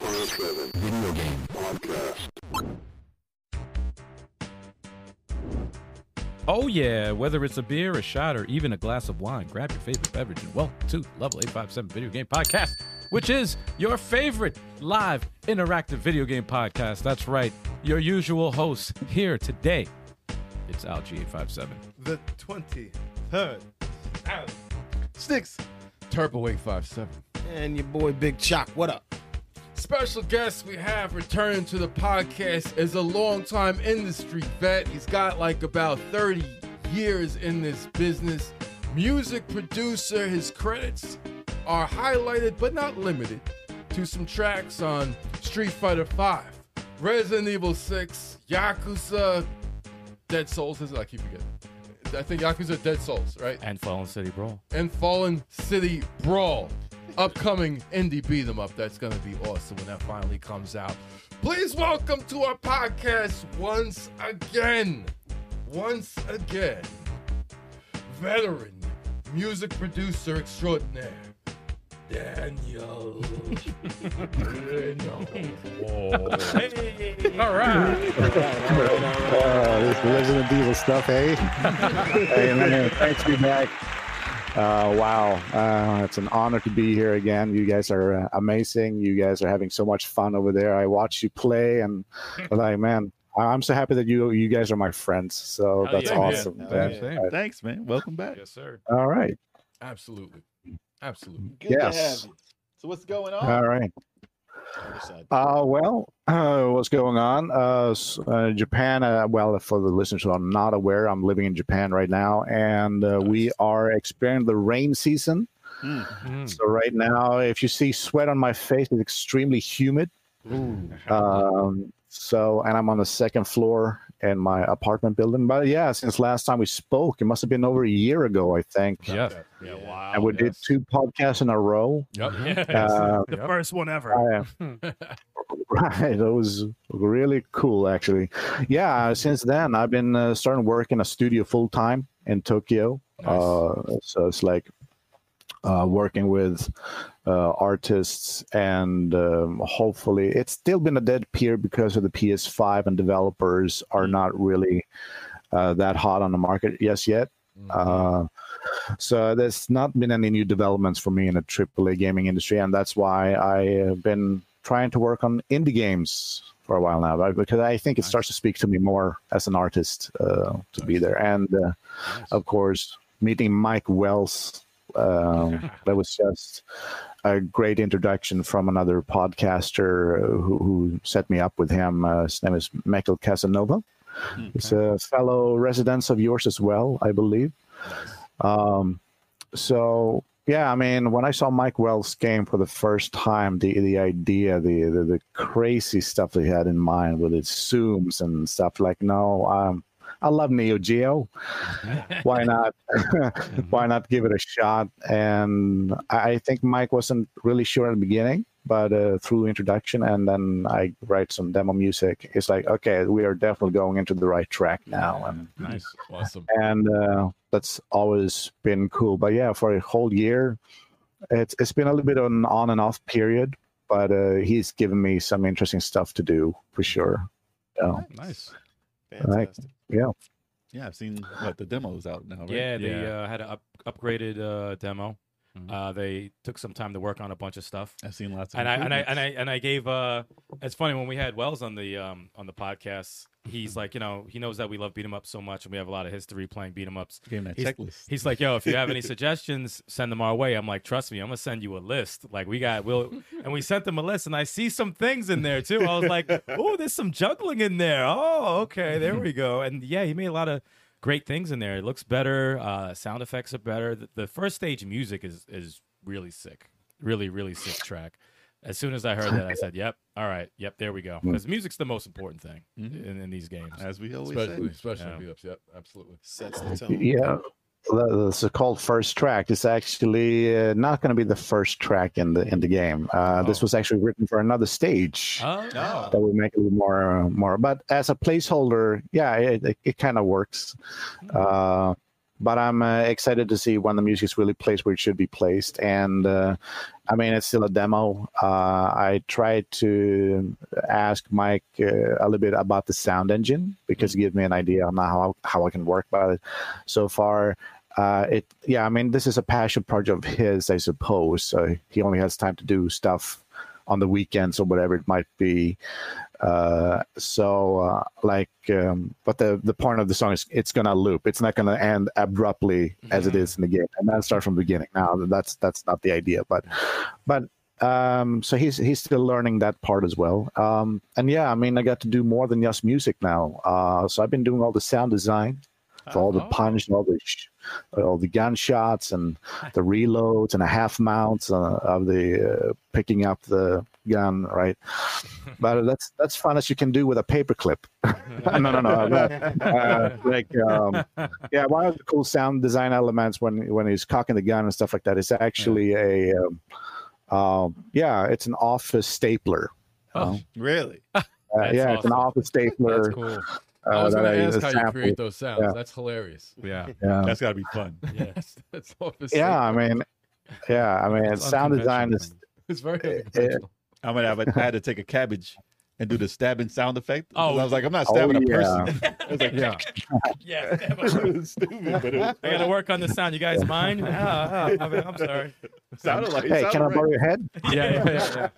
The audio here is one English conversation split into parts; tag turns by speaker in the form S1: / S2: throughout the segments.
S1: 7 Video Game Podcast.
S2: Oh yeah, whether it's a beer, a shot, or even a glass of wine, grab your favorite beverage and welcome to Level 857 Video Game Podcast, which is your favorite live interactive video game podcast. That's right. Your usual host here today. It's Algie857.
S3: the 23rd out. Sticks.
S4: Turbo Wake 57.
S3: And your boy Big Chalk, what up?
S4: Special guest we have returning to the podcast is a longtime industry vet. He's got like about 30 years in this business. Music producer, his credits are highlighted but not limited to some tracks on Street Fighter V, Resident Evil 6, Yakuza, Dead Souls, is it? I keep forgetting. I think Yakuza Dead Souls, right?
S2: And Fallen City Brawl.
S4: and Fallen City Brawl. Upcoming indie beat 'em up. That's gonna be awesome when that finally comes out. Please welcome to our podcast once again, once again, veteran music producer extraordinaire Daniel. Reynolds.
S2: All right.
S5: Oh, this Resident Evil stuff, eh? hey? hey, man, thanks to be back. Uh, wow, uh, it's an honor to be here again. You guys are uh, amazing. You guys are having so much fun over there. I watch you play, and like, man, I- I'm so happy that you you guys are my friends. So
S2: Hell
S5: that's
S2: yeah, man.
S5: awesome.
S3: Hell
S5: man.
S3: yeah.
S6: Thanks, man. Welcome back.
S2: Yes, sir.
S5: All right,
S4: Absolutely. Absolutely.
S6: Good
S5: Yes.
S6: to have you. So what's going on?
S5: all right.
S6: Other side.
S5: Uh, well, uh, what's going on? Uh, s- uh, Japan, uh, well, for the listeners who are not aware, I'm living in Japan right now, and uh, we are experiencing the rain season.
S6: Hmm.
S2: Mm,
S5: So, right now, if you see sweat on my face, it's extremely humid. Um, so, and I'm on the second floor in my apartment building. But yeah, since last time we spoke, it must have been over a year ago, I think.
S2: Yes.
S4: Yeah,
S5: And we did two podcasts in a row.
S4: Yep.
S5: Uh,
S2: The
S7: first one ever.
S5: I am. right. It was really cool, actually. Yeah. uh, Since then, I've been uh, starting work in a studio full time in Tokyo. Uh, so it's like uh, working with uh, artists, and um, hopefully, it's still been a dead peer because of the PS5 and developers are not really uh, that hot on the market yes yet. Uh, so there's not been any new developments for me in the AAA gaming industry, and that's why I have been trying to work on indie games for a while now, right? because I think it starts to speak to me more as an artist uh, to be there, and uh, of course meeting Mike Wells. Um, that was just a great introduction from another podcaster uh, who, who set me up with him. Uh, his name is Michael Casanova. He's a fellow resident of yours as well, I believe. Um, so yeah, I mean, when I saw Mike Wells' game for the first time, the the idea, the the, the crazy stuff he had in mind with its zooms and stuff like, no, um, I love Neo Geo.
S2: Um,
S5: Why not? Why not give it a shot? And I I think Mike wasn't really sure in the beginning, but uh, through introduction and then I write some demo music, it's like, okay, we are definitely going into the right track now, and
S2: Nice.
S4: Awesome.
S5: and uh, that's always been cool. But yeah, for a whole year, it's it's been a little bit of an on and off period. But uh, he's given me some interesting stuff to do for sure. So,
S2: Nice.
S6: Fantastic.
S5: yeah.
S6: Yeah, I've seen what the demo's out now, right?
S8: Yeah, they
S2: Yeah.
S8: Uh, had an up, upgraded uh, demo.
S6: Mm-hmm.
S2: Mhm.
S8: Uh, they took some time to work on a bunch of stuff,
S6: I've seen lots of
S8: and I and I and I
S6: improvements.
S8: and I gave. Uh, it's funny when we had Wells on the um, on the podcast. He's like, you know, he knows that we love beat 'em up so much, and we have a lot of history playing beat 'em ups.
S6: gave him that
S8: he's-
S6: checklist.
S8: He's like, yo, if you have any suggestions, send them our way. I'm like, trust me, I'm gonna send you a list. Like we got, we'll, and we sent them a list, and I see some things in there too. I was like, oh, there's some juggling in there. Oh, okay, there we go. And yeah, he made a lot of great things in there. It looks better. Uh, sound effects are better. The, the first stage music is is really sick. Really, really sick track. As soon as I heard that, I said, "Yep, all right, yep, there we
S6: Hmm.
S8: go." Because music's the most important thing
S6: Mhm.
S8: in, in these games.
S6: as we always
S4: Especially,
S6: say.
S4: especially
S8: Yeah.
S4: beat ups. Yep. Absolutely.
S7: Sets the tone.
S5: Yeah. The, the so-called first track is actually uh, not going to be the first track in the in the game. Uh, This was actually written for another stage
S8: Oh,
S6: Oh.
S5: that would make it a little more more. But as a placeholder, yeah, it, it, it kind of works. Uh, but I'm uh, excited to see when the music is really placed where it should be placed. And uh, I mean, it's still a demo. Uh, I tried to ask Mike uh, a little bit about the sound engine because it gave me an idea on how how I can work about it. So far, uh, it yeah, I mean, this is a passion project of his, I suppose. So he only has time to do stuff on the weekends or whatever it might be. Uh, so uh, like, um, but the the point of the song is it's gonna loop. It's not gonna end abruptly as it is in the game, and then start from the beginning. Now that's that's not the idea, but but um so he's he's still learning that part as well um and yeah i mean i got to do more than just music now uh so i've been doing all the sound design for all the punch, all the sh- all the gunshots, and the reloads, and the half mounts uh, of the uh, picking up the gun, right? But that's that's fun as you can do with a paperclip. no, no, no. but, uh, like, um, yeah, one of the cool sound design elements when when he's cocking the gun and stuff like that is actually a, um, um, yeah, it's an office stapler.
S2: Oh,
S6: Really?
S5: Uh,
S8: That's
S5: yeah, it's an office stapler.
S8: That's cool.
S4: I was
S5: uh,
S4: gonna
S5: that
S4: ask
S5: is
S4: how you
S5: sampled.
S4: create those sounds.
S5: Yeah.
S4: That's hilarious.
S2: yeah.
S5: Yeah.
S6: That's got to be fun.
S4: Yes, that's office.
S5: yeah, I mean, yeah, I mean, sound design is
S4: it's very unconventional.
S6: I'm gonna have I had to take a cabbage and do the stabbing sound effect.
S8: Oh.
S6: because I was like, I'm not
S5: Oh,
S6: stabbing
S5: yeah.
S6: a person. It's like,
S2: Yeah.
S8: Yeah.
S6: it was stupid, but it
S8: I gotta work on the sound. You guys mind? Ah, ah, I mean, I'm sorry.
S6: sounded like. it
S5: Hey,
S6: sounded
S5: can I
S6: right.
S5: borrow your head?
S2: yeah, yeah, yeah,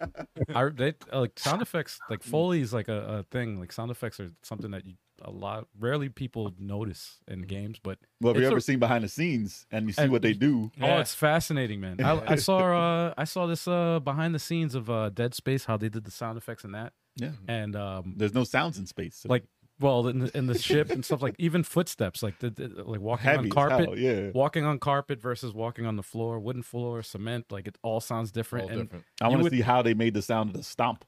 S2: yeah. I, they, uh, like sound effects, like Foley is like a, a thing. Like sound effects are something that you a lot rarely people notice in games, but
S6: Well, have you
S2: It's a-
S6: ever seen behind the scenes and you see
S2: And-
S6: what they do?
S2: oh,
S8: Yeah.
S2: it's fascinating, man. I, I saw uh, I saw this uh, behind the scenes of uh, Dead Space how they did the sound effects in that,
S6: Yeah.
S2: and um,
S6: There's no sounds in space. so
S2: like well in the, in the ship and stuff like even footsteps like the, the- like walking
S6: heavy
S2: on
S6: as
S2: carpet.
S6: hell, Yeah.
S2: Walking on carpet versus walking on the floor, wooden floor, cement, like it all sounds different.
S4: All
S2: and
S4: different.
S6: I want to
S2: would-
S6: see how they made the sound of the stomp.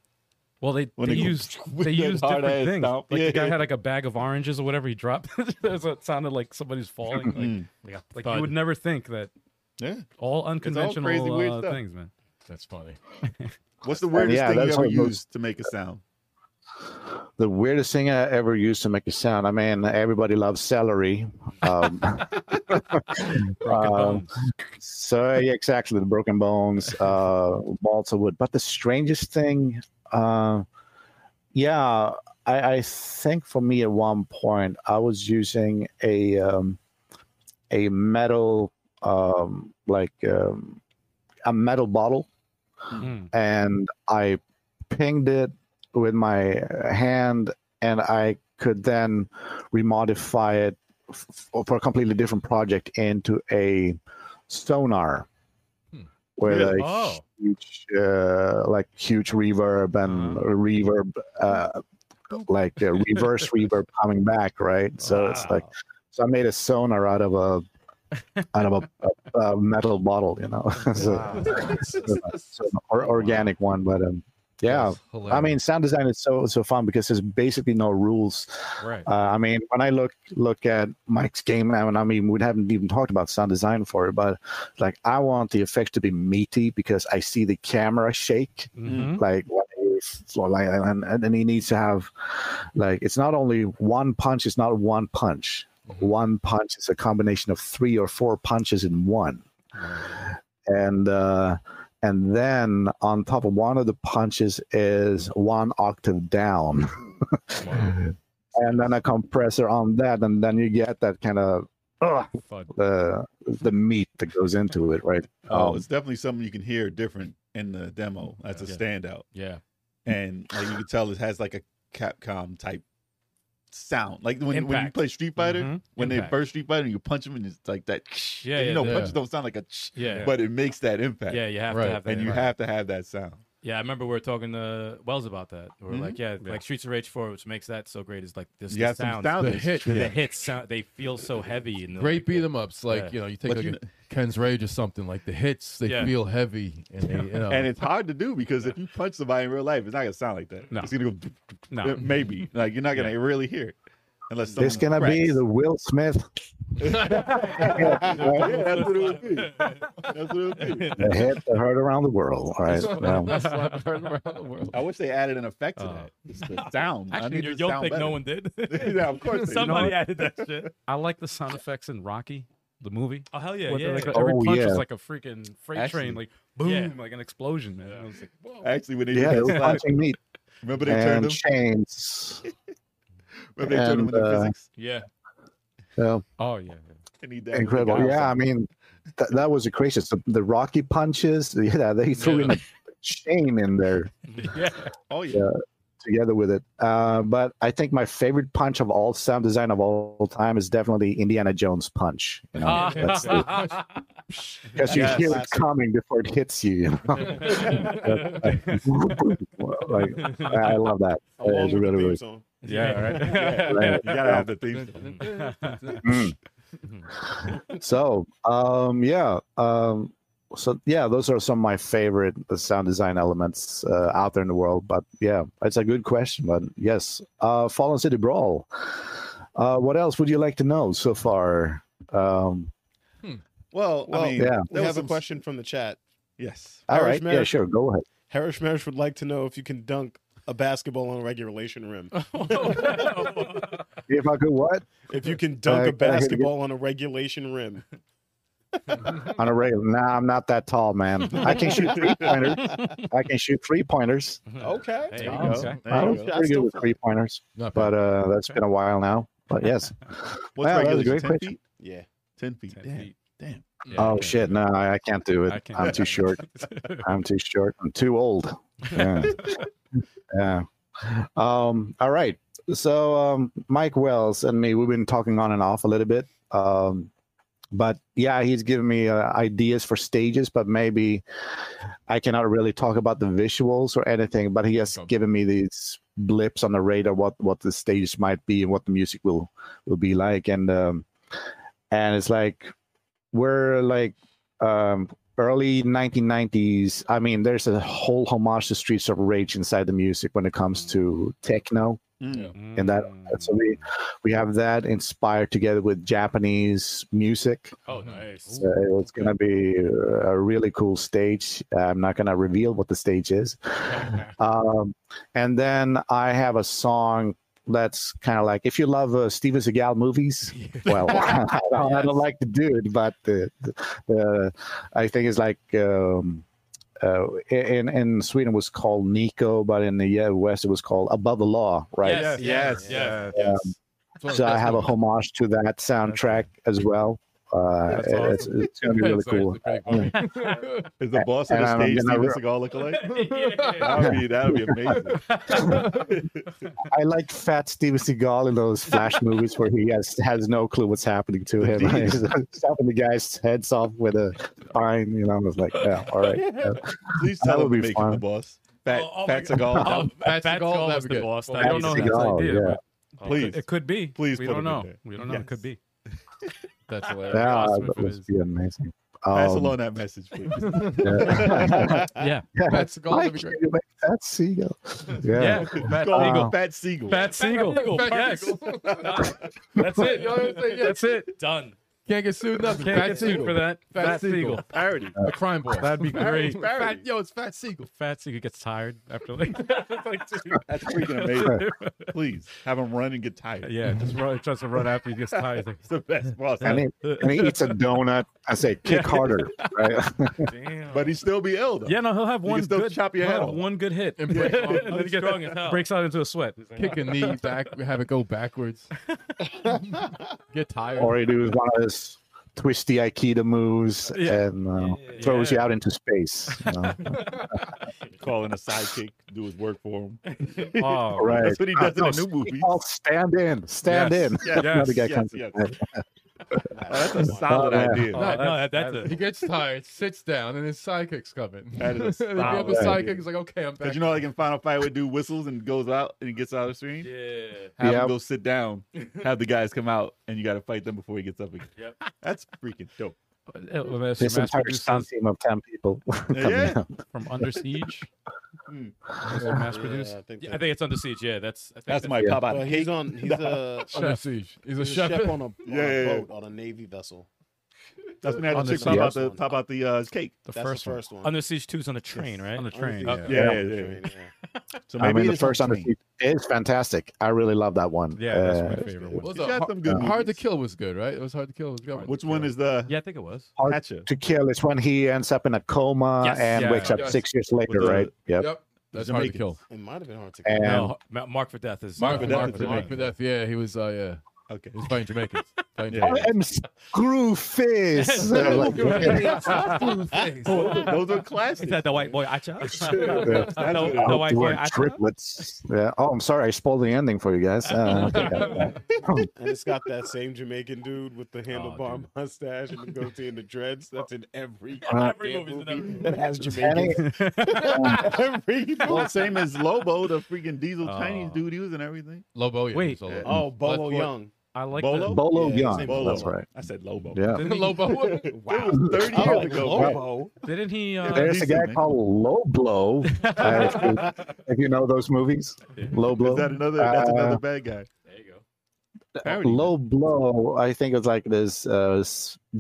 S2: Well, they,
S6: When
S2: they,
S6: they go
S2: used
S6: with
S2: they
S6: that
S2: used
S6: hard
S2: different
S6: ass
S2: things.
S6: stomp.
S2: Like
S6: Yeah,
S2: the guy
S6: yeah.
S2: had like a bag of oranges or whatever he dropped. That's what it sounded like somebody's falling. Like, like you
S4: Thud.
S2: would never think that
S6: Mm-hmm. Yeah.
S2: all unconventional
S6: crazy, weird
S2: uh,
S6: stuff.
S2: things, man.
S4: That's funny.
S6: What's the weirdest
S5: yeah,
S6: thing you
S5: that's
S6: ever
S5: what most-
S6: used to make a sound?
S5: The weirdest thing I ever used to make a sound. I mean, everybody loves celery. Um,
S2: Broken
S5: uh,
S6: Um,
S2: bones.
S5: so yeah, exactly the broken bones, uh, balsa wood. But the strangest thing, uh, yeah, I, I think for me at one point I was using a um, a metal um, like um, a metal bottle
S2: Mm.
S5: and I pinged it with my hand, and I could then remodify it f- for a completely different project into a sonar
S4: Hmm.
S5: with
S6: Really?
S5: a
S8: Oh.
S5: huge, uh, like huge reverb and
S4: Uh-huh.
S5: reverb, uh, like a reverse reverb coming back, right? So it's like, so I made a sonar out of a out of a, a, a metal bottle, you know. so, so an or, organic one, but um, yeah.
S4: That's hilarious.
S5: I mean, sound design is so so fun because there's basically no rules.
S2: Right.
S5: Uh, I mean, when I look look at Mike's game now, and I mean, we haven't even talked about sound design for it, but like, I want the effects to be meaty because I see the camera shake
S8: Mm-hmm.
S2: Mhm.
S5: like what is so like and, and then he needs to have like it's not only one punch it's not one punch one punch is a combination of three or four punches in one and uh and then on top of one of the punches is one octave down and then a compressor on that and then you get that kind of uh,
S2: Fud.
S5: the the meat that goes into it right
S6: Oh,
S5: Um,
S6: it's definitely something you can hear different in the demo. That's a
S4: Yeah.
S6: standout,
S4: yeah.
S6: and like you can tell, it has like a Capcom type sound. Like when, when you
S8: Impact.
S6: play Street Fighter,
S2: Mhm.
S6: when
S8: Impact.
S6: they first Street Fighter, and you punch them and it's like that.
S8: Yeah,
S6: and, you
S8: yeah,
S6: know,
S4: yeah.
S6: punches don't sound like a.
S8: Yeah.
S6: But it makes that impact.
S8: Yeah, you have
S4: Right.
S8: to have that.
S6: and you
S8: impact.
S6: have to have that sound.
S8: Yeah, I remember we were talking to Wells about that. We were like, Mm-hmm. yeah, like Streets of Rage 4, which makes that so great, is like this
S6: You
S8: the
S6: have some
S8: sound.
S6: sound.
S4: The
S6: that's
S4: hit,
S6: true.
S8: The hits sound, they feel so heavy. And
S4: Great
S8: like,
S4: beat 'em ups, like
S8: Yeah.
S4: you know, you take
S6: But
S4: like
S6: you
S4: a Ken's Rage or something. Like the hits, they
S8: Yeah.
S4: feel heavy, and they, you know,
S6: And it's hard to do because if you punch somebody in real life, it's not gonna sound like that.
S2: No.
S6: It's gonna go
S2: No.
S6: maybe. Like you're not gonna really hear it. Unless
S5: it's
S6: someone
S5: gonna be
S6: cracks.
S5: the will smith
S6: yeah, that's what it would be. That's what it would be.
S5: the hit that heard around the world. All right. Um,
S4: That's what I've heard around the world.
S6: I wish they added an effect to
S2: Uh,
S6: that. It's the sound. I
S8: Actually,
S6: need
S8: you
S6: the
S8: don't
S6: sound
S8: think
S6: better.
S8: no one did.
S6: yeah, of course. they-
S8: Somebody added that shit.
S2: I like the sound effects in Rocky the movie.
S8: Oh hell yeah,
S2: With,
S8: yeah.
S2: like,
S8: yeah.
S2: every
S5: Oh,
S2: punch
S5: yeah.
S2: was like a freaking freight train,
S6: Actually-
S2: like boom,
S8: Yeah.
S2: like an explosion. Man, I was like, whoa.
S6: Actually, when they
S5: Yeah, it
S6: did
S5: was
S6: that slap,
S5: punching meat
S6: remember they
S5: and
S6: turned him.
S5: chains.
S6: Remember they turned him
S5: and,
S6: into
S5: uh,
S6: physics,
S8: yeah.
S5: So,
S2: Oh yeah, yeah.
S6: and he died.
S5: incredible. Yeah, I mean, that, that was the craziest. The, the Rocky punches. Yeah, they threw in a chain in there.
S8: yeah.
S6: Oh yeah.
S5: together with it. Uh, but I think my favorite punch of all sound design of all time is definitely Indiana Jones punch. You know,
S8: Ah.
S5: because you
S8: Yes.
S5: hear it coming before it hits you. you know? like, I I love that.
S6: Along
S5: It's
S6: with the
S5: really,
S6: theme
S5: really.
S6: song.
S2: Yeah, right.
S6: Yeah,
S5: Right.
S6: you gotta have the theme song.
S5: Mm. so, um, yeah. Um, so yeah, those are some of my favorite uh, sound design elements uh, out there in the world. But yeah, it's a good question. But yes, uh, Fallen City Brawl. Uh, what else would you like to know so far? Um,
S6: Well,
S3: Well,
S6: I mean,
S5: yeah.
S3: We
S6: there was
S3: have a
S6: some-
S3: question from the chat.
S6: Yes.
S5: all
S3: Irish
S5: right, yeah,
S3: marriage.
S5: sure, go ahead.
S3: Harris Marish would like to know if you can dunk a basketball on a regulation rim.
S5: If I could, what
S3: If you can dunk
S5: Uh,
S3: a
S5: can I hit it again?
S3: basketball on a regulation rim.
S5: on a rail? Nah, I'm not that tall, man. I can shoot three pointers. I can shoot three pointers.
S3: Okay.
S8: There
S6: There
S8: you
S6: you
S8: Oh,
S6: go.
S8: okay.
S6: There
S5: I
S6: you
S5: was
S6: go.
S3: go.
S5: pretty good with three pointers,
S4: Not bad.
S5: but uh, that's been a while now. But yes,
S6: What's
S5: Wow, that was a
S6: regulation?
S5: great
S6: Ten
S5: question.
S6: feet.
S3: Yeah.
S6: Ten feet.
S2: Ten
S6: Damn.
S2: feet.
S6: damn.
S2: Yeah,
S5: Oh
S2: yeah.
S5: shit! No, I, I can't do
S2: I
S5: it.
S2: can't.
S5: I'm too short. I'm too short. I'm too old. Yeah. yeah. Um. All right. So, um, Mike Wells and me, we've been talking on and off a little bit. Um, but yeah, he's given me uh, ideas for stages, but maybe I cannot really talk about the visuals or anything. But he has
S4: Okay.
S5: given me these blips on the radar what what the stages might be and what the music will will be like, and um, and it's like we're like um early 1990s i mean there's a whole homage to streets of rage inside the music when it comes to techno
S6: Mm.
S5: and that- so we- we have that inspired together with japanese music
S8: Oh nice.
S5: so it's going to be a really cool stage i'm not going to reveal what the stage is um, and then i have a song that's kind of like if you love uh, steven seagal movies well I, don't, I don't like to do it but the, the, uh, i think it's like um, uh, in in sweden it was called nico but in the uh, west it was called above the law right
S8: Yes.
S6: Yes.
S8: Yeah.
S6: Yes.
S5: so I have a homage to that soundtrack as well. Uh,
S2: That's
S5: it's, it's gonna be really cool.
S6: Is the boss of
S5: And
S6: the
S5: I'm
S6: stage
S5: gonna
S6: Steven
S5: re-
S6: Seagal look alike?
S8: yeah.
S6: That would be that would be amazing.
S5: I like fat Steven Seagal in those flash movies where he has has no clue what's happening to him.
S6: Indeed.
S5: He's chopping the guy's heads off with a spine. You know, I was like, yeah, all right. Yeah.
S6: Please
S5: That
S6: tell
S5: would
S6: him
S5: be
S6: to make him
S5: fun.
S6: the boss. Fat,
S8: Oh, oh my
S6: fat Seagal.
S8: Oh, Fat
S4: Fat
S8: Seagal
S4: Seagal,
S8: was
S4: that'd be
S8: the
S4: good.
S8: boss.
S2: Well,
S8: I
S2: I
S8: don't
S2: don't know
S8: know.
S5: Fat
S2: his
S8: who-
S5: Seagal,
S2: idea,
S5: yeah.
S2: but
S6: Please.
S2: it could be.
S6: Please
S2: we
S6: put
S2: don't
S6: him in
S2: know.
S6: there.
S2: We don't know. It could be.
S4: That's hilarious.
S5: Yeah,
S2: awesome
S5: that
S2: if it
S5: would
S2: is.
S5: be amazing.
S6: Pass
S5: Um,
S6: along that message, please.
S5: yeah.
S2: Yeah.
S5: yeah.
S4: Fat Seagal,
S5: I
S4: that'd be
S5: can't
S4: great.
S5: make fat Seagal.
S2: Yeah.
S5: Yeah.
S2: Fat
S5: Seagal.
S2: Seagal.
S5: Wow.
S6: Fat Seagal.
S2: Fat Seagal.
S4: Fat
S2: Yes.
S4: Seagal.
S2: That's
S4: You know what I'm
S2: it.
S4: saying? Yeah.
S2: That's it.
S8: Done.
S4: Can't get sued nothing.
S2: Can't
S4: Fat
S2: get sued
S4: Seagal.
S2: for that. Fat
S4: Fat
S2: Seagal.
S4: Seagal.
S6: Parody.
S4: The crime boss.
S2: That'd be great.
S4: Fat, yo, it's Fat Seagal.
S2: Fat Seagal gets tired after like. like dude.
S6: That's freaking amazing. Please have him run and get tired.
S2: Yeah, just run, tries to run after he gets tired. He's like,
S6: It's the best boss.
S5: And he, and he eats a donut. I say, kick harder. Right?
S8: Damn.
S6: But he still be ill though.
S2: yeah, no, he'll have
S6: You
S2: one
S6: can still
S2: good
S6: chop your
S2: he'll
S6: head
S2: have
S6: off.
S2: one good hit.
S4: And break
S2: Yeah.
S4: arms.
S2: Then he gets-
S8: Oh, Strong as hell.
S2: breaks out into a sweat. He's like,
S4: Kick a knee back. Have it go backwards. Get tired.
S5: or he does one of his twisty aikido moves
S2: Yeah.
S5: and uh,
S8: Yeah.
S5: throws you out into space. you know?
S6: Call in a sidekick, do his work for him.
S2: Oh,
S5: right.
S6: That's what he does in
S5: uh, No,
S6: the new movies.
S5: I'll stand in, stand
S2: Yes.
S5: in.
S6: Yes,
S5: Another guy
S6: yes,
S5: comes
S6: yes.
S5: in.
S6: Oh, that's a solid
S5: Oh, yeah.
S6: idea.
S8: No, no,
S2: that's-
S8: that- that's it.
S4: He gets tired, sits down, and his sidekick's coming.
S6: That is a
S4: and the other
S6: solid
S4: sidekick is like, okay, I'm back.
S6: Because you know, like in Final Fight, we do whistles and goes out and gets out of the screen.
S8: Yeah.
S6: Have
S5: Yep.
S6: him go sit down. Have the guys come out, and you got to fight them before he gets up again.
S8: Yep.
S6: That's freaking dope.
S2: Uh, Master
S5: This entire
S2: Producer
S5: stunt team of ten people.
S6: Yeah.
S2: from Under Siege. Hmm.
S6: Mm.
S2: Mr. Mass Produced.
S3: I think
S8: Yeah, I think it's under siege. Yeah, that's. I think
S6: That's my
S5: Yeah.
S6: pop out.
S3: he's uh, on. He's a,
S4: Under siege. He's a
S3: he's a chef
S4: chef.
S3: on a, on
S6: Yeah, yeah,
S3: a
S6: yeah.
S3: boat on a navy vessel.
S6: That's when they had
S2: On
S6: the
S2: the
S6: chick pop out
S2: first
S6: the
S3: one.
S6: pop out the uh, cake.
S2: The
S3: That's
S2: first
S3: the
S2: one.
S3: first one.
S8: Under Siege 2's on a train, right?
S2: On the train.
S8: Okay.
S2: yeah.
S6: Yeah, yeah, yeah. So
S5: I mean,
S6: it
S5: the
S6: is on
S5: first
S6: stream.
S5: Undersea is fantastic. I really love that one.
S2: Yeah, that's
S5: Uh,
S2: my favorite one.
S4: What was
S6: You
S4: the
S6: got
S4: har-
S6: them good
S4: Hard to
S6: movies.
S4: Kill was good, right? It was Hard to Kill. Was good.
S6: Which one is the
S8: Yeah, I think it was.
S5: Hard
S6: Hatcher?
S5: to kill is when he ends up in a coma
S8: Yes.
S5: and
S8: Yeah.
S5: wakes up
S4: Yes.
S5: six years later,
S6: the-
S5: right? Yep.
S4: Yep. That's
S6: The
S4: Hard to
S6: Jamaicans.
S4: Kill.
S3: It might have been hard to
S5: And
S8: No, Ma- Mark for Death is
S4: Mark for
S6: Death
S4: Death.
S6: is the
S4: Mark
S6: main.
S4: for Death. Yeah, he was. Uh, yeah,
S6: Okay.
S4: he was fighting Jamaicans. Fighting
S6: Yeah.
S5: I
S4: Jamaicans.
S5: am Screwface. They're like-
S6: Those- Those are classics.
S8: Is that the white boy Acha?
S5: That's
S8: no,
S5: I
S8: the
S5: hope
S8: white
S5: you
S8: boy
S5: weren't
S8: Acha.
S5: triplets. Yeah. Oh, I'm sorry. I spoiled the ending for you guys. Uh, okay.
S3: And it's got that same Jamaican dude with the handlebar mustache and the goatee and the dreads. That's in every,
S8: Every
S3: goddamn
S8: movie's in
S3: movie
S8: every-
S3: that has
S5: Any-
S3: Jamaican.
S6: Every- well, same as Lobo, the freaking diesel
S8: Oh.
S6: Chinese dude. He was in everything.
S4: Lobo. Yeah,
S8: Wait.
S4: he was a Lobo.
S3: Oh, Bolo
S4: Bloodsport.
S3: Young.
S8: I like
S6: Bolo?
S5: Oh, Bolo
S3: Yeah,
S5: Young.
S3: same
S6: Bolo.
S5: That's right.
S6: I said Lobo.
S5: Yeah.
S4: Lobo.
S3: Uh,
S6: Wow. Thirty years
S3: Oh,
S6: ago.
S5: Lobo.
S3: Lobo.
S2: Didn't he? Uh,
S6: Yeah,
S5: There's a guy
S6: decent, man.
S5: called Low Blow. Uh, if, you, if you know those movies, Low Blow.
S6: Is that another? That's
S5: Uh,
S6: another bad guy.
S8: There you go.
S6: parody, man.
S5: Low Blow, I think it's like this uh,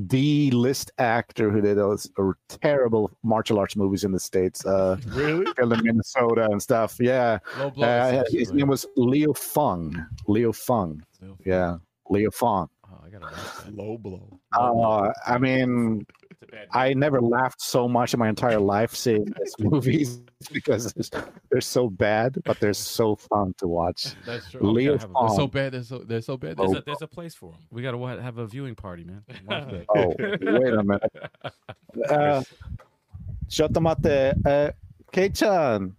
S5: D list actor who did those uh, terrible martial arts movies in the States, uh,
S6: Really?
S5: filmed in Minnesota and stuff. Yeah.
S4: Low blow.
S5: Uh,
S4: essentially.
S5: his name was Leo Fung. Leo Fung.
S4: Leo Fung.
S5: Yeah. Leo Fung.
S8: Oh, I gotta watch that.
S6: Low blow.
S5: Uh, I mean,
S8: It's a bad
S5: I never laughed so much in my entire life seeing these movies because it's- they're so bad, but they're so fun to watch.
S4: That's true.
S5: Leo
S4: Yeah, I have a- They're so
S5: Fong.
S4: bad. They're so they're so bad.
S8: there's,
S5: Oh.
S8: a, there's a place for him.
S2: we gotta wa- have a viewing party, man. Watch that.
S5: Oh, wait a minute. Uh, Shotomate, uh, Kei-chan.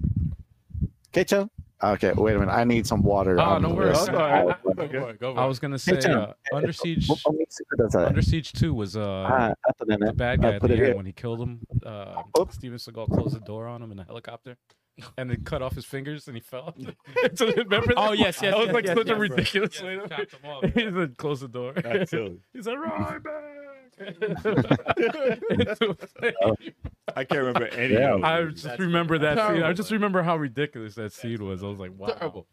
S5: Kei-chan? Okay, wait a minute. I need some water.
S2: Ah,
S5: I'm
S2: no
S5: gonna-
S2: worries.
S6: That's all right. Okay.
S4: Go for it, go for
S2: I
S4: it.
S2: was gonna say
S5: Tim.
S2: uh, Under Siege.
S5: Oh, oh, it's- that's all right.
S2: Under Siege Two was uh,
S5: Ah, other than
S2: the
S5: that,
S2: bad
S5: I
S2: guy at
S5: put
S2: the
S5: it
S2: end
S5: here.
S2: when he killed him. Uh,
S5: Oops.
S2: Steven Seagal closed the door on him in a helicopter, and then cut off his fingers and he fell. so remember that?
S8: Oh, yes, yes,
S2: That was
S8: yes,
S2: like
S8: yes,
S2: such
S8: yes,
S2: a
S8: right.
S2: ridiculous
S8: Yes,
S2: way to
S8: chopped him off,
S2: He then closed the door.
S6: That's silly.
S2: He's like Ryback.
S6: I can't remember any.
S5: Yeah.
S6: Of those
S2: I
S6: movies.
S2: just remember that scene. I
S4: Terrible.
S2: just remember how ridiculous that scene was. I was like, wow.
S4: Terrible.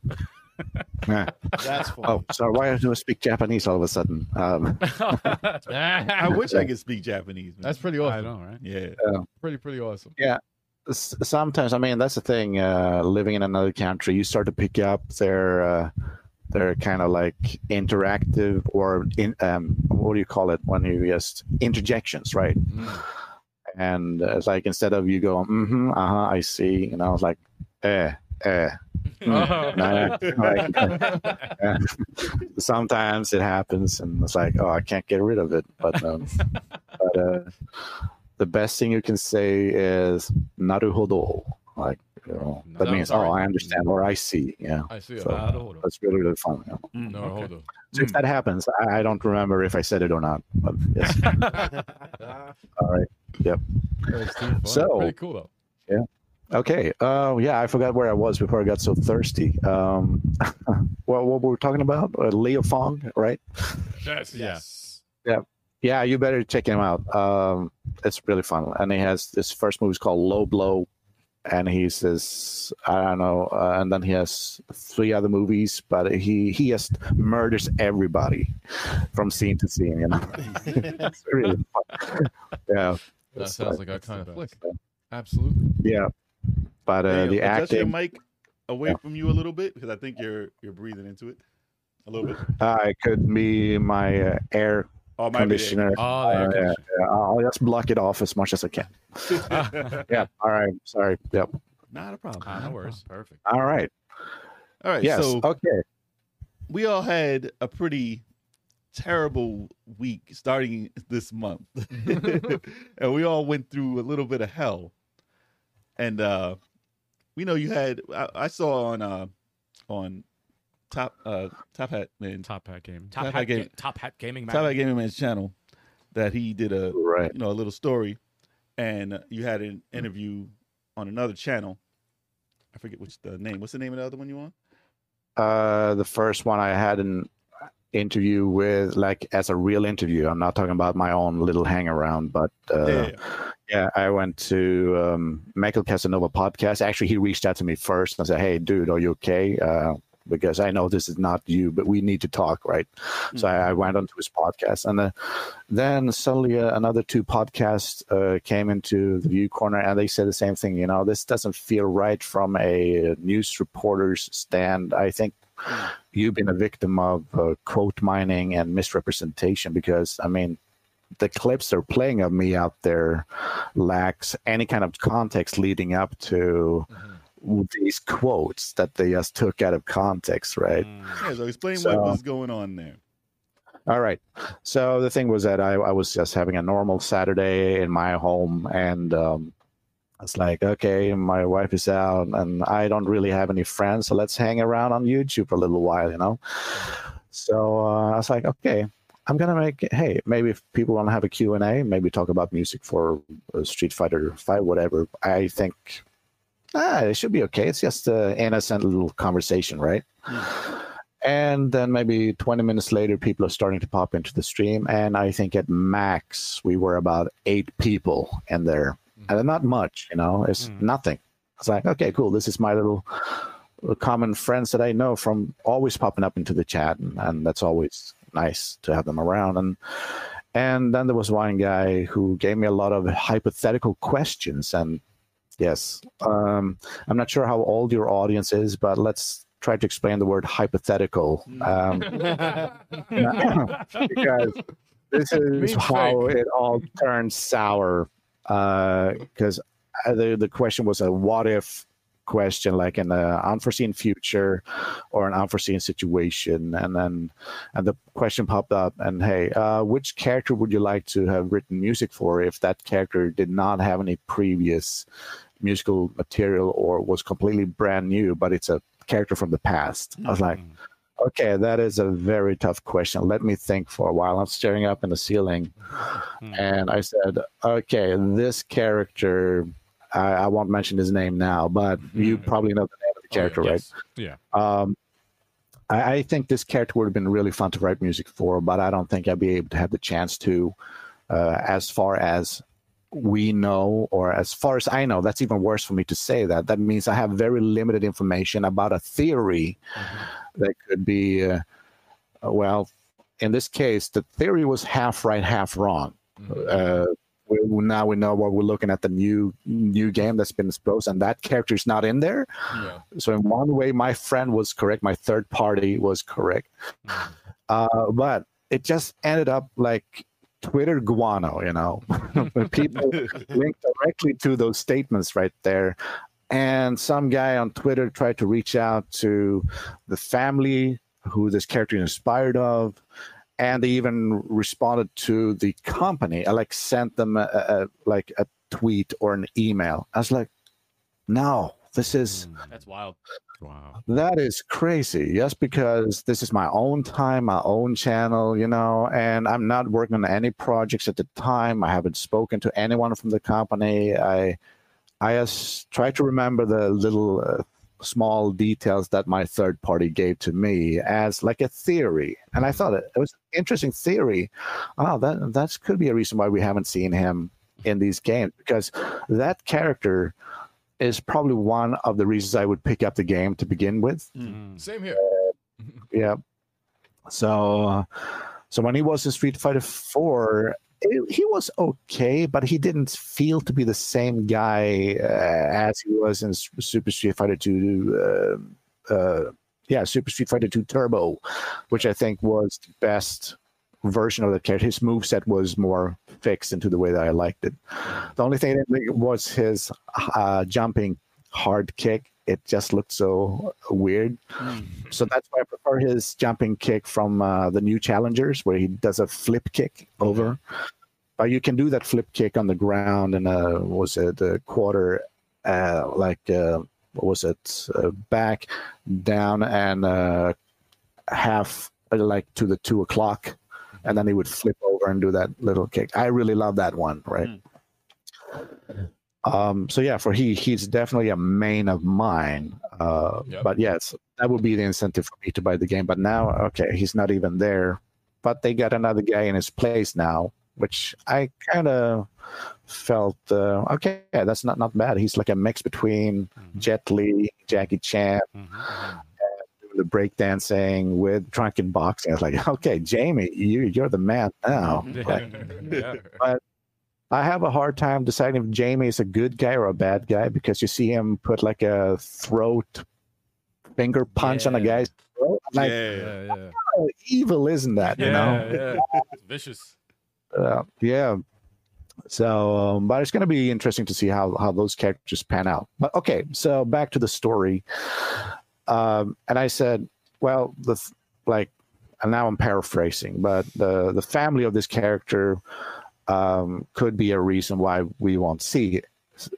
S5: Yeah.
S3: That's funny.
S5: Oh, sorry. Why do I speak Japanese all of a sudden? Um,
S6: I wish I could speak Japanese. Man.
S4: That's pretty
S2: I
S4: awesome.
S2: know, right?
S6: yeah.
S4: Pretty pretty awesome.
S5: s- sometimes, I mean, that's the thing. Uh, living in another country, you start to pick up their uh, their kind of like interactive or in, um, what do you call it when you just interjections, right? And uh, it's like instead of you go, mm-hmm, uh huh, I see, and I was like, eh, eh.
S2: Oh.
S5: nah, like, uh, sometimes it happens, and it's like, oh, I can't get rid of it. But, um, but uh, the best thing you can say is naruhodo, like you know, that
S4: No,
S5: means,
S4: sorry.
S5: oh, I understand or I see. Yeah,
S4: I see.
S5: So-
S4: it.
S8: Ah, hold on.
S5: that's really really fun. yeah.
S4: No, hold on.
S5: So if that happens, I, I don't remember if I said it or not. But yes, all right.
S4: That's too funny.
S5: So-
S4: pretty cool though.
S5: Okay. Uh, yeah, I forgot where I was before I got so thirsty. Um, well, what were we talking about? Uh, Leo Fong, right?
S4: Yes,
S3: yes.
S5: Yeah, you better check him out. Um, it's really fun, and he has this first movie is called Low Blow, and he says I don't know, uh, and then he has three other movies, but he he just murders everybody from scene to scene. You know, it's really fun. yeah,
S4: That
S5: That's
S4: sounds
S5: right.
S4: like our kind of
S5: the
S4: flick.
S5: best.
S4: Absolutely.
S5: yeah, but uh,
S6: Damn,
S5: the
S6: adjust your
S5: acting.
S6: mic away
S5: Yeah.
S6: from you a little bit because I think you're you're breathing into it a little bit.
S5: Uh, it could be my uh, air
S6: Oh, my
S5: conditioner.
S2: Oh, there
S5: Uh,
S2: it comes.
S5: yeah, I'll just block it off as much as I can. yeah. All right. Sorry. Yep.
S6: Not a problem.
S2: Ah,
S6: not a
S2: no worries.
S6: problem.
S2: Perfect.
S5: All right.
S6: All right.
S5: Yes.
S6: So
S5: okay.
S6: we all had a pretty terrible week starting this month. and we all went through a little bit of hell. And uh we know you had I, I saw on uh on top uh top hat man
S2: Top hat game.
S6: Top
S8: Top
S6: Hat
S8: hat,
S6: Gaming.
S8: ga- top hat gaming.
S6: top hat
S8: Mag-
S6: gaming man's channel that he did a
S5: Right.
S6: you know a little story and you had an interview on another channel i forget what's the name what's the name of the other one you on
S5: Uh, the first one I had an interview with, like as a real interview. I'm not talking about my own little hang around, but uh,
S6: Yeah,
S5: yeah, I went to um, Michael Casanova podcast. Actually, he reached out to me first and said, "Hey, dude, are you okay? Uh, because I know this is not you, but we need to talk, right? So I, I went onto his podcast, and uh, then suddenly uh, another two podcasts uh, came into the View Corner, and they said the same thing. You know, this doesn't feel right from a news reporter's stand. I think you've been a victim of uh, quote mining and misrepresentation because I mean the clips they're playing of me out there lacks any kind of context leading up to these quotes that they just took out of context, right?
S6: Yeah, so explain
S5: So-
S6: what was going on there.
S5: All right. So the thing was that I, I was just having a normal Saturday in my home, and um, it's like, okay, my wife is out, and I don't really have any friends, so let's hang around on YouTube a little while, you know. So uh, I was like, okay, I'm gonna make. Hey, maybe if people want to have a Q and A, maybe talk about music for uh, Street Fighter Five, whatever. I think ah, it should be okay. It's just an innocent little conversation, right? And then maybe 20 minutes later, people are starting to pop into the stream. And I think at max, we were about eight people in there. And not much, you know, it's nothing. It's like, okay, cool. This is my little uh, common friends that I know from always popping up into the chat. And, and that's always nice to have them around. And and then there was one guy who gave me a lot of hypothetical questions. And yes, um, I'm not sure how old your audience is, but let's try to explain the word hypothetical. Um, because this is
S4: Mean
S5: how it all turned sour. Because uh, the the question was a what if question, like an uh, unforeseen future or an unforeseen situation, and then and the question popped up, and hey, uh, which character would you like to have written music for if that character did not have any previous musical material or was completely brand new, but it's a character from the past? I was like. Okay, that is a very tough question. Let me think for a while. I'm staring up in the ceiling, and I said, "Okay, this character. I, I won't mention his name now, but you probably know the name of the character, right?
S2: Yes. Yeah.
S5: Um, I, I think this character would have been really fun to write music for, but I don't think I'd be able to have the chance to. Uh, as far as we know, or as far as I know, that's even worse for me to say that. That means I have very limited information about a theory that could be, uh, well, in this case, the theory was half right, half wrong. Uh, we, now we know what we're looking at the new new game that's been exposed, and that character's not in there.
S4: Yeah.
S5: So in one way, my friend was correct. My third party was correct. Uh, but it just ended up like Twitter guano, you know. People link directly to those statements right there. And some guy on Twitter tried to reach out to the family who this character is inspired of. And they even responded to the company. I like sent them a, a, a- like a tweet or an email. I was like, no, this is
S8: That's wild.
S2: Wow.
S5: that is crazy. Yes, because this is my own time, my own channel, you know, and I'm not working on any projects at the time. I haven't spoken to anyone from the company. I, I just try to remember the little uh, small details that my third party gave to me as like a theory, and I thought it, it was an interesting theory. Oh, that that could be a reason why we haven't seen him in these games because that character is probably one of the reasons I would pick up the game to begin with.
S4: Same here.
S5: Yeah. So, uh, so when he was in Street Fighter Four, it, he was okay, but he didn't feel to be the same guy uh, as he was in S- Super Street Fighter Two. Uh, uh, yeah, Super Street Fighter Two Turbo, which I think was the best version of the character. His moveset was more fixed into the way that I liked it. The only thing I didn't like was his uh, jumping hard kick. It just looked so weird. So that's why I prefer his jumping kick from uh, the new challengers, where he does a flip kick over. But you can do that flip kick on the ground in a what was it a quarter, uh, like uh, what was it uh, back, down and uh, half uh, like to the two o'clock, and then he would flip over and do that little kick. I really love that one, right? Um, so yeah, for he he's definitely a main of mine. Uh,
S4: Yep.
S5: But yes, that would be the incentive for me to buy the game. But now, okay, he's not even there. But they got another guy in his place now, which I kind of felt uh, okay. That's not not bad. He's like a mix between Jet Li, Jackie Chan,
S2: Mhm.
S5: doing the breakdancing with drunken boxing. I was like, okay, Jamie, you, you're the man now.
S8: Mm-hmm.
S5: Like,
S2: yeah.
S5: I have a hard time deciding if Jamie is a good guy or a bad guy because you see him put like a throat finger punch on a
S8: Yeah.
S5: guy's throat. I'm Like,
S6: yeah.
S2: Yeah, yeah.
S5: how Oh, evil isn't that? You know?
S2: Yeah, yeah.
S8: Vicious.
S5: uh, yeah. So, um, but it's going to be interesting to see how how those characters pan out. But okay, so back to the story, um, and I said, well, the th- like, and now I'm paraphrasing, but the the family of this character um, could be a reason why we won't see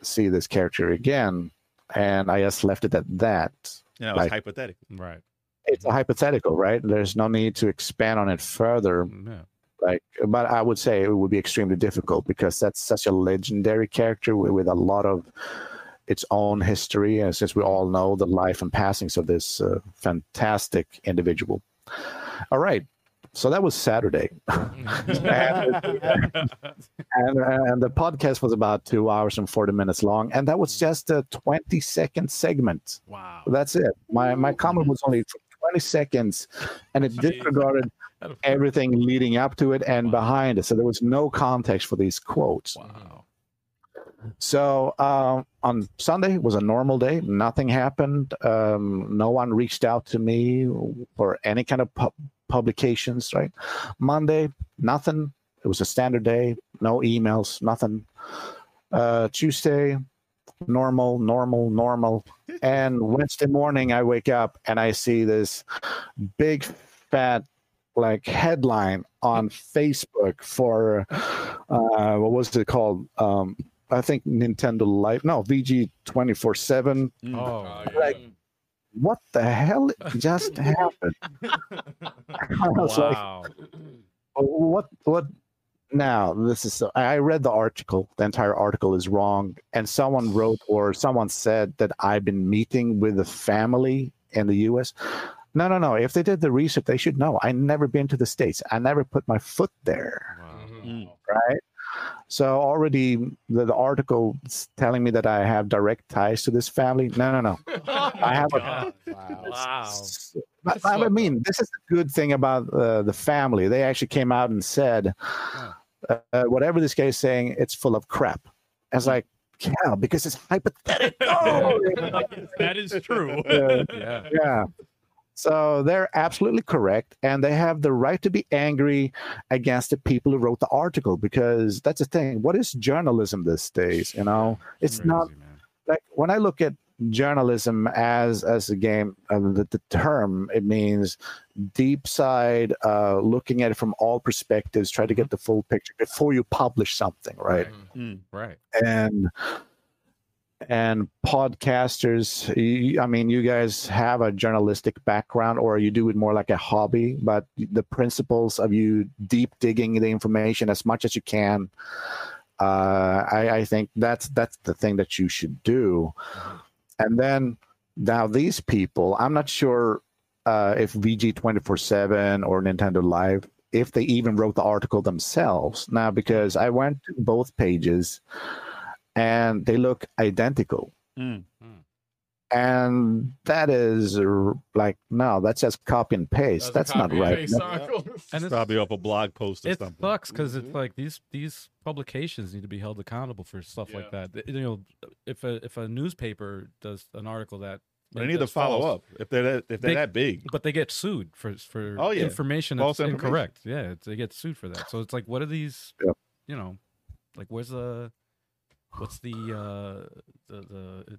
S5: see this character again, and I just left it at that
S6: You know, it's
S5: Like-
S6: hypothetical.
S2: Right.
S5: it's a hypothetical, right? There's no need to expand on it further.
S2: Yeah.
S5: Like, but I would say it would be extremely difficult because that's such a legendary character with, with a lot of its own history, and since we all know the life and passings of this uh, fantastic individual. All right, so that was Saturday, and, and the podcast was about two hours and forty minutes long, and that was just a twenty-second segment.
S8: Wow.
S5: That's it. My my comment was only for 20 seconds, and it disregarded everything leading up to it and behind it. So there was no context for these quotes.
S8: Wow.
S5: So um, on Sunday was a normal day. Nothing happened. Um, no one reached out to me for any kind of pub- publications. Right. Monday, nothing. It was a standard day. No emails. Nothing. Uh, Tuesday, normal, normal, normal. And Wednesday morning, I wake up and I see this big fat like headline on Facebook for uh, what was it called? Um, I think Nintendo Life. No, VG twenty four seven.
S2: Oh,
S5: uh, Like, what the hell just happened? I was like,
S8: Wow.
S5: what what now this is so, i read the article the entire article is wrong and someone wrote or someone said that i've been meeting with the family in the us no no no if they did the research they should know i never been to the states i never put my foot there
S2: wow.
S5: right so already the, the article is telling me that i have direct ties to this family no no no I have a-
S8: God. Wow.
S5: S- But, but I mean, this is the good thing about uh, the family. They actually came out and said, uh, uh, whatever this guy is saying, it's full of crap. I was like, yeah, because it's hypothetical.
S8: that is true.
S5: yeah,
S2: Yeah.
S5: yeah. So they're absolutely correct, and they have the right to be angry against the people who wrote the article because that's the thing. What is journalism these days? You know, it's not
S2: Crazy, man.
S5: like when I look at journalism as as a game, uh, the, the term it means deep side, uh, looking at it from all perspectives, try to
S2: Mm-hmm.
S5: get the full picture before you publish something, right?
S2: Mm. Right.
S5: And and podcasters, you, I mean, you guys have a journalistic background, or you do it more like a hobby, but the principles of you deep digging the information as much as you can. Uh, I, I think that's that's the thing that you should do. And then now these people, I'm not sure uh, if VG twenty four seven or Nintendo Live, if they even wrote the article themselves. Now because I went to both pages, and they look identical.
S6: Mm.
S2: Mm.
S5: And that is r- like no, that's just copy and paste. That's, not right.
S2: And it's,
S6: Probably off a blog post or
S2: it
S6: something.
S2: sucks because it's like these these publications need to be held accountable for stuff like that. Th- You know, if a if a newspaper does an article that
S6: They need to
S2: that's
S6: follow
S2: false,
S6: up if they're that, if
S2: They-
S6: they're that big.
S2: but they get sued for for
S6: Oh, yeah.
S2: information
S6: False
S2: that's
S6: information.
S2: incorrect. Yeah, it's, they get sued for that. So it's like, what are these?
S5: Yeah.
S2: You know, like where's the what's the uh the the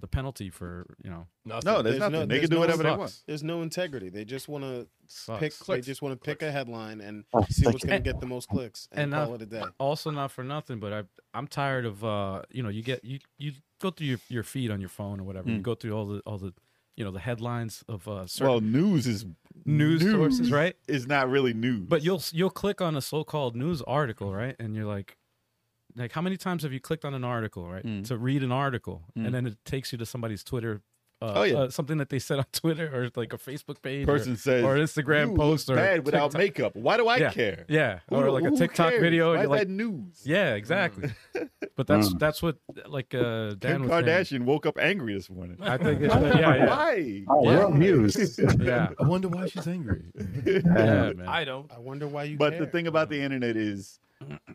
S2: the penalty for you know
S6: No, there's,
S3: There's
S6: nothing.
S3: no-
S6: they
S3: there's
S6: can do
S3: no
S6: whatever they
S2: sucks.
S6: want.
S3: There's no integrity. They just want to
S2: sucks.
S3: pick. They
S4: Clicks.
S3: just want to pick a headline and
S5: Oh,
S3: see
S5: thank
S3: what's
S5: you.
S3: going to get the most clicks
S2: And,
S3: and,
S2: uh,
S3: call it a day.
S2: also not for nothing, but I I'm tired of uh you know you get you you go through your, your feed on your phone or whatever. You
S6: Mm.
S2: go through all the all the you know the headlines of uh certain
S6: Well, news is
S2: news, sources, right?
S6: Is not really news.
S2: But you'll you'll click on a so-called news article, right? And you're like like how many times have you clicked on an article, right?
S6: Mm.
S2: To read an article
S6: Mm.
S2: and then it takes you to somebody's Twitter uh,
S6: Oh, yeah.
S2: uh, something that they said on Twitter or like a Facebook page or-
S6: Person says,
S2: or, an
S6: "You
S2: Instagram
S6: look
S2: post or
S6: bad without
S2: TikTok-
S6: makeup. Why do I
S2: Yeah.
S6: care?
S2: yeah,
S6: Who-
S2: or like a
S6: who
S2: TikTok
S6: cares?
S2: video.
S6: Why
S2: And
S6: is
S2: you're like,
S6: that news?
S2: yeah, exactly. But that's that's what like uh, Dan
S6: Kim
S2: was saying.
S6: Kardashian woke up angry this morning.
S2: I think it's yeah, yeah,
S6: Why?
S5: Oh,
S6: Why?
S5: we're amused.
S2: yeah,
S4: I wonder why she's angry.
S2: yeah, man.
S8: I don't.
S3: I wonder why you.
S6: But the
S3: care.
S6: thing about the internet is,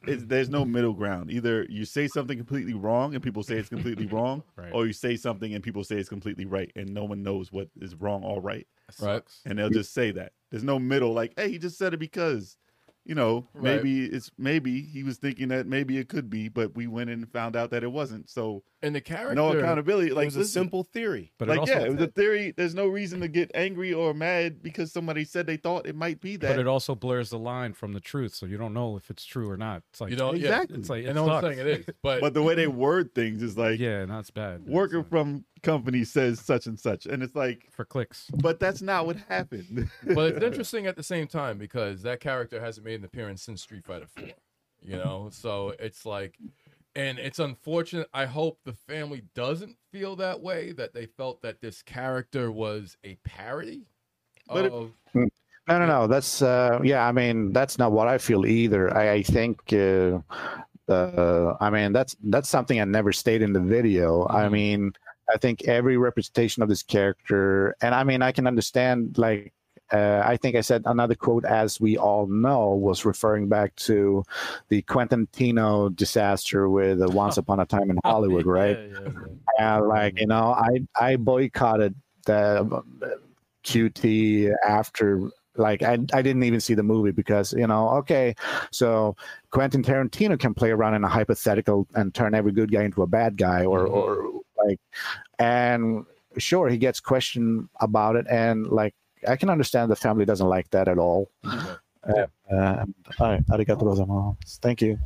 S6: is there's no middle ground. Either you say something completely wrong and people say it's completely wrong,
S2: Right.
S6: or you say something and people say it's completely right, and no one knows what is wrong or right,
S4: Right.
S6: and they'll just say that. There's no middle. Like, hey, he just said it because, you know,
S4: Right.
S6: maybe it's maybe he was thinking that maybe it could be, but we went in and found out that it wasn't. So
S4: And the character.
S6: no accountability.
S3: it
S6: Like
S3: was a
S6: listen,
S3: simple theory.
S2: But it
S6: like
S2: also
S6: yeah, it was a theory. There's no reason to get angry or mad because somebody said they thought it might be that.
S2: but it also blurs the line from the truth, so you don't know if it's true or not. It's like
S4: You don't. Yeah.
S6: Exactly.
S2: It's like
S4: I
S2: it
S4: know what I'm
S2: sucks.
S4: saying. It is. But,
S6: but the way they word things is like
S2: Yeah, and that's bad. man.
S6: worker
S2: It's
S6: from company says such and such, and it's like,
S2: like, for clicks.
S6: but that's not what happened.
S4: but it's interesting at the same time because that character hasn't made an appearance since Street Fighter Four. You know, so it's like, and it's unfortunate. I hope the family doesn't feel that way. That they felt that this character was a parody.
S6: But it-
S4: of,
S5: No, no, no. That's uh, yeah. I mean, that's not what I feel either. I, I think. Uh, uh, I mean, that's that's something I never stated in the video. I mean, I think every representation of this character, and I mean, I can understand. Like, uh, I think I said another quote, as we all know, was referring back to the Quentin Tino disaster with uh, Once Upon a Time in Hollywood, right? Yeah, Mm-hmm. like you know, I I boycotted the QT after like I I didn't even see the movie because you know okay, so Quentin Tarantino can play around in a hypothetical and turn every good guy into a bad guy or or like and sure he gets questioned about it and like I can understand the family doesn't like that at all. Uh, uh, alright, arigato gozaimasu. Thank you.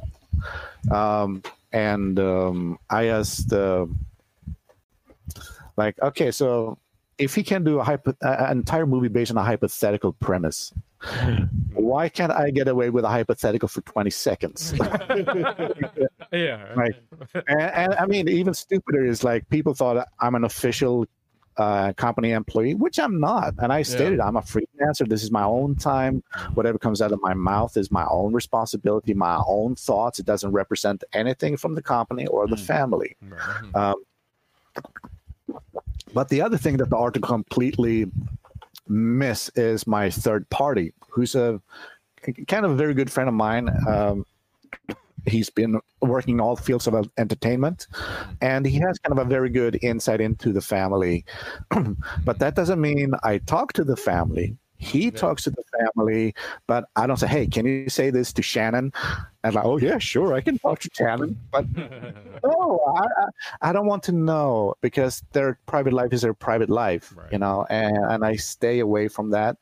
S5: Um, and um, I asked. Uh, like okay so if he can do a hypo- a- an entire movie based on a hypothetical premise why can't i get away with a hypothetical for 20 seconds
S2: Yeah,
S5: Right. and, and i mean even stupider is like people thought i'm an official uh, company employee which i'm not and i stated i'm a freelancer this is my own time whatever comes out of my mouth is my own responsibility my own thoughts it doesn't represent anything from the company or the family um, but the other thing that the article completely miss is my third party, who's a kind of a very good friend of mine. Um, he's been working in all fields of entertainment, and he has kind of a very good insight into the family. but that doesn't mean I talk to the family. He talks to the family, but I don't say, "Hey, can you say this to Shannon?" And like, "Oh yeah, sure, I can talk to Shannon," but no, I, I, I don't want to know because their private life is their private life, you know, and, and I stay away from that.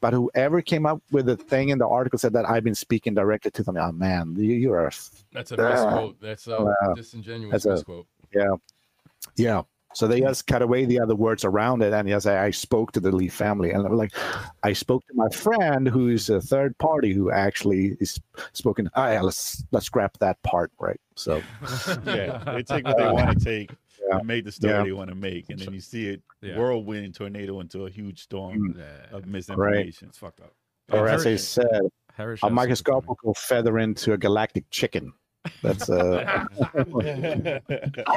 S5: But whoever came up with the thing in the article said that I've been speaking directly to them. Oh man, you, you are, a f-
S4: that's a
S5: Uh,
S4: misquote. That's a
S5: uh,
S4: disingenuous
S5: that's a-
S4: misquote.
S5: yeah, yeah. So they just cut away the other words around it, and yes, I, I spoke to the Lee family, and I'm like, I spoke to my friend who's a third party who actually is spoken. Ah, yeah, let's let's scrap that part, right? So
S6: yeah, they take what they want to take
S5: Yeah.
S6: and make the story
S5: Yeah.
S6: they want to make, and then you see it
S2: Yeah.
S6: whirlwind tornado into a huge storm of misinformation.
S2: It's fucked up.
S5: or as they
S2: Harry-
S5: said,
S2: Harry
S5: a
S6: Uh,
S2: Shaw's
S5: microscopical feather into a galactic chicken. That's uh, Oh, I don't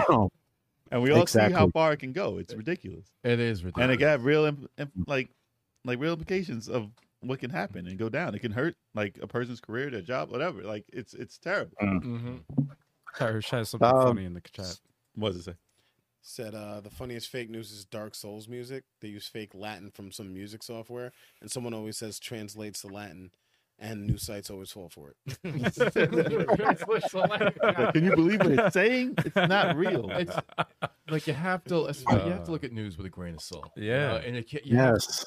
S5: know.
S6: and we all see how
S5: Exactly.
S6: far it can go. It's ridiculous,
S4: It is ridiculous.
S6: and it got real imp- imp- like like real implications of what can happen and go down. It can hurt like a person's career, their job, whatever. Like it's it's terrible.
S4: hmm
S2: Harry has something
S5: Um,
S2: funny in the chat.
S6: What does it say?
S3: Said uh, the funniest fake news is Dark Souls music. They use fake Latin from some music software, and someone always says translates to Latin, and news sites always fall for it.
S6: Like, can you believe what it's saying? It's not real.
S4: Mm-hmm. it's like you have to it's- you have to look at news with a grain of salt. you
S2: Yeah.
S4: know, and it, ca- you have
S5: Yes,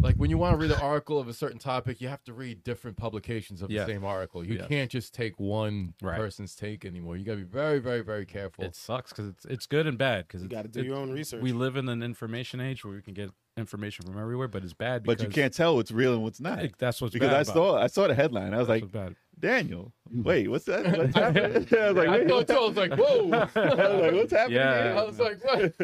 S4: like when you want to read an article of a certain topic, you have to read different publications of
S2: Yeah.
S4: the same article. You
S2: Yeah.
S4: can't just take one
S2: Right.
S4: person's take anymore. You got to be very, very, very careful.
S2: It sucks because it's it's good and bad because
S3: You got to do your own research.
S2: We live in an information age where we can get information from everywhere, but it's bad.
S6: but you
S2: because-
S6: can't tell what's real and what's not
S2: Like, that's what's
S6: because
S2: bad
S6: I
S2: about
S6: saw I saw the headline. I was
S2: That's
S6: like,
S2: what's bad.
S6: Daniel, wait, what's that? What's happening? I was like,
S4: I
S6: wait,
S4: thought
S6: what's,
S4: too, I was like, whoa.
S6: hap- I was like, what's happening?
S2: Yeah.
S6: here?
S4: I was like, what? I was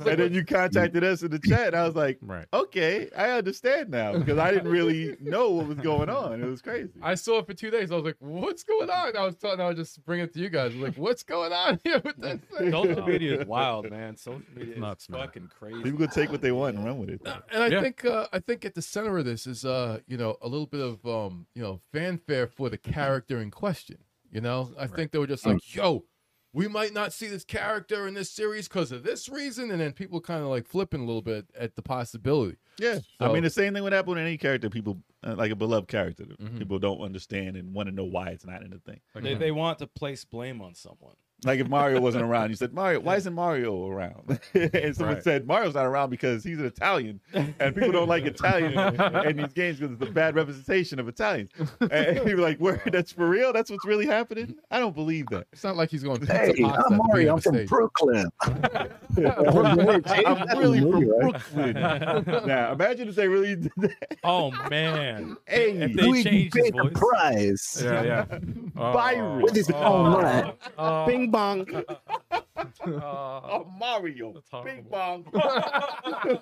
S6: and
S4: like,
S6: then you contacted us in the chat, and I was like,
S2: Right.
S6: okay, I understand now because I didn't really know what was going on. It was crazy.
S4: I saw it for two days. I was like, what's going on? I was telling, I was just bring it to you guys. I was like, what's going on here with that thing?
S8: Social media is wild, man. Social media is
S2: nuts, man.
S8: fucking crazy.
S6: People could take what they want and run with it.
S4: and I
S2: Yeah.
S4: think uh, I think at the center of this is uh, you know a little bit of um, you know fanfare for the character in question. You know, I think they were just like, "Yo, we might not see this character in this series because of this reason," and then people kind of like flipping a little bit at the possibility.
S6: Yeah, I
S4: So-
S6: mean the same thing would happen with any character. People uh, like a beloved character. that
S4: Mhm.
S6: People don't understand and want to know why it's not in the thing.
S8: They, they want to place blame on someone.
S6: Like if Mario wasn't around, you said Mario, why isn't Mario around? and someone
S2: Right.
S6: said Mario's not around because he's an Italian, and people don't like Italian in these games because it's a bad representation of Italians. And you're like, "Word, that's for real? That's what's really happening? I don't believe that."
S4: It's not like he's going.
S5: Hey,
S4: pizza pasta at the
S5: I'm
S4: beginning
S5: Mario. I'm
S4: of the
S5: from
S4: stage.
S5: Brooklyn.
S6: I'm really from Brooklyn.
S8: Brooklyn.
S6: now imagine if they really did that.
S8: Oh man.
S6: Hey,
S8: If they changed his voice.
S5: prize.
S2: Yeah, yeah. Oh,
S6: Byron.
S5: What is it?
S2: Oh.
S5: All right.
S2: oh,
S3: Bing bong.
S2: oh.
S6: oh, Mario,
S2: That's horrible.
S6: big bomb.
S4: I'm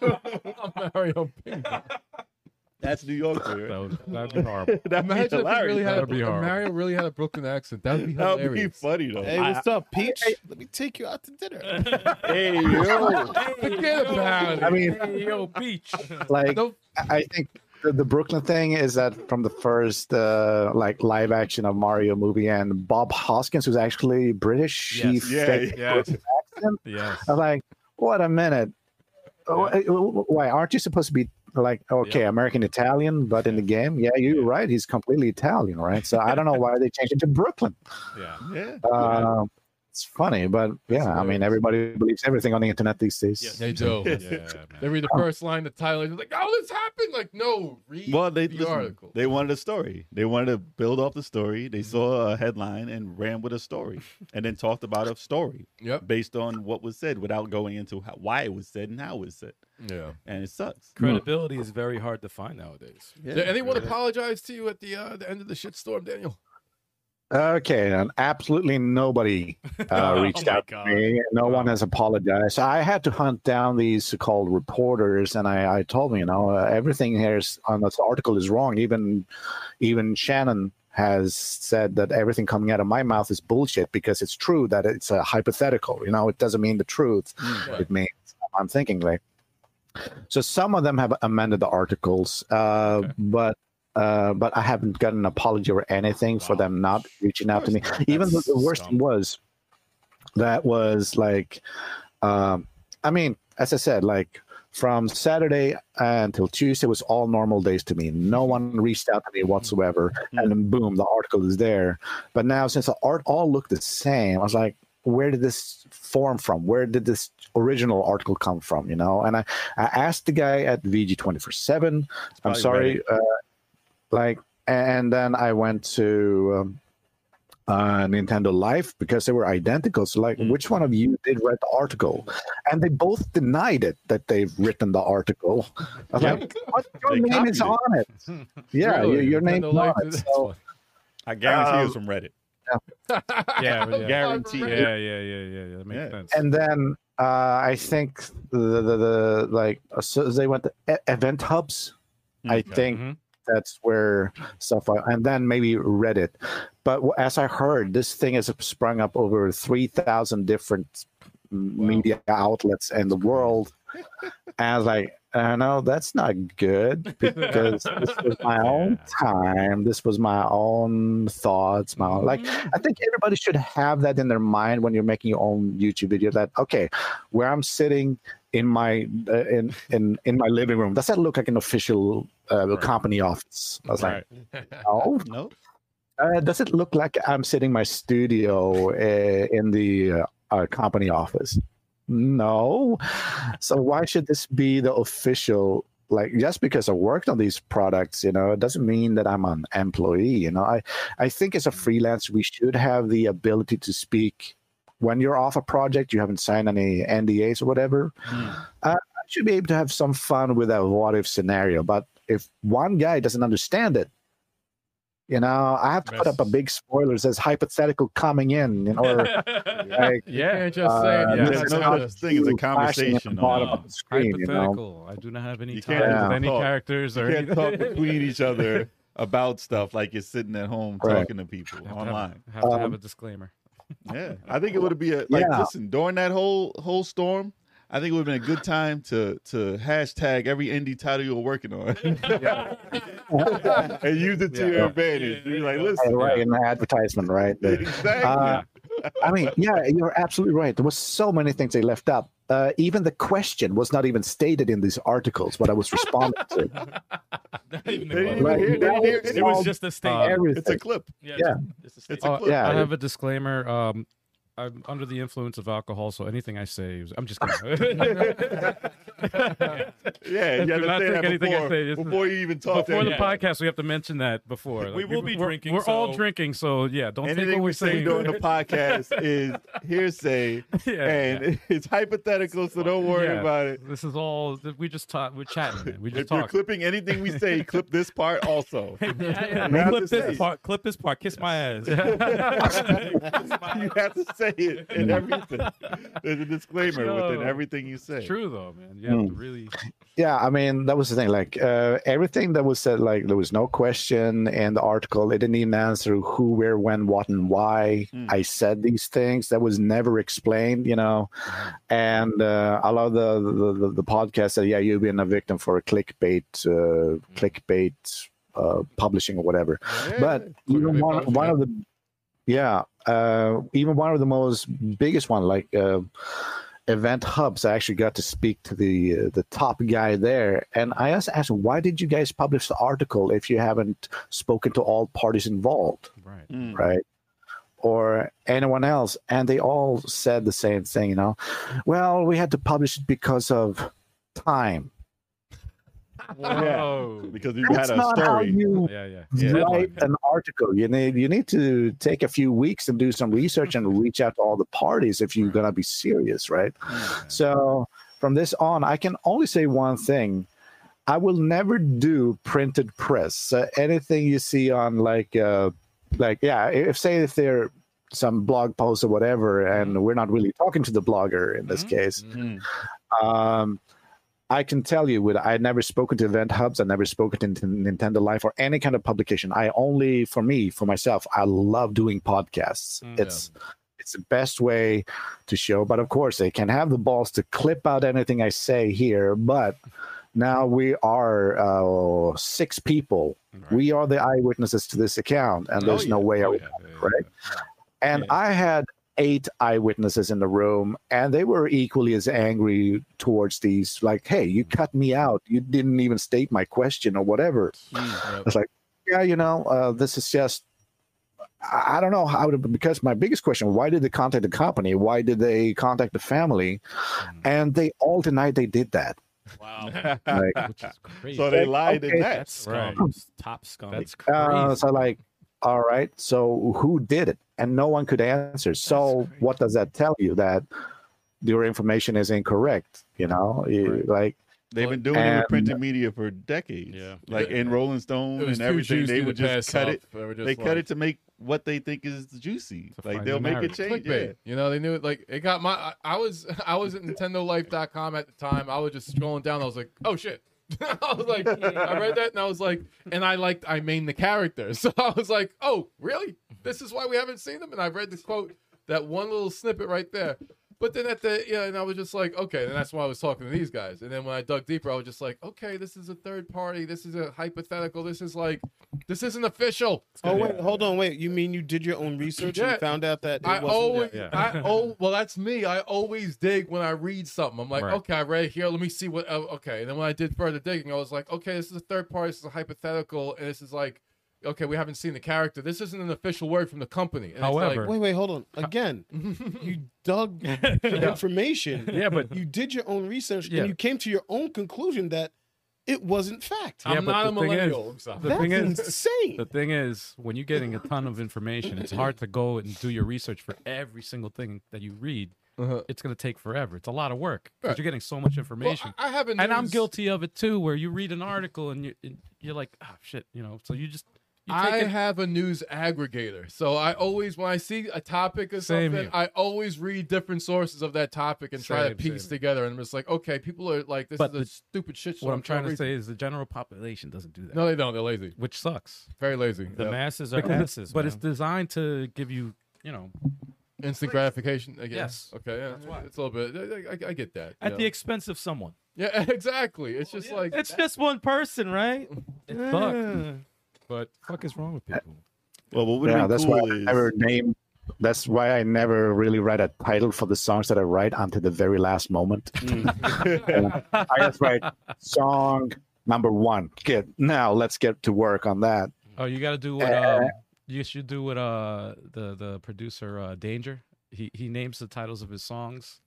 S4: Mario. Ping.
S6: That's New York. for you.
S2: That was, that'd be horrible.
S6: That'd be
S4: Imagine if he
S6: hilarious.
S4: really had a,
S2: That'd be
S4: if
S2: horrible.
S4: Mario really had a Brooklyn accent. That would be
S6: That would
S4: hilarious.
S6: be funny though.
S3: Hey, what's up, Peach? Let me take you out to dinner.
S6: Hey, yo.
S4: Forget about it.
S5: I mean,
S8: Yo, beach.
S5: like
S4: Nope.
S5: I- I think the, the Brooklyn thing is that from the first uh, like live action of Mario movie and Bob Hoskins, who's actually British,
S8: Yes.
S5: he
S6: Yeah,
S5: faked
S6: yeah.
S5: British accent.
S2: Yes.
S5: I'm like, what a minute! Oh, eh, Why aren't you supposed to be like okay American Italian? But in the game, yeah, you're right. He's completely Italian, right? So I don't know why they changed it to Brooklyn.
S2: Yeah.
S6: Yeah.
S5: Uh, it's funny, but yeah, I mean, everybody believes everything on the internet these days.
S8: Yes.
S4: They do.
S2: Yeah,
S4: They
S2: man.
S4: read the first line to Tyler. They're like, "Oh, this happened!" Like, no, read
S6: Well, they
S4: the
S6: listen,
S4: article.
S6: they wanted a story. They wanted to build off the story. They saw a headline and ran with a story, and then talked about a story
S4: yep.
S6: based on what was said without going into how, why it was said and how it was said.
S4: Yeah.
S6: And it sucks.
S8: Credibility is very hard to find nowadays.
S4: Did anyone apologize to you at the uh, the end of the shitstorm, Daniel?
S5: Okay, and absolutely nobody uh,
S8: Oh
S5: reached
S8: my
S5: out
S8: God.
S5: to me. No one has apologized. I had to hunt down these so-called reporters, and I, I told them, you know, uh, everything here is, on this article is wrong. Even, even Shannon has said that everything coming out of my mouth is bullshit because it's true that it's a hypothetical. You know, it doesn't mean the truth.
S8: Hmm.
S5: It means I'm thinking like. So some of them have amended the articles, uh, but uh, but I haven't gotten an apology or anything for
S8: Wow.
S5: them not reaching out to me. Even though
S8: That's
S5: the worst
S8: scum.
S5: thing was that was like, um, I mean, as I said, like from Saturday until Tuesday was all normal days to me. No one reached out to
S8: Mm-hmm.
S5: me whatsoever, and then boom, the article is there. But now since the art all looked the same, I was like. Where did this form from? Where did this original article come from? You know, and I, I asked the guy at VG twenty four seven. I'm
S6: probably
S5: sorry, uh, like and then i went to um, uh, nintendo life because they were identical so like which one of you did read the article and they both denied it that they've written the article i was
S6: Yeah.
S5: like what your
S6: They
S5: name is
S6: copied
S5: on it yeah your, your name
S4: Nintendo
S5: is on
S4: Life
S5: it
S4: did that
S5: so
S4: one.
S6: I guarantee
S5: Um,
S6: it was from Reddit.
S2: Yeah, yeah.
S6: Guarantee
S4: Not
S6: it.
S4: really.
S2: Yeah, yeah, yeah, yeah, yeah. That makes
S6: Yeah.
S2: sense.
S5: and then uh, I think the, the the like so they went to e- event hubs. I think
S2: Mhm.
S5: that's where stuff, and then maybe Reddit. But wh- as I heard, this thing has sprung up over three thousand different m media outlets in the world. and I was like, I know that's not good because this was my own time. This was my own thoughts. My own, like, I think everybody should have that in their mind when you're making your own YouTube video. That okay, where I'm sitting in my uh, in in in my living room, does that look like an official uh, company office? I was like, no.
S6: No.
S5: Uh, does it look like I'm sitting in my studio uh, in the uh, uh, company office? No. So why should this be the official? Like just because I worked on these products, you know, it doesn't mean that I'm an employee. You know, I I think as a freelance, we should have the ability to speak when you're off a project. You haven't signed any NDAs or whatever. Uh, I should be able to have some fun with that what if scenario. But if one guy doesn't understand it, You know, I have to put up a big spoiler that says hypothetical coming in, you know, or like
S2: Yeah.
S4: can't just say
S5: Uh,
S4: it.
S5: Yeah,
S4: You gotta
S6: There's
S5: that's
S6: no
S4: tell
S5: how
S4: us.
S6: such
S5: it's
S6: thing
S5: you
S6: as a
S5: flashing at the
S6: conversation.
S5: bottom
S6: on-
S5: of the screen, you know.
S2: Hypothetical. I do not have any
S6: You
S2: time
S6: can't
S2: with
S5: just
S2: any
S6: talk.
S2: characters or
S6: You can't
S2: anything.
S6: talk between each other about stuff like you're sitting at home
S5: Right.
S6: talking to people
S2: Have to have-
S6: online.
S2: Have, to have a
S5: Um,
S2: disclaimer.
S6: Yeah, I think it would be a like
S5: Yeah.
S6: listen during that whole whole storm. I think it would have been a good time to to hashtag every indie title you're working on and use it to
S2: Yeah.
S6: your advantage. You're like, listen,
S5: Right in the advertisement, right? But-
S6: exactly.
S5: Uh, I mean, yeah, you're absolutely right. There was so many things they left out. Uh, even the question was not even stated in these articles. What I was responding to,
S8: Not even the
S6: They didn't
S8: club.
S6: even hear- they didn't hear
S8: it was
S5: all-
S8: just a state.
S5: everything.
S6: Um, it's a clip.
S8: yeah,
S5: yeah.
S8: Just, just a
S6: It's
S8: state.
S6: a
S2: Oh,
S6: clip.
S5: yeah.
S2: I have a disclaimer. Um, I'm under the influence of alcohol, so anything I say, is, I'm just kidding.
S6: Yeah, you
S2: Do not
S6: gotta say
S2: think
S6: that
S2: anything I
S6: before,
S2: say, just-
S6: before you even talk
S2: before
S6: to
S2: the
S6: anyone.
S2: podcast, we have to mention that before.
S8: We will be
S2: we're-
S8: drinking,
S2: We're all
S8: so-
S2: drinking, so yeah, don't
S6: Anything
S2: think what
S6: we
S2: we're
S6: say
S2: saying.
S6: during the podcast is hearsay,
S2: Yeah,
S6: and it's hypothetical, so don't worry
S2: Yeah.
S6: about it.
S2: This is all we just talk. We're chatting. man. We
S6: If
S2: just
S6: you're
S2: talk.
S6: clipping anything we say, clip this part also.
S8: Yeah,
S6: Not
S8: clip
S6: the
S8: this
S6: state.
S8: part. Clip this part. Kiss my ass.
S6: you have to say it in everything. There's a disclaimer
S2: No.
S6: within everything you say.
S2: It's true though, man. You have to really.
S5: yeah. I mean, that was the thing. Like uh, everything that was said, like there was no question in the article. It didn't even answer who, where, when, what, and why
S6: Hmm.
S5: I said these things. That was never explained. You know, and uh, I love the the, the the podcast that yeah, you've been a victim for a clickbait, uh, clickbait uh, publishing or whatever.
S6: Yeah.
S5: but
S4: Clickbait
S5: even one,
S4: publishing.
S5: one of the yeah uh even one of the most biggest one like uh, event hubs i actually got to speak to the uh, the top guy there and i just asked him, why did you guys publish the article if you haven't spoken to all parties involved
S2: Right.
S6: Mm.
S5: right or anyone else and they all said the same thing you know well we had to publish it because of time
S2: Whoa.
S6: because you
S5: that's
S6: had a
S5: not how
S6: story.
S5: you
S2: Yeah, yeah.
S6: Yeah.
S5: write an article. You need you need to take a few weeks and do some research and reach out to all the parties if you're gonna be serious, right? So from this on, I can only say one thing. I will never do printed press. Uh, anything you see on like uh, like yeah, if say if they're some blog post or whatever, and we're not really talking to the blogger in this
S8: Mhm.
S5: case.
S6: Mm.
S5: Um, I can tell you, with I had never spoken to Event Hubs, I never spoken to Nin- Nintendo Life or any kind of publication. I only, for me, for myself, I love doing podcasts.
S8: Mm.
S5: It's it's the best way to show. But of course, they can have the balls to clip out anything I say here. But now we are uh, six people. We are the eyewitnesses to this account, and
S6: Oh,
S5: there's no
S6: yeah.
S5: way.
S2: Oh,
S5: I
S2: yeah, yeah, yeah,
S5: right?
S2: yeah.
S5: And
S6: Yeah.
S5: I had eight eyewitnesses in the room, and they were equally as angry towards these. Like, hey, you cut me out. You didn't even state my question or whatever.
S4: Mm,
S5: It's like, yeah, you know, uh, this is just. I I don't know how to because my biggest question: Why did they contact the company? Why did they contact the family? And they all denied they did that.
S8: Wow.
S5: Like,
S2: Which is crazy.
S6: So they lied in
S5: Okay.
S6: that.
S8: That's scum. Top scum.
S2: That's crazy.
S5: uh, so like, all right, so who did it? And no one could answer. So
S8: crazy.
S5: what does that tell you? That your information is incorrect. You know, You-
S6: Right.
S5: like
S6: They've been doing it
S5: And-
S6: with printed media for decades.
S8: Yeah.
S6: Like in Rolling Stone
S4: It was
S6: and
S4: too
S6: everything,
S4: juicy
S6: they
S4: to
S6: would just
S4: pass
S6: cut
S4: up.
S6: it.
S4: They, were just
S6: They cut
S4: like,
S6: it to make what they think is juicy.
S2: To
S6: Like
S2: find
S6: they'll
S2: the
S6: make a
S2: marriage.
S6: change.
S4: clickbait. You know, they knew it. Like it got my. I, I was I was at NintendoLife.com at the time. I was just scrolling down. I was like, oh shit. I was like, I read that and I was like, and I liked I main the character. So I was like, oh really? This is why we haven't seen them. And I read the quote, that one little snippet right there. But then at the yeah, and I was just like, okay, and that's why I was talking to these guys. And then when I dug deeper, I was just like, okay, this is a third party. This is a hypothetical. This is like, this isn't official.
S3: Oh wait, hold on, wait. You mean you did your own research
S4: Yeah.
S3: and found out that it
S4: I
S3: wasn't
S4: always,
S3: that?
S2: yeah.
S4: I oh, well, that's me. I always dig when I read something. I'm like,
S2: Right.
S4: okay, I read here. Let me see what. oh, okay, and then when I did further digging, I was like, okay, this is a third party. This is a hypothetical, and this is like, okay, we haven't seen the character. This isn't an official word from the company. And it's like-
S2: However-
S3: Wait, wait, hold on. Again, you dug the information.
S2: Yeah, but-
S3: you did your own research
S2: Yeah.
S3: and you came to your own conclusion that it wasn't fact.
S2: Yeah,
S4: I'm
S2: but
S4: not a
S2: the thing is-
S4: millennial. I'm sorry.
S2: the
S3: That's
S2: thing is-
S3: insane.
S2: The thing is, when you're getting a ton of information, it's hard to go and do your research for every single thing that you read.
S4: Uh-huh.
S2: It's going to take forever. It's a lot of work because
S4: Right.
S2: you're getting so much
S4: Well,
S2: information.
S4: I, I haven't,
S2: and I'm guilty of it too, where you read an article and you and you're like, ah, shit, you know. So you just
S8: You
S4: I
S8: taking-
S4: have a news aggregator, so I always when I see a topic or
S2: Same
S4: something,
S2: here.
S4: I always read different sources of that topic and try to
S2: Same,
S4: piece
S2: same.
S4: together. And I'm just like, okay, people are like, this
S2: But
S4: is a
S2: the-
S4: stupid shit. show.
S2: what I'm trying to
S4: read-
S2: say is the general population doesn't do that,
S4: No, they don't. They're lazy.
S2: which sucks.
S4: Very lazy.
S8: the
S4: Yep.
S8: masses are
S2: Because-
S8: asses,
S2: but
S8: man.
S2: it's designed to give you, you know,
S4: Instant gratification. I guess.
S2: Yes.
S4: Okay. Yeah,
S2: That's why.
S4: It's a little bit. I, I, I get that.
S8: at
S4: yeah.
S8: the expense of someone.
S4: yeah, exactly. It's just like
S8: It's just one person, right?
S2: it fucked. But fuck is wrong with people?
S6: Well, what would
S5: yeah,
S6: be
S5: that's
S6: cool
S5: why I
S6: is
S5: never name. That's why I never really write a title for the songs that I write until the very last moment. I just write song number one. Good. Now let's get to work on that.
S2: Oh, you got to do what um, you should do what uh the the producer uh, Danger. He he names the titles of his songs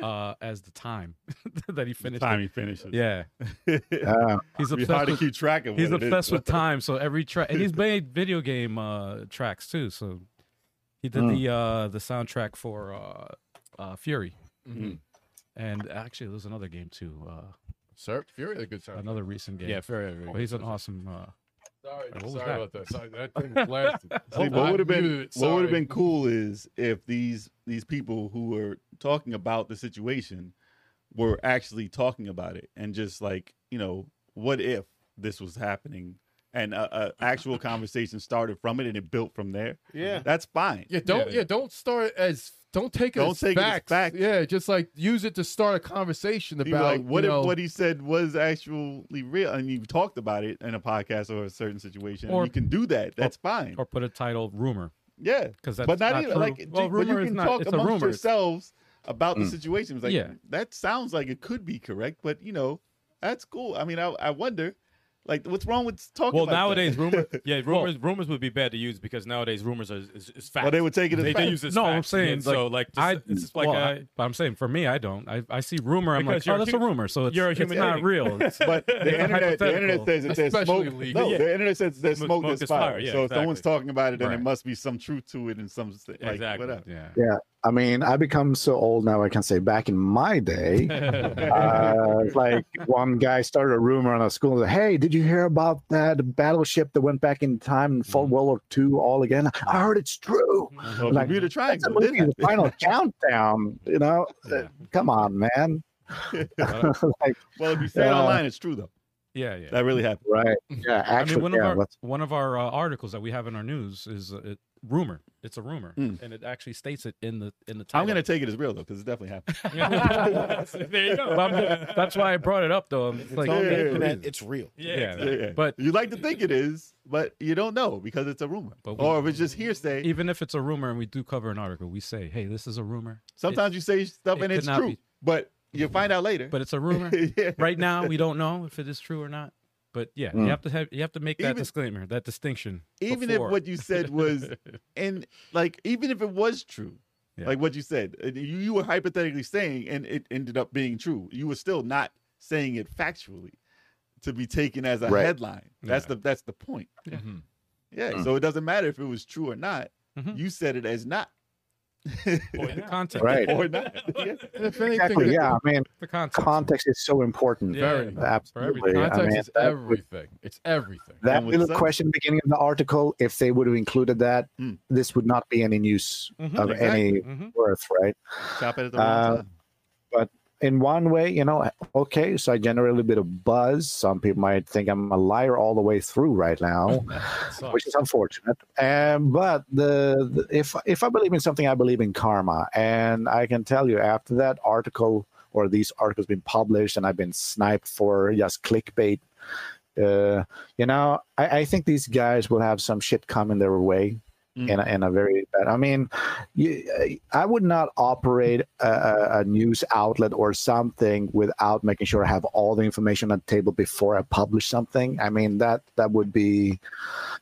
S2: uh as the time that he
S6: the
S2: finished.
S6: time
S2: it.
S6: he finishes.
S2: Yeah,
S5: Uh,
S2: he's
S6: It'd be hard
S2: obsessed
S6: to
S2: with,
S6: keep track of.
S2: he's
S6: what it is,
S2: obsessed with
S6: but-
S2: time. So every track, and he's made video game uh tracks too. So he did
S5: Mm.
S2: the uh the soundtrack for uh, uh Fury,
S4: Mhm.
S2: and actually there's another game too, uh
S4: Sir Fury. A good time.
S2: another recent game.
S4: Yeah, Fury. very
S2: But he's an awesome. Uh,
S4: Sorry,
S2: What was
S4: sorry
S2: that?
S4: about that. Sorry, that thing blasted.
S6: See,
S4: I
S6: what would have been
S4: muted it,
S6: what would have
S4: sorry.
S6: been cool is if these these people who were talking about the situation were actually talking about it and just like you know what if this was happening and a, a actual conversation started from it and it built from there.
S3: Yeah.
S6: That's fine.
S4: Yeah, don't yeah, don't start as don't take it
S6: Don't
S4: as
S6: take it as
S4: facts.
S6: facts.
S4: Yeah, just like use it to start a conversation
S6: You
S4: about
S6: like, what
S4: you
S6: if
S4: know,
S6: what he said was actually real and you talked about it in a podcast or a certain situation
S2: Or-
S6: and you can do that. That's fine.
S2: or put a title rumor
S6: yeah.
S2: because that's
S6: but not, even
S2: true.
S6: like
S2: well,
S6: ju- but
S2: rumor
S6: you
S2: is
S6: can
S2: not,
S6: talk
S2: it's
S6: amongst
S2: a rumor. It's-
S6: yourselves about the
S5: Mm.
S6: situation. It's like
S2: Yeah.
S6: that sounds like it could be correct, but you know that's cool. I mean, I, I wonder, like, what's wrong with talking?
S8: Well,
S6: about that?
S8: nowadays rumor, yeah, rumors rumors would be bad to use because nowadays rumors are is, is facts.
S6: well, they would take it as
S8: they, they
S6: fact.
S8: use it as
S2: No,
S8: facts.
S2: I'm saying,
S8: and so like just,
S2: I,
S8: it's just like
S2: well,
S8: a,
S2: I- but I'm saying for me, I don't. I, I see rumor. I'm
S8: Because
S2: like,
S8: you're
S2: oh,
S8: a
S2: that's a
S8: hu-
S2: rumor. So it's,
S8: you're a
S2: it's
S8: human
S2: not
S8: being.
S2: real. It's-
S6: But the internet, the internet
S2: hypothetical.
S6: says that there's
S4: Especially
S6: smoke.
S4: legal.
S6: No,
S4: Yeah.
S6: the internet says there's
S8: Smoke-
S6: smoke,
S8: smoke
S6: there's
S8: is
S6: fire.
S8: fire. Yeah,
S6: so if someone's
S8: exactly.
S6: talking about it, then
S2: Right.
S6: it must be some truth to it and some st- like
S8: Exactly.
S6: whatever.
S2: yeah.
S5: I mean, I become so old now. I can say back in my day, uh, like one guy started a rumor on a school. like, Hey, did you hear about that battleship that went back in time and fought World War II all again? I heard it's true.
S6: Well,
S5: Like,
S6: Bermuda
S5: That's a
S6: Triangle,
S5: movie,
S6: didn't
S5: the final countdown. You know,
S2: Yeah.
S5: come on, man.
S2: Well,
S5: like,
S6: it? Well, if you say it
S5: Uh,
S6: online, it's true though.
S2: yeah, yeah.
S6: That really happened.
S5: right? Yeah,
S2: I mean,
S5: actually,
S2: one
S5: yeah,
S2: of our
S5: let's-
S2: one of our uh, articles that we have in our news is uh, it, rumor. It's a rumor,
S6: Mm.
S2: and it actually states it in the in the title.
S6: I'm gonna take it as real though, because it definitely happened.
S8: there you go.
S2: But I'm- that's why I brought it up, though. I'm
S3: It's
S2: like,
S3: on the
S6: yeah, yeah,
S3: internet.
S2: yeah.
S3: It's real.
S8: yeah,
S2: Yeah.
S8: exactly.
S2: But-
S6: you like to think it is, but you don't know because it's a rumor.
S2: But we-
S6: or if it's just hearsay,
S2: even if it's a rumor, and we do cover an article, we say, hey, this is a rumor,
S6: sometimes you say stuff
S2: it
S6: and
S2: could
S6: it's
S2: not
S6: true,
S2: be-
S6: but you find out later.
S2: but it's a rumor.
S6: yeah.
S2: right now we don't know if it is true or not but yeah
S5: Mm.
S2: you have to have you have to make that
S6: Even-
S2: disclaimer that distinction
S6: Even
S2: before.
S6: if what you said was, and like, even if it was true,
S2: Yeah.
S6: like what you said, uh, you, you were hypothetically saying, and it ended up being true. You were still not saying it factually to be taken as a
S5: Right. Mm.
S6: headline. That's
S2: Yeah. Mm-hmm.
S6: the that's the point.
S8: Mhm.
S6: Yeah. So it doesn't matter if it was true or not.
S2: Mhm.
S6: You said it as not
S8: Boy,
S2: the
S8: nah.
S2: context
S5: right.
S6: or not. Yeah.
S4: And if anything,
S5: Exactly. Yeah, I mean,
S2: the context
S5: context is so important.
S8: Yeah.
S4: Very.
S5: Absolutely.
S4: Context
S5: I mean,
S4: is
S5: that,
S4: everything. It's everything.
S5: that
S6: And with
S5: little
S6: some-
S5: question beginning of the article, if they would have included that,
S6: Mm.
S5: this would not be any news
S2: Mhm.
S5: of any
S2: Mhm.
S5: worth, right?
S6: Stop it at the wrong
S5: Uh,
S6: time.
S5: in one way, you know, okay, so I generate a little bit of buzz. Some people might think I'm a liar all the way through right now,
S8: Sucks.
S5: which is unfortunate. Um, but the, the if if I believe in something, I believe in karma, and I can tell you after that article or these articles been published, and I've been sniped for just clickbait. Uh, you know, I, I think these guys will have some shit coming their way
S6: Mm.
S5: in, a, in a very bad. I mean, you, I would not operate a, a, a news outlet or something without making sure I have all the information on the table before I publish something. I mean, that that would be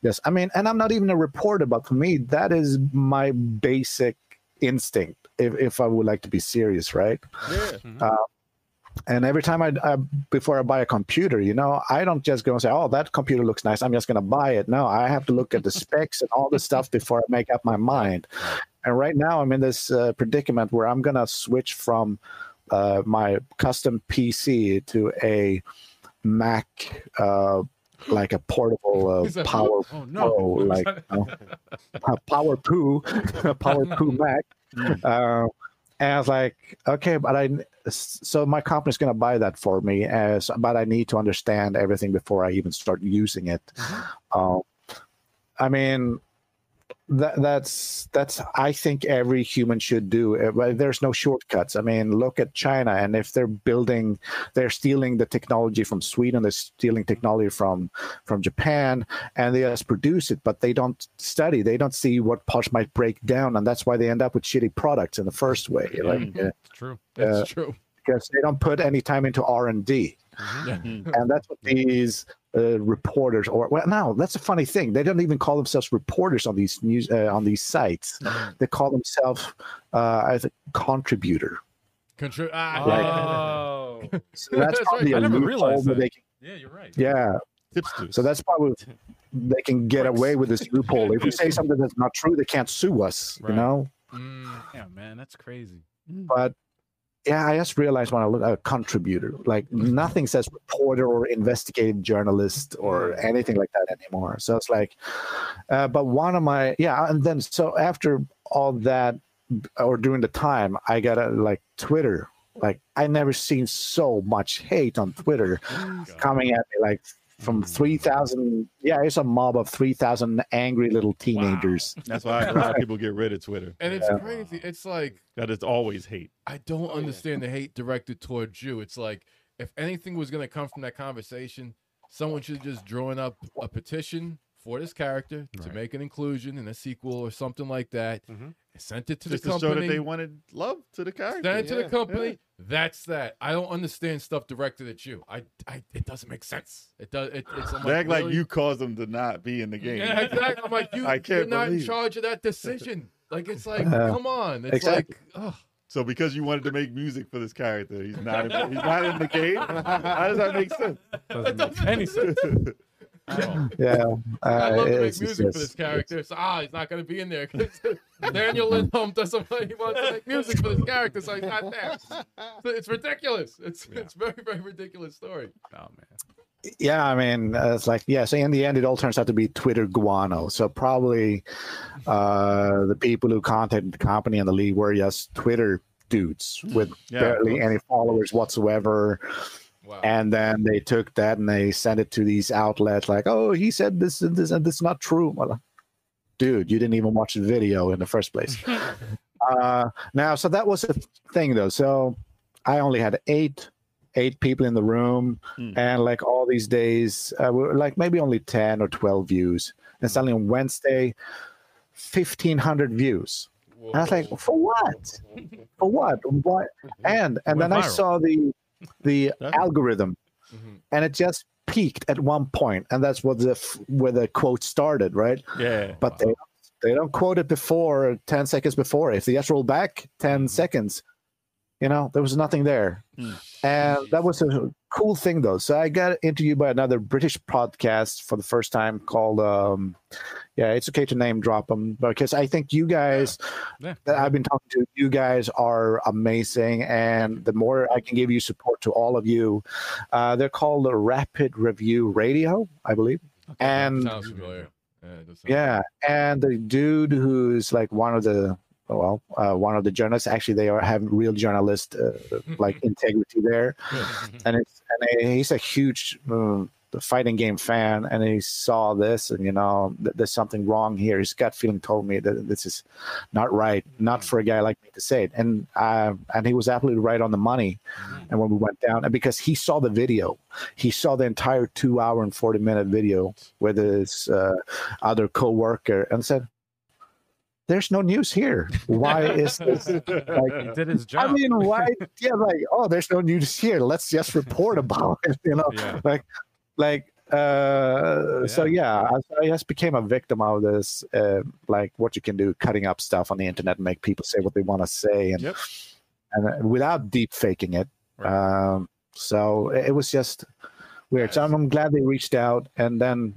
S5: yes. I mean, and I'm not even a reporter, but for me, that is my basic instinct. If, if I would like to be serious, right? Uh,
S6: Yeah.
S5: And every time I, I before I buy a computer, you know, I don't just go and say, "Oh, that computer looks nice. I'm just going to buy it." No, I have to look at the specs and all this stuff before I make up my mind. And right now, I'm in this uh, predicament where I'm going to switch from uh, my custom PC to a Mac uh, like a portable
S4: He's
S5: uh,
S4: like,
S5: power
S2: Oh no!
S5: oh, like you know, a power poo, a power poo Mac. Uh, and I was like, okay, but I so my company's gonna buy that for me, as but I need to understand everything before I even start using it. Um, I mean, that that's that's I think every human should do. Uh, but There's no shortcuts. I mean, look at China, and if they're building, they're stealing the technology from Sweden, they're stealing technology from from Japan, and they just produce it, but they don't study. They don't see what parts might break down, and that's why they end up with shitty products in the first way. Like, uh,
S2: It's true.
S5: uh,
S4: It's true.
S5: because they don't put any time into R and D,
S2: Ah. Mm-hmm.
S5: and that's what these uh, reporters or well, no, that's a funny thing. They don't even call themselves reporters on these news uh, on these sites. They call themselves uh, as a contributor.
S4: Contri- ah,
S2: Oh,
S5: So that's,
S4: That's
S5: probably
S4: right.
S2: I
S5: a
S2: never
S5: loophole
S2: realized
S5: that
S2: that.
S5: they can,
S2: yeah, you're right.
S5: yeah.
S6: Tipsters.
S5: So that's probably they can get away with this loophole. If we say something that's not true, they can't sue us.
S2: Right.
S5: You know.
S2: Mm, yeah, man, that's crazy.
S5: but yeah, I just realized when I look at a contributor, like nothing says reporter or investigative journalist or
S4: Mm.
S5: anything like that anymore. So it's like, uh, but one of my yeah, and then so after all that or during the time, I got a, like Twitter. Like I never seen so much hate on Twitter
S4: Mm.
S5: coming at me like from 3000 yeah it's a mob of 3000 angry little teenagers
S6: That's why a lot of people get rid of Twitter.
S4: and it's
S5: Yeah.
S4: crazy. It's like
S6: That is always hate.
S4: I
S6: Oh,
S4: don't understand the hate directed towards you. It's like if anything was going to come from that conversation, someone should have just drawn up a petition for this character to
S2: Right.
S4: make an inclusion in a sequel or something like that.
S3: Mhm.
S4: Sent it to
S6: Mm-hmm. Just
S4: the
S6: to
S4: company.
S6: show that they wanted love to the character.
S4: Send it to
S6: Yeah,
S4: the company. That's that. I don't understand stuff directed at you. I, I it doesn't make sense. It does. It, it's I'm
S6: yeah. They act like
S4: really?
S6: you caused them to not be in the game.
S4: Yeah, exactly. I'm like you.
S6: I
S4: you're
S6: can't
S4: not in
S6: believe it. Uh-huh.
S4: charge of that decision. Like it's like,
S5: Uh,
S4: come on. It's
S5: exactly.
S4: like, ugh.
S6: So because you wanted to make music for this character, he's not in, he's not in the game. How does that make sense?
S2: Doesn't make any sense. at all.
S5: yeah
S4: I
S5: uh,
S4: love to make
S5: it's-
S4: music
S5: it's-
S4: for this character. So ah, he's not going to be in there. 'cause Daniel Lindholm doesn't. want- He wants to make music for this character, so he's not there. So it's ridiculous. It's it's very very ridiculous story.
S2: Oh man.
S5: yeah i mean uh, it's like yeah so in the end it all turns out to be twitter guano so probably uh the people who contacted the company and the league were just twitter dudes with
S6: Yeah.
S5: barely any followers whatsoever
S4: Wow.
S5: and then they took that and they sent it to these outlets like oh he said this and this and this is not true Well, dude you didn't even watch the video in the first place uh now so that was a thing though so i only had eight eight people in the room
S6: Hmm.
S5: and like all these days uh, we were like maybe only 10 or 12 views
S6: Hmm.
S5: and suddenly on wednesday 1500 views and I was like, for what? For what? What?
S6: Mm-hmm.
S5: And and
S2: Went
S5: then I
S2: viral.
S5: saw the the
S6: That-
S5: algorithm,
S6: Mm-hmm.
S4: Mhm.
S5: and it just peaked at one point, and that's what the f- where the quote started, right?
S6: Yeah.
S5: But they they don't quote it before ten seconds before. If they just roll back
S6: Mm-hmm.
S5: 10 seconds, you know there was nothing there,
S6: Hmm.
S5: and that was a cool thing though. So I got interviewed by another British podcast for the first time called. Um, yeah, it's okay to name drop them because I think you guys
S2: Yeah.
S5: that I've been talking to. You guys are amazing, and the more I can give you support to all of you, uh, they're called Rapid Review Radio, I believe. And
S4: sounds familiar. Yeah, it does sound-
S5: yeah, and the dude who's like one of the well, uh, one of the journalists. Actually, they are have real journalist uh, like integrity there, and it's and he's a huge. Uh, fighting game fan and he saw this and you know th- there's something wrong here his gut feeling told me that this is not right not for a guy like me to say it and uh, and he was absolutely right on the money and when we went down and because he saw the video he saw the entire two hour and 40 minute video with his uh, other co-worker and said there's no news here why is this like
S2: He did his job.
S5: I mean, why? Yeah, like, oh, there's no news here. Let's just report about it. You know,
S2: Yeah.
S5: like, like, uh, so yeah, I, I just became a victim of this, uh, like, what you can do, cutting up stuff on the internet and make people say what they want to say, and
S6: Yep.
S5: and uh, without deep faking it. Um, so it, it was just weird. So I'm, I'm glad they reached out, and then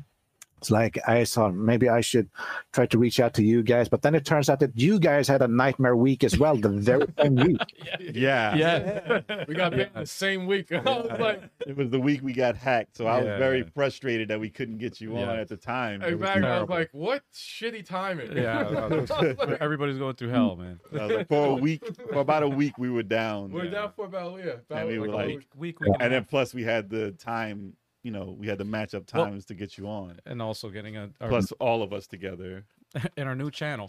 S5: It's like I saw maybe I should try to reach out to you guys, but then it turns out that you guys had a nightmare week as well, the very same week.
S6: Yeah.
S2: Yeah.
S4: We got picked the same week. I was like,
S6: It was the week we got hacked, so I was
S2: Yeah.
S6: very frustrated that we couldn't get you on
S2: Yeah.
S6: at the time. It was
S4: exactly. I was
S6: terrible.
S4: like, what shitty timing.
S2: Yeah, I
S4: I was like,
S2: Everybody's going through hell, man.
S6: I was like, for a week, for about a week, we were down.
S4: we're
S6: Yeah.
S4: down for about yeah. About
S6: And we were
S4: a
S6: like-
S4: week.
S2: Week, week,
S6: And then plus we had the time, you know, we had the matchup
S2: Well-
S6: times to get you on.
S2: and also getting a our,
S6: Plus all of us together
S2: in our new channel,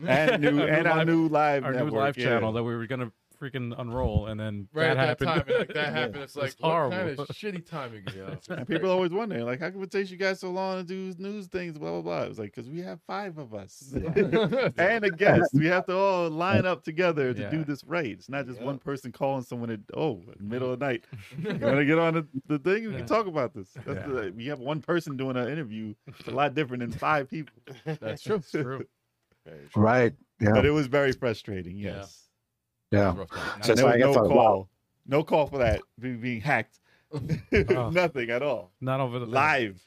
S6: and new
S2: Our new
S6: and our
S2: live-
S6: new live
S2: our
S6: network,
S2: new live
S6: yeah.
S2: channel that we were gonna freaking unroll, and then
S4: right
S2: that
S4: at that
S2: happened.
S4: time. and, like, that happened. It's like
S2: It's
S4: what
S2: horrible.
S4: kind of shitty timing. Yo.
S6: And people always wonder, like, how come it takes you guys so long to do news things, blah blah blah. It was like because we have five of us and a guest. We have to all line up together to
S2: Yeah.
S6: do this right. It's not just one
S4: Yeah.
S6: person calling someone at oh at middle of the night. You want to get on the, the thing? We
S2: Yeah.
S6: can talk about this. That's
S2: Yeah.
S6: the- we have one person doing an interview. It's a lot different than five people.
S4: That's true.
S2: It's true.
S5: Right. Yeah.
S6: But it was very frustrating.
S4: Yeah.
S6: Yes.
S5: Yeah.
S4: Rough time.
S5: So
S6: And
S5: it's
S6: there was
S5: like I
S6: no
S5: thought,
S6: call.
S5: wow.
S6: No call for that be- being hacked.
S2: Oh.
S6: Nothing at all.
S2: Not over the
S6: Live.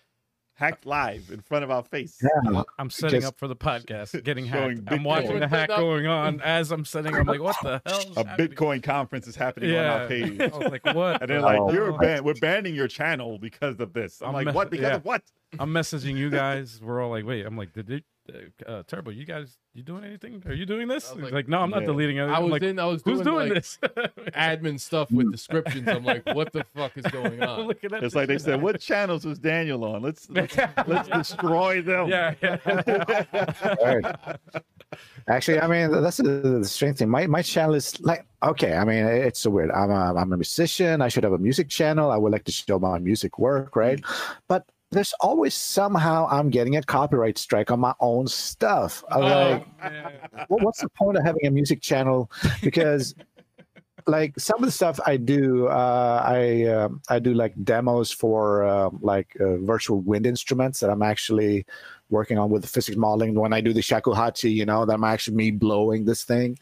S6: Hacked live in front of our face.
S5: Yeah.
S2: I'm setting
S5: Just-
S2: up for the podcast, getting
S6: Showing
S2: hacked. I'm
S6: Bitcoin.
S2: watching the
S4: We're
S2: hack
S4: putting up-
S2: going on as I'm setting. I'm like, what the hell? is
S6: a
S2: happening?
S6: Bitcoin conference is happening
S2: Yeah.
S6: on our page.
S2: I was like, what?
S6: And they're
S2: the
S6: like,
S5: Oh.
S6: you're
S2: hell?"
S6: ban- we're banning your channel because of this. I'm,
S2: I'm
S6: like,
S2: mess-
S6: what? Because
S2: yeah.
S6: of what?
S2: I'm messaging you guys. We're all like, wait. I'm like, did they, uh, Turbo? You guys, you doing anything? Are you doing this?
S4: I was
S2: He's
S4: like,
S2: like, no, I'm not
S6: Yeah.
S2: deleting it.
S4: I
S2: I'm
S4: was
S2: like,
S4: in. I was
S2: who's doing
S4: like,
S2: this?
S4: admin stuff with descriptions. I'm like, what the fuck is going
S2: I'm
S4: on?
S2: looking at
S6: It's
S2: the
S6: like they
S2: shit.
S6: said, what channels was Daniel on? Let's let's, let's destroy them.
S2: yeah, yeah.
S5: Right. Actually, I mean that's the, the strange thing. My my channel is like okay. I mean it's so weird. I'm a, I'm a musician. I should have a music channel. I would like to show my music work, right?
S6: Mm-hmm.
S5: But there's always somehow I'm getting a copyright strike on my own stuff.
S6: Oh,
S5: I'm like, what, what's the point of having a music channel? Because like some of the stuff I do, uh, I um I do like demos for um like uh, virtual wind instruments that I'm actually working on with the physics modeling. When I do the shakuhachi, you know, that I'm actually me blowing this thing.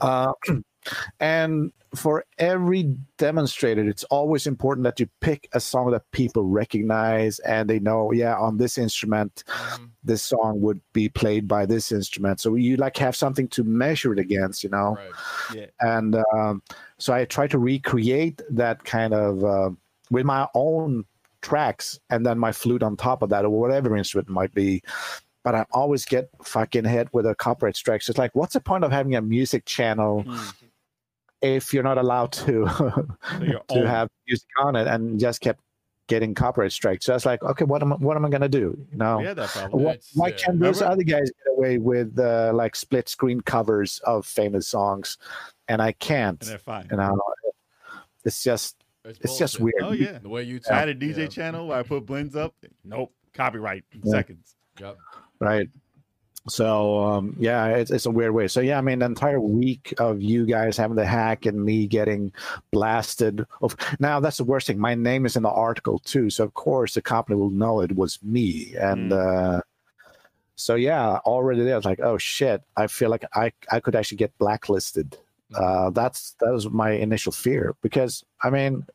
S5: Uh, and for every demonstrated, it's always important that you pick a song that people recognize and they know. Yeah, on this instrument,
S4: Mhm.
S5: this song would be played by this instrument. So you like have something to measure it against, you know.
S4: Right.
S5: And um, so I try to recreate that kind of uh, with my own tracks and then my flute on top of that or whatever instrument it might be. But I always get fucking hit with a copyright strike. So it's like, what's the point of having a music channel if you're not allowed to
S6: So your
S5: to
S6: own-
S5: have music on it and just kept getting copyright strikes? So I was like, okay, what am I, what am I gonna do? You know.
S6: we had that problem.
S5: Why,
S4: It's,
S5: why
S4: uh,
S5: can those
S6: remember-
S5: other guys get away with uh, like split screen covers of famous songs, and I can't?
S6: And they're fine.
S5: You know, it's just it's just
S4: bullshit.
S5: weird.
S6: oh yeah.
S4: The way you
S6: I
S4: talk.
S6: had a DJ
S4: yeah.
S6: channel where I put blends up. Nope. Copyright. in
S5: Yeah.
S6: Seconds.
S4: Yep.
S5: right so um yeah it's, it's a weird way so yeah i mean the entire week of you guys having the hack and me getting blasted of now that's the worst thing my name is in the article too so of course the company will know it was me and uh so yeah already there I was like oh shit i feel like i i could actually get blacklisted uh that's that was my initial fear because i mean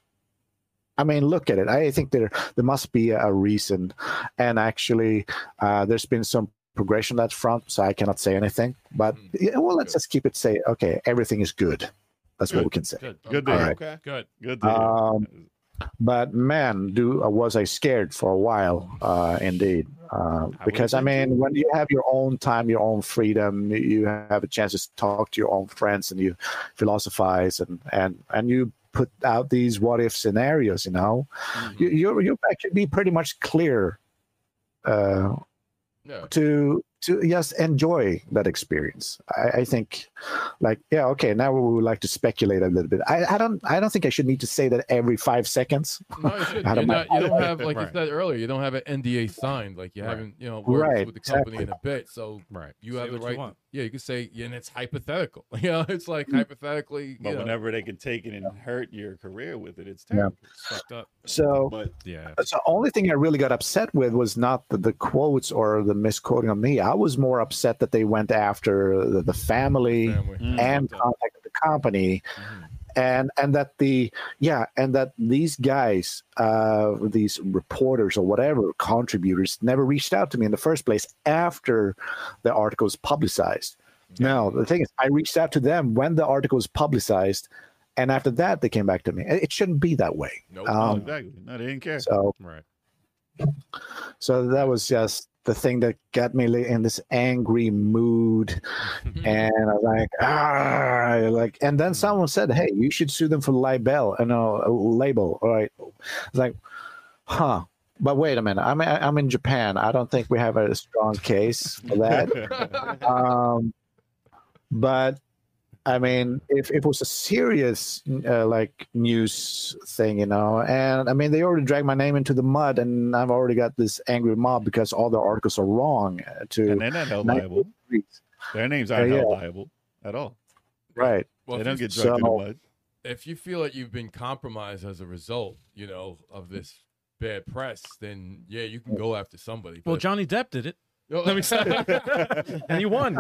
S5: i mean look at it i think there there must be a reason and actually uh, there's been some progression on that front, so I cannot say anything. But
S4: Mm.
S5: yeah, well, let's
S4: Good.
S5: just keep it say okay, everything is good. That's what we can say.
S8: Good.
S6: Good
S5: All
S6: day.
S5: right.
S3: Okay.
S8: Good.
S6: Good day.
S5: Um, but man, do uh, was I scared for a while? Uh, indeed, uh, because I
S6: been
S5: mean, when you have your own time, your own freedom, you- you have a chance to talk to your own friends and you philosophize and and and you put out these what if scenarios. You know, you you you actually be pretty much clear uh,
S4: Yeah.
S5: to to just enjoy that experience. I, I think, like, yeah, okay, now we would like to speculate a little bit. I, I don't I don't think I should need to say that every five seconds.
S4: No, you, shouldn't.
S5: Out
S4: You're
S5: of my-
S4: not, you don't have like
S6: Right.
S4: you said earlier. You don't have an NDA signed. Like you
S2: Right.
S4: haven't, you know, worked
S5: Right,
S4: with the company in a
S5: exactly.
S4: bit. So
S2: Right.
S4: you
S8: Say
S4: have the
S8: what you
S4: right.
S8: want.
S4: yeah, you can say, yeah, and it's hypothetical. You know, it's like
S5: Hmm.
S4: hypothetically.
S6: but
S4: you know,
S6: whenever they can take it and hurt your career with it, it's
S5: Yeah.
S6: terrible.
S8: Fucked up.
S5: So
S6: But
S2: Yeah.
S5: so only thing I really got upset with was not the, the quotes or the misquoting of me. I was more upset that they went after the, the family
S4: family.
S5: and contacted the company. and and that the yeah and that these guys uh these reporters or whatever contributors never reached out to me in the first place after the article was publicized no the thing is i reached out to them when the article was publicized and after that they came back to me it it shouldn't be that way
S4: Nope.
S6: Oh,
S5: um,
S6: exactly. No, they didn't care.
S5: so
S2: Right.
S5: so that was just the thing that got me li- in this angry mood and i was like ah like and then someone said hey you should sue them for libel and uh, label all right it's like huh but wait a minute i'm i'm in japan i don't think we have a strong case for that um but i mean if, if it was a serious uh, like news thing you know and i mean they already dragged my name into the mud and i've already got this angry mob because all the articles are wrong uh, to
S6: and they're not held
S5: Nice.
S6: liable. Their names
S5: Uh,
S6: aren't held
S5: yeah.
S6: liable at all.
S5: right
S4: Well,
S6: they
S4: if
S6: don't
S4: you-
S6: get drugged in the
S5: So-
S6: mud.
S4: if you feel that you've been compromised as a result, you know, of this bad press, then yeah, you can go after somebody.
S2: Well,
S4: But-
S2: Johnny Depp did it,
S4: Yo-
S2: let me tell and he won.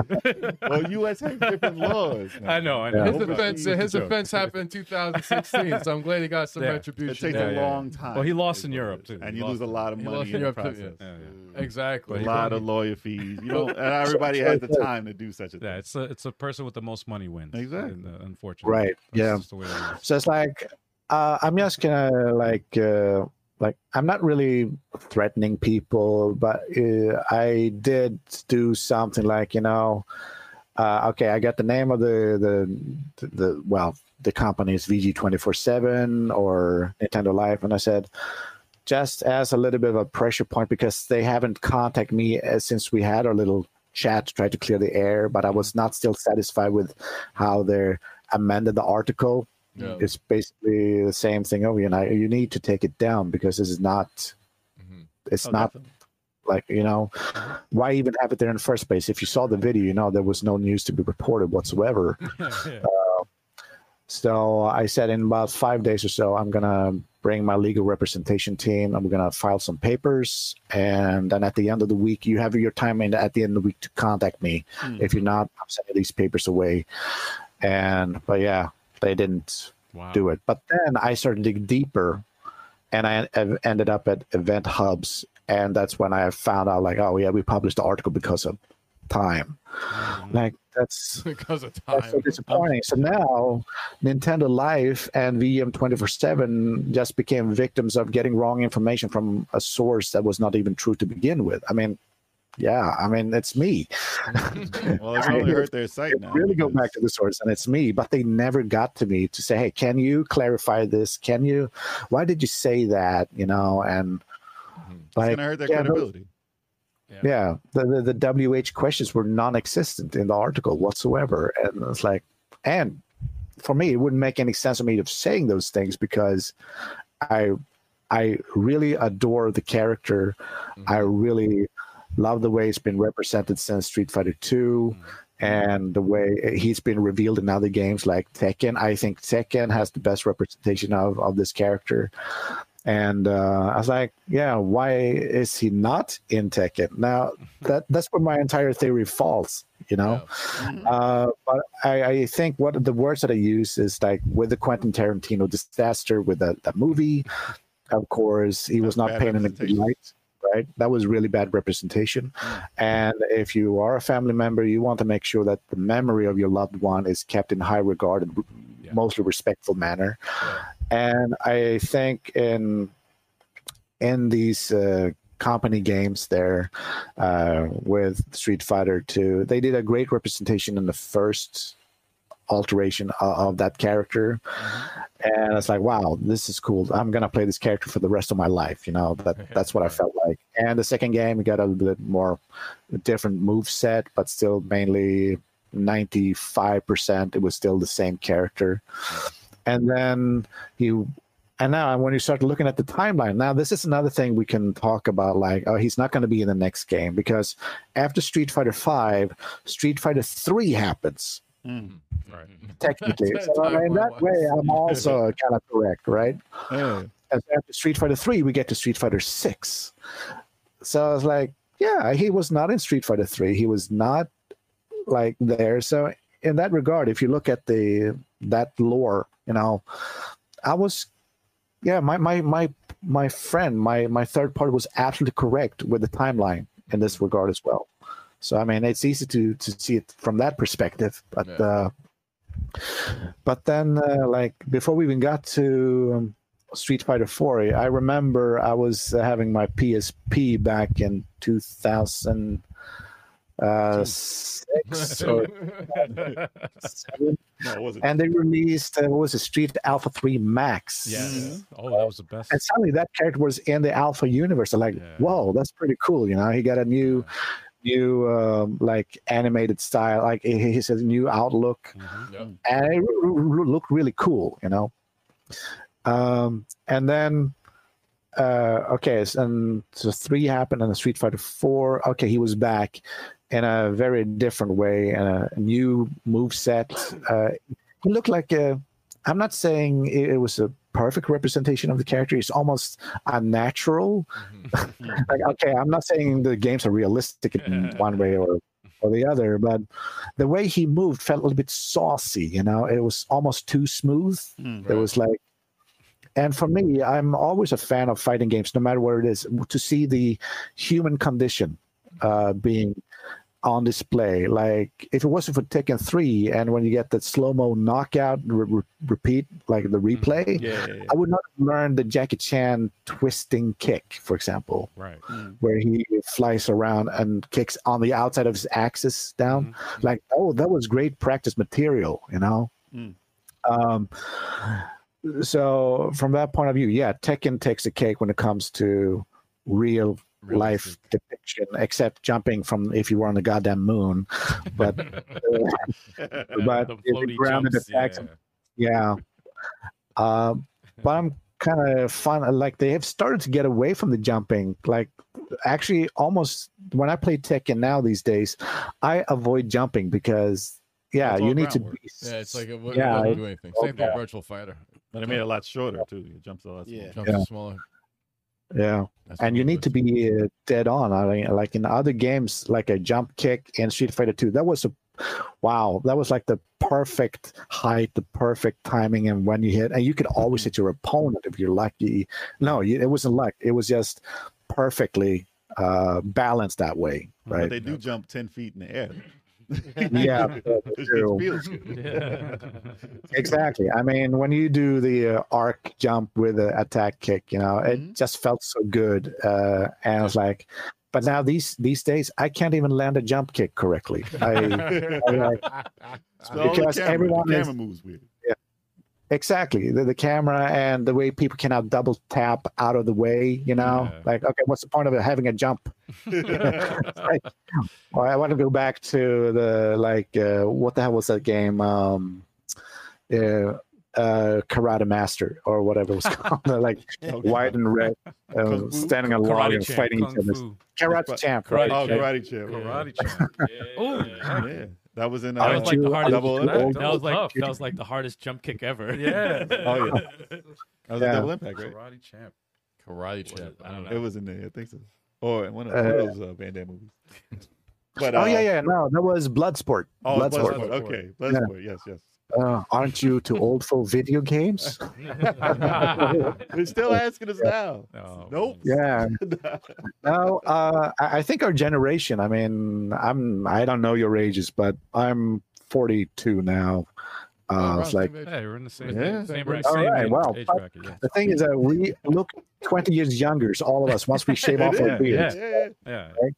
S6: Well, U.S. has different laws.
S2: I know, I know.
S5: Yeah.
S4: his offense, his offense happened in 2016, so I'm glad he got some
S2: Yeah.
S6: It
S4: retribution.
S6: takes
S2: Yeah,
S6: a
S2: yeah,
S6: long time.
S2: Well, he lost in
S6: Is what it
S2: Europe,
S6: is.
S2: too.
S6: and
S2: He
S6: you
S2: lost-
S6: lose a lot of
S4: he
S6: money
S4: lost
S6: in
S4: in
S6: the
S4: Europe, too,
S6: process.
S2: Yeah, yeah.
S4: exactly.
S6: A lot of lawyer fees. You know, and everybody has the time to do such a
S2: Yeah,
S6: thing.
S2: it's a it's a person with the most money wins.
S6: Exactly.
S2: and, uh, unfortunately,
S5: right
S2: That's
S5: yeah
S2: just the way it is.
S5: So it's like uh, I'm just gonna like uh, like I'm not really threatening people, but uh, I did do something like you know, uh, okay, I got the name of the the the well the company is VG twenty four seven or Nintendo Life, and I said just as a little bit of a pressure point because they haven't contacted me uh, since we had our little chat to try to clear the air but i was not still satisfied with how they amended the article
S4: Yeah.
S5: it's basically the same thing over you know you need to take it down because this is not
S4: Mhm.
S5: it's
S6: Oh,
S5: not
S6: definitely. Mm-hmm.
S5: like you know why even have it there in the first place if you saw the video you know there was no news to be reported whatsoever Uh,
S2: Yeah,
S5: so i said in about five days or so i'm gonna bring my legal representation team i'm gonna file some papers and then at the end of the week you have your time and at the end of the week to contact me
S6: Hmm.
S5: if you're not i'm sending these papers away and but yeah they didn't
S2: Wow.
S5: do it. But then I started to dig deeper, and I en- ended up at Event Hubs, and that's when I found out, like, oh yeah, we published the article because of time. Like that's
S4: because of time.
S5: that's so disappointing. So now Nintendo Life and VM twenty four seven just became victims of getting wrong information from a source that was not even true to begin with. I mean, yeah, I mean it's me.
S6: Well, it's only hurt their site now.
S5: really go
S6: because-
S5: back to the source and it's me but they never got to me to say hey can you clarify this can you why did you say that you know and
S6: It's
S5: like
S6: gonna hurt their
S5: yeah, those-
S6: credibility.
S5: yeah the, the, the wh questions were non-existent in the article whatsoever and it's like and for me it wouldn't make any sense for me to saying those things because i i really adore the character i really love the way it's been represented since street fighter 2 and the way he's been revealed in other games like tekken i think tekken has the best representation of of this character and uh, I was like, "Yeah, why is he not in Tekken?" Now that that's where my entire theory falls, you know. Uh, but I, I think what the words that I use is like with the Quentin Tarantino disaster with the, the movie. Of course, he was
S6: That's
S5: not
S6: bad
S5: painted in a good
S6: representation. Mm.
S5: light, right? That was really bad representation. And if you are a family member, you want to make sure that the memory of your loved one is kept in high regard and mostly respectful manner and I think in in these uh, company games there uh, with Street Fighter Two, they did a great representation in the first alteration of, of that character, and it's like, wow, this is cool. I'm gonna play this character for the rest of my life. You know, that that's what I felt like. And the second game, we got a little bit more different move set, but still mainly. 95% it was still the same character and then you and now when you start looking at the timeline now this is another thing we can talk about like oh he's not going to be in the next game because after street fighter 5 street fighter 3 happens
S6: Mm.
S4: Right.
S5: technically
S4: That's
S5: so in that
S4: timeline-wise.
S5: way i'm also kind of correct right
S6: Yeah.
S5: and after Street Fighter Three, we get to Street Fighter Six. So I was like, yeah, he was not in Street Fighter Three. He was not like there. So in that regard, if you look at the that lore, you know, I was, yeah, my my my my friend, my my third party was absolutely correct with the timeline in this regard as well. So I mean, it's easy to to see it from that perspective, but
S4: Yeah.
S5: uh, but then uh, like before we even got to um, Street Fighter 4, I remember I was uh, having my PSP back in 2000. Uh, six or seven,
S6: No, it wasn't.
S5: and they released uh, what was it, Street Alpha 3 Max.
S2: Yes. Oh, that was the best.
S5: And suddenly that character was in the Alpha universe. I'm like,
S2: Yeah.
S5: whoa, that's pretty cool. You know, he got a new, new um, like animated style. Like he he has a new outlook,
S2: Mhm.
S5: and it r- r- r- looked really cool. You know, um, and then uh, okay, so- and so three happened, and the Street Fighter Four. Okay, he was back in a very different way, and a new move set. Uh, he looked like a. I'm not saying it, it was a perfect representation of the character. It's almost unnatural. like, okay, I'm not saying the games are realistic in one way or or the other, but the way he moved felt a little bit saucy. You know, it was almost too smooth.
S6: Mm.
S5: It was like, and for me, I'm always a fan of fighting games, no matter where it is, to see the human condition uh, being on display. Like if it wasn't for Tekken Three, and when you get that slow mo knockout re- re- repeat, like the replay.
S6: Yeah, yeah, yeah.
S5: I would not have learned the Jackie Chan twisting kick, for example,
S2: Right.
S5: where he flies around and kicks on the outside of his axis down.
S8: Mm-hmm.
S5: Like, oh, that was great practice material, you know?
S6: Mm.
S5: Um, so, from that point of view, yeah, Tekken takes the cake when it comes to real life depiction, except jumping from if you were on the goddamn moon. But, uh, but
S8: The
S5: the
S8: floaty
S5: grounded
S8: jumps,
S5: effects yeah.
S8: yeah.
S5: Um, but I'm kind of fun. Like they have started to get away from the jumping. Like actually, almost when I play Tekken now these days, I avoid jumping because yeah,
S4: It's all
S5: you need to
S4: groundwork.
S5: be.
S4: Yeah, it's like it wouldn't,
S5: Yeah,
S4: wouldn't
S5: it-
S4: do anything. Same thing with Virtual Fighter.
S6: But it made it a lot shorter too. It jumps a lot. smaller.
S3: Yeah.
S4: Jumps
S5: Yeah.
S4: are smaller.
S5: yeah.
S4: That's
S5: and
S4: what
S5: you
S4: it
S5: need to
S4: is.
S5: be uh, dead on. I mean, like in other games, like a jump kick in Street Fighter Two, that was a wow. That was like the perfect height, the perfect timing, and when you hit, and you could always hit your opponent if you're lucky. No, you- it wasn't luck. It was just perfectly uh, balanced that way,
S6: But
S5: right?
S6: they do jump ten feet in the air.
S5: Yeah, that's
S6: It
S5: true.
S6: feels good.
S5: exactly. I mean, when you do the uh, arc jump with an attack kick, you know, it
S6: Mhm.
S5: just felt so good. Uh, and I was like, but now these these days, I can't even land a jump kick correctly. I, I like-
S6: So all the
S5: Because
S6: camera,
S5: everyone
S6: the
S5: is-
S6: camera moves weird.
S5: exactly the, the camera and the way people can now double tap out of the way. You know,
S2: Yeah.
S5: like okay, what's the point of having a jump? like, well, I want to go back to the like uh, what the hell was that game? Um, uh, uh, Karate Master or whatever it was called, like white and red, uh,
S6: Kung Fu?
S5: standing on log
S8: Karate
S5: and
S8: champ,
S5: fighting
S8: kung
S5: each other.
S8: fu.
S5: Karate champ,
S8: Karate
S5: right?
S6: Oh,
S8: Yeah.
S6: karate champ.
S2: Karate champ.
S8: Ooh,
S6: Yeah. Yeah. That was in. Uh,
S8: that was like the
S5: you-
S8: hardest.
S6: double
S8: That,
S6: impact.
S8: that was like
S2: Tough.
S8: that was like the hardest jump kick ever.
S2: Yeah.
S6: Oh yeah. That was a
S5: Yeah.
S6: double impact, right?
S2: Karate champ.
S4: Karate
S8: Was
S4: champ.
S8: it? I don't
S6: It
S8: know.
S6: was in there. I think so. Or in one of,
S5: Uh,
S6: one of those uh, Van Damme movies. But, uh,
S5: Oh yeah, yeah. No, that was Bloodsport.
S6: Oh, Bloodsport.
S5: Bloodsport.
S6: Okay, Bloodsport. Yes, yes.
S5: Uh, aren't you too old for video games?
S6: They're still asking us now.
S2: Oh,
S6: Nope.
S5: Yeah. No, uh, I I think our generation. I mean, I'm I don't know your ages, but I'm 42 now.
S6: Oh,
S5: Uh, it's like
S2: Yeah, you're in the same.
S6: Yeah.
S2: Same,
S4: All
S2: age- same
S5: right,
S2: age-
S5: wow.
S2: age bracket. Yeah.
S5: the thing is that we look 20 years younger, so all of us once we shave off our
S2: is,
S5: beards.
S2: yeah.
S6: yeah.
S2: yeah.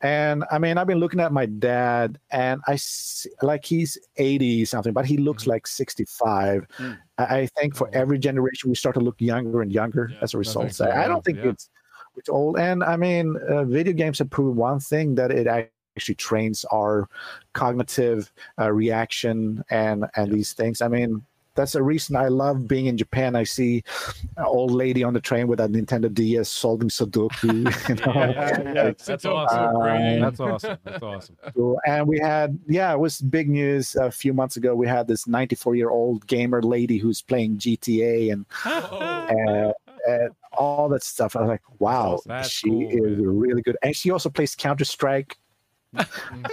S5: And I mean, I've been looking at my dad, and I s- like he's 80 something, but he looks like 65.
S6: Mm.
S5: I I think for every generation, we start to look younger and younger
S8: Yeah,
S5: as a result.
S4: thanks,
S5: So I
S4: yeah,
S5: don't think
S2: yeah.
S5: it's it's old. And I mean, uh, video games have proven one thing that it actually trains our cognitive uh, reaction and and these things. I mean. That's the reason I love being in Japan. I see an old lady on the train with a Nintendo DS solving Sudoku. You know?
S2: That's
S4: so
S2: awesome.
S4: great.
S8: Um,
S2: That's awesome. That's awesome.
S5: Cool. And we had, yeah, it was big news a few months ago. We had this 94 year old gamer lady who's playing GTA and,
S2: Oh.
S5: and, and all that stuff. I was like, wow,
S2: awesome. That's
S5: she
S2: cool,
S5: is really good. And she also plays Counter Strike.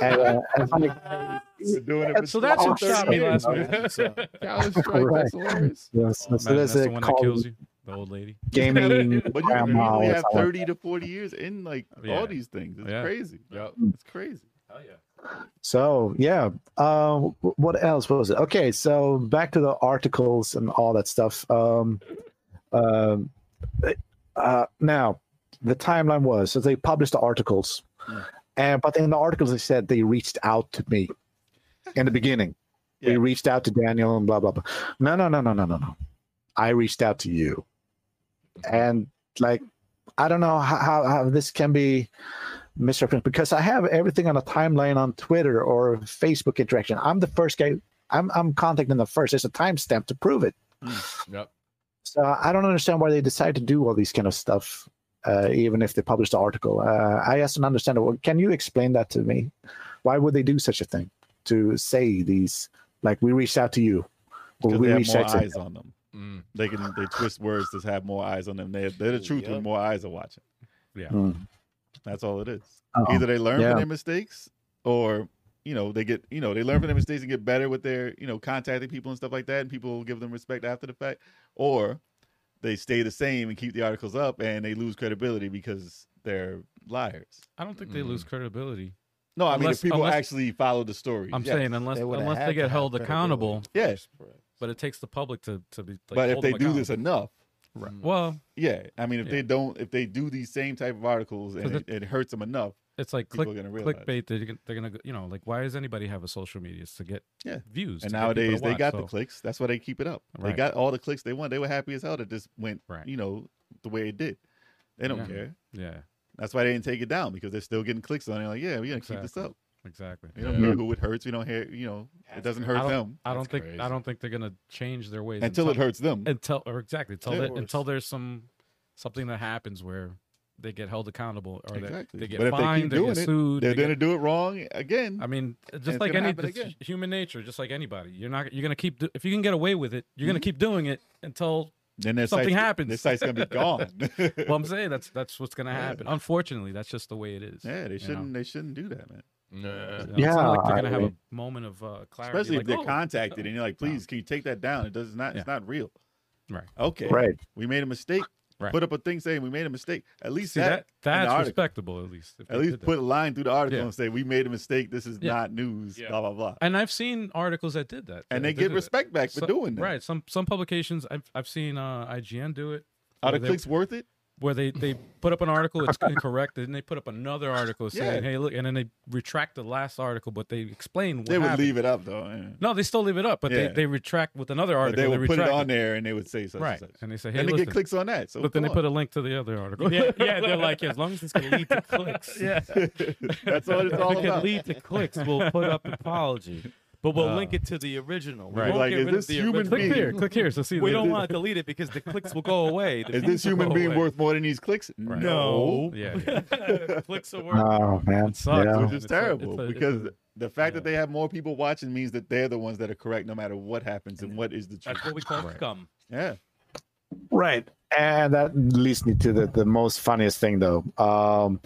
S5: and, uh, and I'm like,
S6: We're doing it
S2: So that's
S5: Oh,
S2: what shot me
S5: shit.
S2: last week.
S3: So-
S4: Callous strike. That's hilarious.
S5: Yes,
S2: Imagine
S5: that's, that's,
S2: Oh, that's
S5: a
S2: the one that
S5: call
S2: kills you, the old lady.
S5: gaming.
S6: But you
S5: grandma
S6: usually
S5: or
S6: have
S5: something.
S6: 30 to 40 years in like
S2: Yeah.
S6: all these things. It's
S2: Yeah.
S6: crazy.
S4: Yep.
S6: It's crazy.
S8: Hell yeah.
S5: So yeah, uh, wh- what else was it? Okay, so back to the articles and all that stuff. Um, um, uh, now, the timeline was so they published the articles,
S6: Mm.
S5: and but in the articles they said they reached out to me in the beginning. They
S6: Yeah.
S5: reached out to Daniel and blah blah blah. No, no, no, no, no, no, no. I reached out to you, and like I don't know how, how, how this can be misrepresent because I have everything on a timeline on Twitter or Facebook interaction. I'm the first guy. I'm I'm contacting the first. There's a timestamp to prove it.
S4: Yep.
S5: So I don't understand why they decide to do all these kind of stuff, uh, even if they publish the article. Uh, I just don't understand. it. Well, Can you explain that to me? Why would they do such a thing to say these? Like we reached out to you, or
S6: Because they
S5: we
S6: have
S5: reached
S6: more
S5: out to.
S6: eyes on them.
S4: Mm.
S6: They can they twist words to have more eyes on them. They, they're the truth
S3: Yep.
S6: when more eyes are watching.
S5: Mm.
S6: That's all it is.
S5: Uh-oh.
S6: Either they learn
S5: Uh-uh. Yeah.
S6: from their mistakes or you know, they get you know, they learn from their mistakes and get better with their, you know, contacting people and stuff like that, and people will give them respect after the fact. Or they stay the same and keep the articles up and they lose credibility because they're liars.
S2: I don't think they
S4: Mm.
S2: lose credibility.
S6: No, I mean
S2: Unless-
S6: if people
S2: unless-
S6: actually follow the story.
S2: I'm
S6: yes.
S2: saying unless
S3: They would've
S2: unless
S3: had
S2: they
S3: to
S2: get
S3: have
S2: held
S3: credibility.
S2: accountable,
S6: Yeah.
S2: but it takes the public to to be. Like, "Oh
S6: but if
S2: hold
S6: they
S2: them
S6: do this enough,
S2: accountable. well,
S6: yeah. I mean if
S2: Yeah.
S6: they don't if they do these same type of articles and
S2: Because
S6: it, it hurts them enough,
S2: it's like
S6: people
S2: click
S6: are gonna realize.
S2: clickbait. They're gonna, they're gonna go- you know like why does anybody have a social media It's to get
S6: Yeah.
S2: views? to get people to
S6: And nowadays they
S2: watch,
S6: got the
S2: so-
S6: clicks. That's why they keep it up. They
S2: Right.
S6: got all the clicks they want. They were happy as hell that this went,
S2: Right.
S6: you know, the way it did. They don't
S2: Yeah.
S6: care.
S2: Yeah,
S6: That's why they didn't take it down because they're still getting clicks on it. Like, yeah, we're gonna keep this
S2: Exactly.
S6: up.
S2: exactly.
S6: We don't
S5: Yeah.
S6: care who it hurts. We don't hear, you know, it doesn't hurt
S2: I don't-
S6: them
S2: I
S4: That's
S2: don't think
S4: crazy.
S2: I don't think they're gonna change their ways
S6: until it hurts them.
S2: until or exactly until
S6: Yeah.
S2: that, until there's some something that happens where they get held accountable or
S6: Exactly.
S2: they, they get
S6: But if they keep
S2: fined, they,
S6: doing
S2: get
S6: it,
S2: sued.
S6: They're
S2: they
S6: gonna
S2: get,
S6: do it wrong again.
S2: I mean,
S6: it's
S2: just like
S6: gonna
S2: any
S6: happen
S2: it's
S6: again.
S2: human nature, just like anybody, you're not you're gonna keep do, if you can get away with it, you're
S6: Mm-hmm.
S2: gonna keep doing it until.
S6: Then their
S2: something
S6: site's-
S2: happens.
S6: Their site's gonna be gone.
S2: Well, I'm saying that's that's what's gonna
S6: Yeah.
S2: happen. Unfortunately, that's just the way it is.
S6: yeah, they
S2: you know?
S6: shouldn't. They shouldn't do that, man.
S4: Nah.
S2: You know, it's not
S5: Yeah,
S2: like they're gonna
S5: I-
S2: have a moment of uh, clarity.
S6: Especially
S2: like,
S6: if they're
S2: "Oh,
S6: contacted and you're like, please, can you take that down? It does not. It's not real.
S2: Right.
S6: Okay.
S5: Right.
S6: We made a mistake.
S2: Right.
S6: Put up a thing saying we made a mistake. At least
S2: see
S6: that,
S2: that,
S6: in the
S2: that's
S6: article.
S2: respectable. At least, if
S6: At
S2: they
S6: least
S2: did that.
S6: put a line through the article
S2: Yeah.
S6: and say we made a mistake. This is
S2: Yeah.
S6: not news.
S8: Yeah.
S6: Blah blah blah.
S2: And I've seen articles that did that, that
S6: And they
S2: did
S6: get
S2: that.
S6: respect back for
S2: So-
S6: doing that.
S2: Right. Some some publications I've I've seen uh, IGN do it
S6: Are the
S2: They-
S6: clicks worth it?
S2: where they they put up an article it's incorrect and they put up another article saying
S6: Yeah.
S2: hey look and then they retract the last article but they explain what
S6: They would
S2: happened.
S6: leave it up though. yeah.
S2: No, they still leave it up, but
S6: Yeah.
S2: they, they retract with another
S6: But
S2: article.
S6: they would put it
S2: retract
S6: on there and they would say such
S2: right?
S6: and such.
S2: And they say hey
S6: And they
S2: listen,
S6: get clicks on that. So
S2: but then they
S6: come
S2: put a link to the other article.
S8: yeah. Yeah. They're like, as long as this can lead to clicks.
S2: yeah.
S6: on. that's what it's
S8: If
S6: all
S8: it can
S6: about.
S8: lead to clicks, we'll put up apology. But we'll link it to the original. We
S2: Right.
S8: won't
S6: Like,
S8: get
S6: is
S8: rid of
S6: this
S8: the
S6: human
S8: original.
S2: Click here, click here. So see,
S8: We
S2: the-
S8: don't want to delete it because the clicks will go away. The
S6: Is this
S8: views will
S6: human
S8: go
S6: being
S8: away.
S6: worth more than these clicks?
S8: No.
S2: Yeah,
S8: clicks are worth.
S5: Oh man.
S2: It sucks.
S5: Yeah.
S6: Which
S2: It's
S6: is
S2: a-
S6: terrible
S2: it's a- it's
S6: because
S2: a-
S6: the fact that
S2: yeah.
S6: they have more people watching means that they're the ones that are correct no matter what happens and what is the truth.
S8: That's what we call scum.
S6: Yeah.
S5: Right. And that leads me to the, the most funniest thing though. Um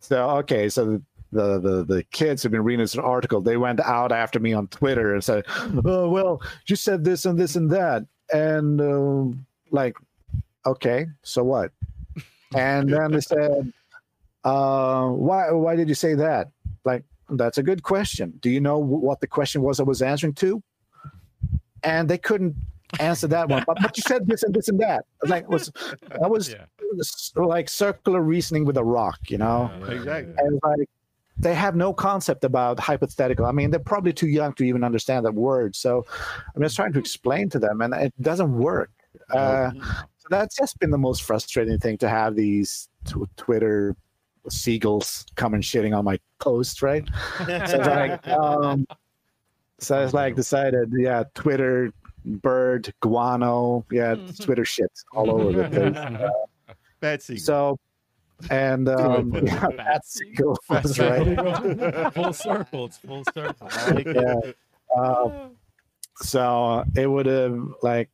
S5: so okay, so the, the the kids who've been reading this article, they went out after me on Twitter and said, "Oh well, you said this and this and that." And um like okay, so what? And then they said, uh, why why did you say that? Like that's a good question. Do you know wh- what the question was I was answering to? And they couldn't answer that one. But, but you said this and this and that. Like was that was
S2: Yeah.
S5: s- like circular reasoning with a rock, you
S8: Oh.
S5: know?
S2: Yeah.
S6: Exactly.
S5: And like they have no concept about hypothetical. I mean, they're probably too young to even understand that word. So I'm just trying to explain to them, and it doesn't work. Uh, so that's just been the most frustrating thing to have these tw- Twitter seagulls come and shitting on my post, right? so it's like, um, so it's like decided, yeah, Twitter bird guano, yeah, it's Twitter shit all over the place.
S6: Bad secret.
S5: So, and um,
S6: Good.
S5: yeah, that's cool. That's right.
S8: full circle. It's full circle.
S5: Um, Yeah. Uh, so it would have like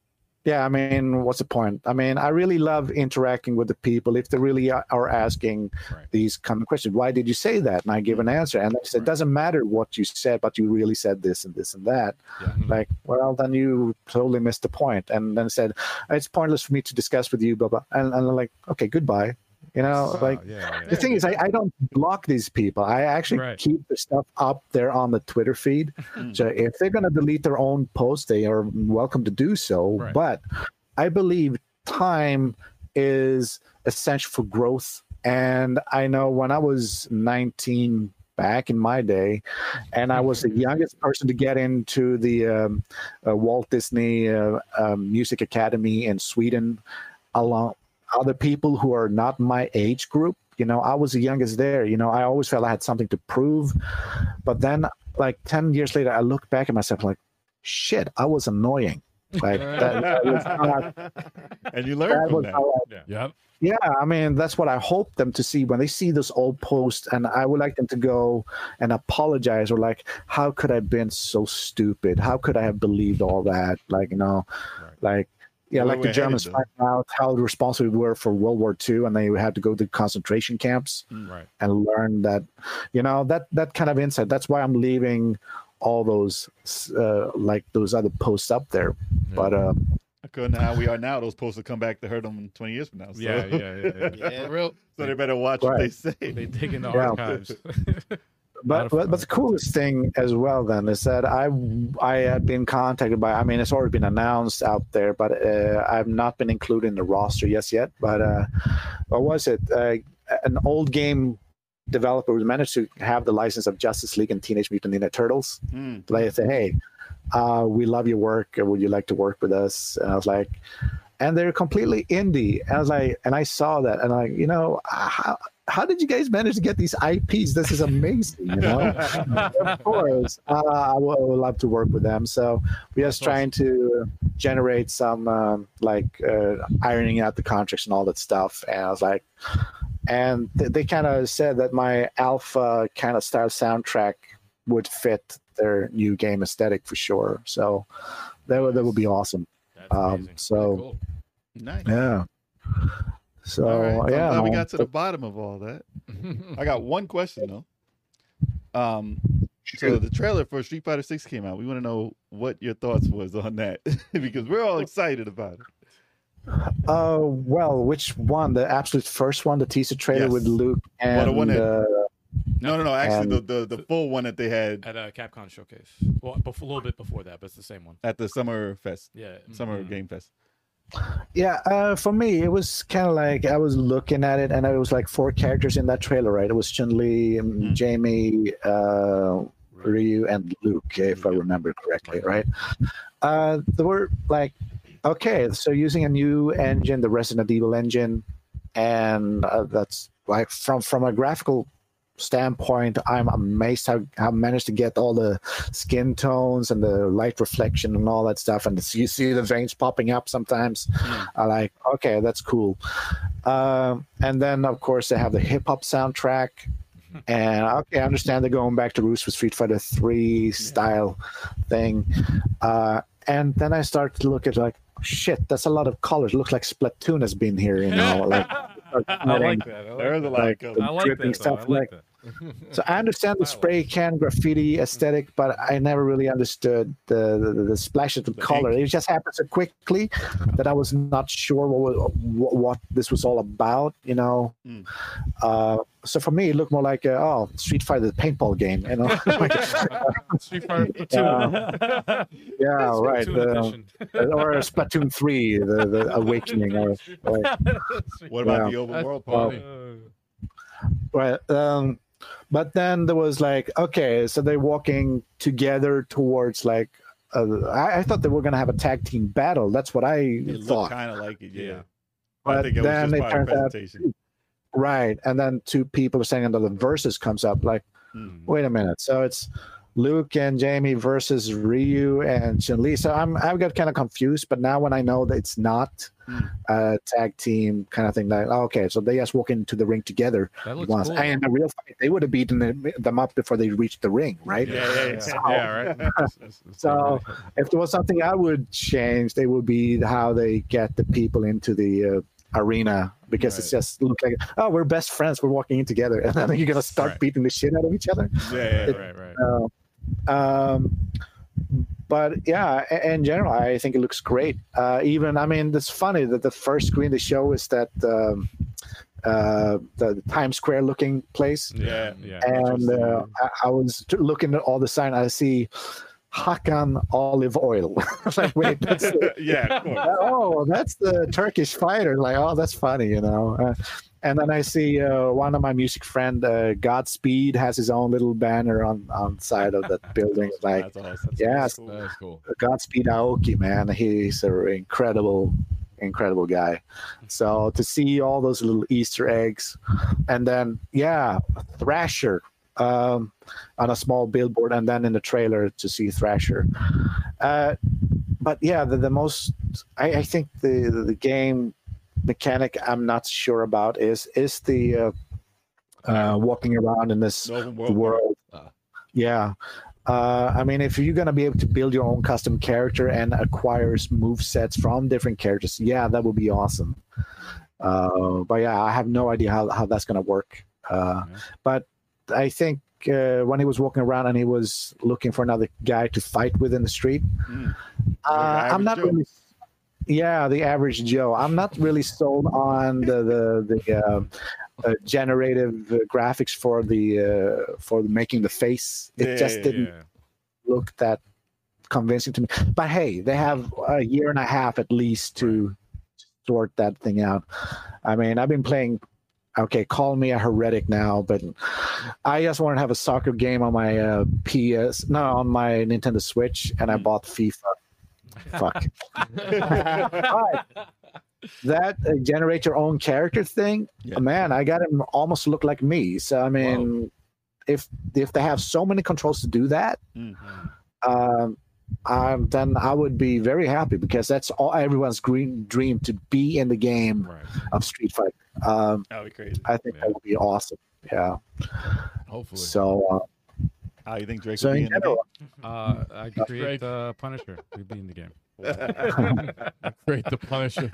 S5: yeah, I mean, what's the point? I mean, I really love interacting with the people if they really are- are asking
S2: Right. Mm-hmm.
S5: these kind of questions. Why did you say that? And I give an answer, and they said, it doesn't matter what you said, but you really said this and this and that.
S2: Mm-hmm.
S5: Like, well, then you totally missed the point. And then said, it's pointless for me to discuss with you, blah blah. And, and I'm like, okay, goodbye. You know,
S2: Wow,
S5: like
S2: yeah, yeah.
S5: the thing is, I, I don't block these people. I actually
S2: Right. Mm.
S5: keep the stuff up there on the Twitter feed. so if they're going to delete their own post, they are welcome to do so.
S2: Right.
S5: But I believe time is essential for growth. And I know when I was 19 back in my day, and I was the youngest person to get into the um, uh, Walt Disney uh, um, Music Academy in Sweden, along other people who are not my age group. You know, I was the youngest there. You know, I always felt I had something to prove. But then, like 10 years later, I look back at myself like, shit, I was annoying. Like, that, that was not,
S6: and you learn
S5: that
S6: from
S5: was
S6: that.
S5: how I
S2: Yep.
S5: yeah, I mean that's what I hope them to see when they see this old post, and I would like them to go and apologize or like, how could I have been so stupid? How could I have believed all that? Like you know, like yeah,
S6: Where
S5: like
S6: we're
S5: the
S6: headed,
S5: Germans
S6: though.
S5: find out how responsible we were for World War II, and they had to go to concentration camps
S8: Hmm.
S2: Right.
S5: and learn that, you know, that that kind of insight. That's why I'm leaving all those uh, like those other posts up there, but. Uh,
S6: According to how we are now, those posts will come back to hurt them 20 years from now. So,
S2: Yeah, yeah, yeah, yeah.
S4: For real.
S6: so they better watch what they
S5: Right.
S6: say.
S2: They dig in the
S5: Yeah.
S2: archives. lot
S5: but
S2: of
S5: but,
S2: fun.
S5: but the coolest thing as well then is that I I have been contacted by I mean it's already been announced out there but uh, I've not been included in the roster yes yet but uh, what was it uh, an old game developer who managed to have the license of Justice League and Teenage Mutant Ninja Turtles
S6: Mm.
S5: they said, "Hey, uh, we love your work. Would you like to work with us?" And I was like, "And they're completely indie." And I was like, and I saw that, and I, you know, how how did you guys manage to get these IPs? This is amazing, you know. of course, uh, I would, I would love to work with them. So we're just trying to generate some um, like uh, ironing out the contracts and all that stuff. And I was like. And th- they kind of said that my alpha kind of style soundtrack would fit their new game aesthetic for sure. So that would, that would be awesome.
S8: That's
S5: Um,
S8: amazing.
S5: so
S4: Cool.
S6: Nice.
S5: yeah, so
S6: All right. I'm
S5: yeah,
S6: glad we
S5: man.
S6: got to the bottom of all that. I got one question though. Um, so the trailer for Street Fighter Six came out. We want to know what your thoughts was on that because we're all excited about it.
S5: Uh, well, which one? The absolute first one, the teaser trailer
S6: Yes.
S5: with Luke
S6: Well,
S5: and
S6: the one that-
S5: uh,
S6: No, no, no. Actually, the, the the full one that they had
S8: at a Capcom showcase. Well, bef- a little bit before that, but it's the same one.
S6: at the Summer Fest,
S8: Yeah.
S6: Summer
S8: Mm-hmm.
S6: Game Fest.
S5: yeah. Uh, for me, it was kind of like I was looking at it, and it was like four characters in that trailer, right? It was Chun Li,
S6: Hmm.
S5: Jamie, uh, Ryu and Luke, if I remember correctly, right? Uh, they were like, okay, so using a new engine, the Resident Evil engine, and uh, that's like from from a graphical standpoint, I'm amazed how how I managed to get all the skin tones and the light reflection and all that stuff, and you see the veins popping up sometimes.
S8: Hmm.
S5: I like, okay, that's cool. Um, and then of course they have the hip hop soundtrack, and okay, I understand they're going back to roots with Street Fighter Three style thing. Uh, and then I start to look at like, shit, that's a lot of colors. Looks like Splatoon has been here, you know, like.
S8: I like that. I like
S6: There's a
S8: that.
S6: lot
S5: Like, uh,
S6: of
S5: the
S8: I like
S5: dripping
S8: that. Though. I
S5: stuff,
S8: like
S5: like-
S8: that.
S5: So I understand the spray can graffiti aesthetic, but I never really understood the the, the splash of the color. It just happened so quickly that I was not sure what wa- what, what this was all about. You know,
S6: Mm.
S5: uh, so for me, it looked more like a, oh, Street Fighter the paintball game. You know,
S2: Street Fighter Two.
S5: Yeah. yeah, right,
S2: Two
S5: the-
S8: um,
S2: edition.
S5: or Splatoon Three, the, the Awakening, or, or
S6: What about
S5: Yeah.
S6: the open
S4: That's
S6: world
S4: funny.
S6: party?
S8: uh,
S5: right um but then there was like okay so they're walking together towards like uh, I, I thought they were gonna have a tag team battle that's what i
S6: It looked
S5: thought
S6: kind of like it, yeah.
S2: Yeah.
S6: I
S5: But
S6: think it was
S5: then
S6: just
S5: it
S6: part of
S5: turned out-
S6: presentation.
S5: right and then two people are saying another versus comes up like
S6: Mm.
S5: wait a minute so it's Luke and Jamie versus Ryu and Chun Li. So I'm I've got kind of confused, but now when I know that it's not
S2: Hmm.
S5: a tag team kind of thing, like oh, okay, so they just walk into the ring together
S2: That looks
S5: once.
S2: cool.
S5: And in a real fight, they would have beaten them- them up before they reached the ring, right?
S2: yeah, right.
S5: So if there was something I would change, they would be how they get the people into the uh, arena because it's just look like oh we're best friends, we're walking in together, and then you're gonna start
S2: Right.
S5: beating the shit out of each other.
S2: yeah, yeah, right, right.
S5: Um, but yeah, i- in general, I think it looks great. Uh, even I mean, it's funny that the first screen they show is that um, uh, the Times Square looking place
S2: Yeah, yeah.
S5: and uh, I, I was t- looking at all the sign. I see Hakan olive oil. I was like, wait, that's the,
S6: yeah, of course.
S5: oh, that's the Turkish fighter. Like, oh, that's funny, you know. Uh, and then I see uh, one of my music friend, uh, Godspeed, has his own little banner on on side of that building. Like,
S6: That's awesome.
S5: yeah, it's
S4: That's cool.
S5: Godspeed Aoki, man. He's an incredible, incredible guy. So to see all those little Easter eggs, and then yeah, Thrasher um, on a small billboard, and then in the trailer to see Thrasher. Uh, but yeah, the, the most I, I think the the game mechanic I'm not sure about is is the uh, uh, walking around in this
S6: Open
S5: the
S6: world.
S5: world.
S4: Ah.
S5: Yeah. Uh, I mean, if you're going to be able to build your own custom character and acquire move sets from different characters, yeah, that would be awesome. Uh, but yeah, I have no idea how, how that's going to work. Uh,
S2: Yeah.
S5: But I think uh, when he was walking around and he was looking for another guy to fight with in the street,
S6: Mm.
S5: uh,
S6: Like
S5: I'm
S6: average
S5: not
S6: Joe.
S5: really. Yeah, the average Joe. I'm not really sold on the the, the uh, uh, generative uh, graphics for the uh, for making the face. It
S6: Yeah,
S5: just
S6: yeah,
S5: didn't look that convincing to me. But hey, they have a year and a half at least to sort that thing out. I mean, I've been playing. Okay, call me a heretic now, but I just want to have a soccer game on my uh, PS, no, on my Nintendo Switch, and I
S6: Mm.
S5: bought FIFA. Fuck. But that uh, generate your own character thing,
S6: Yeah.
S5: man, I got him almost look like me. So I mean, if if they have so many controls to do that,
S6: Mm.
S5: um, um, then I would be very happy because that's all everyone's green dream to be in the game
S2: Right.
S5: of Street Fighter. Um,
S6: That would be crazy.
S5: I think that would be awesome. Yeah.
S4: Hopefully.
S5: So uh,
S6: How you think Drake
S5: so
S6: would
S5: in
S6: be in the
S5: general,
S6: game?
S2: Uh, I could create
S4: Drake.
S2: uh, Punisher. We'd be in the game.
S4: Great the Punisher.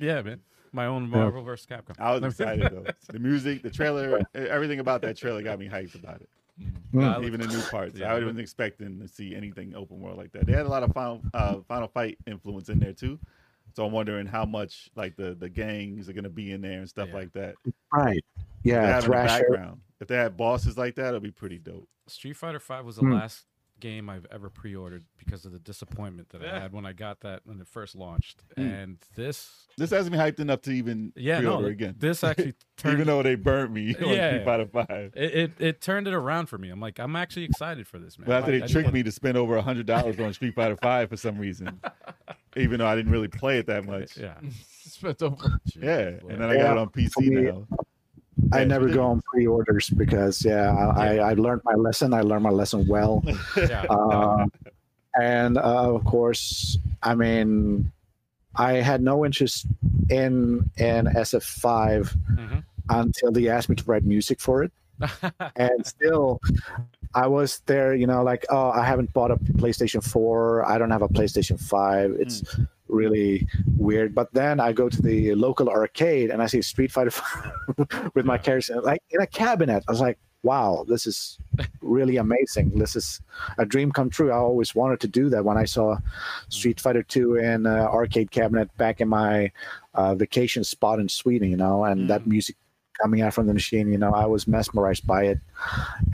S2: yeah, man. My own Marvel vs. Capcom.
S6: I was excited though. The music, the trailer, e, everything about that trailer got me hyped about it.
S2: Mm-hmm.
S5: Mm.
S6: Even the new parts,
S2: Yeah.
S6: I wasn't expecting to see anything open world like that. They had a lot of final uh, final fight influence in there too, so I'm wondering how much like the the gangs are going to be in there and stuff
S2: Yeah.
S6: like that.
S5: right.
S6: If they
S5: Yeah,
S6: have in the
S5: Thrasher.
S6: background. If they had bosses like that, it'd be pretty dope.
S2: Street Fighter Five was the
S5: Hmm.
S2: last game I've ever pre-ordered because of the disappointment that I had when I got that when it first launched.
S6: Hmm.
S2: And this,
S6: This hasn't been hyped enough to even
S2: yeah,
S6: pre-order
S2: no,
S6: again.
S2: this actually turned
S6: even though they burnt me on
S2: Yeah.
S6: Street Fighter Five.
S2: it, it, it turned it around for me. I'm like, I'm actually excited for this, man.
S6: But after
S2: Like,
S6: they
S2: I
S6: tricked
S2: didn't-
S6: me to spend over hundred dollars on Street Fighter Five for some reason, even though I didn't really play it that much.
S2: yeah,
S4: Spent over.
S6: Yeah,
S4: Jeez,
S6: and
S4: boy.
S6: then I got it
S5: Yeah,
S6: on PC
S5: for me-
S6: now.
S5: I
S6: Yeah,
S5: never
S6: so
S5: go on pre-orders because yeah, I, I, I learned my lesson. I learned my lesson well.
S2: yeah.
S5: uh, and uh, of course, I mean, I had no interest in in SF5
S2: Mhm.
S5: until they asked me to write music for it, and still, I was there. You know, like, oh, I haven't bought a PlayStation 4. I don't have a PlayStation 5. It's really weird. But then I go to the local arcade and I see Street Fighter 5 with my character like in a cabinet. I was like, wow, this is really amazing. This is a dream come true. I always wanted to do that when I saw Street Fighter 2 in uh, arcade cabinet back in my uh, vacation spot in Sweden, you know, and that music coming out from the machine, you know, I was mesmerized by it.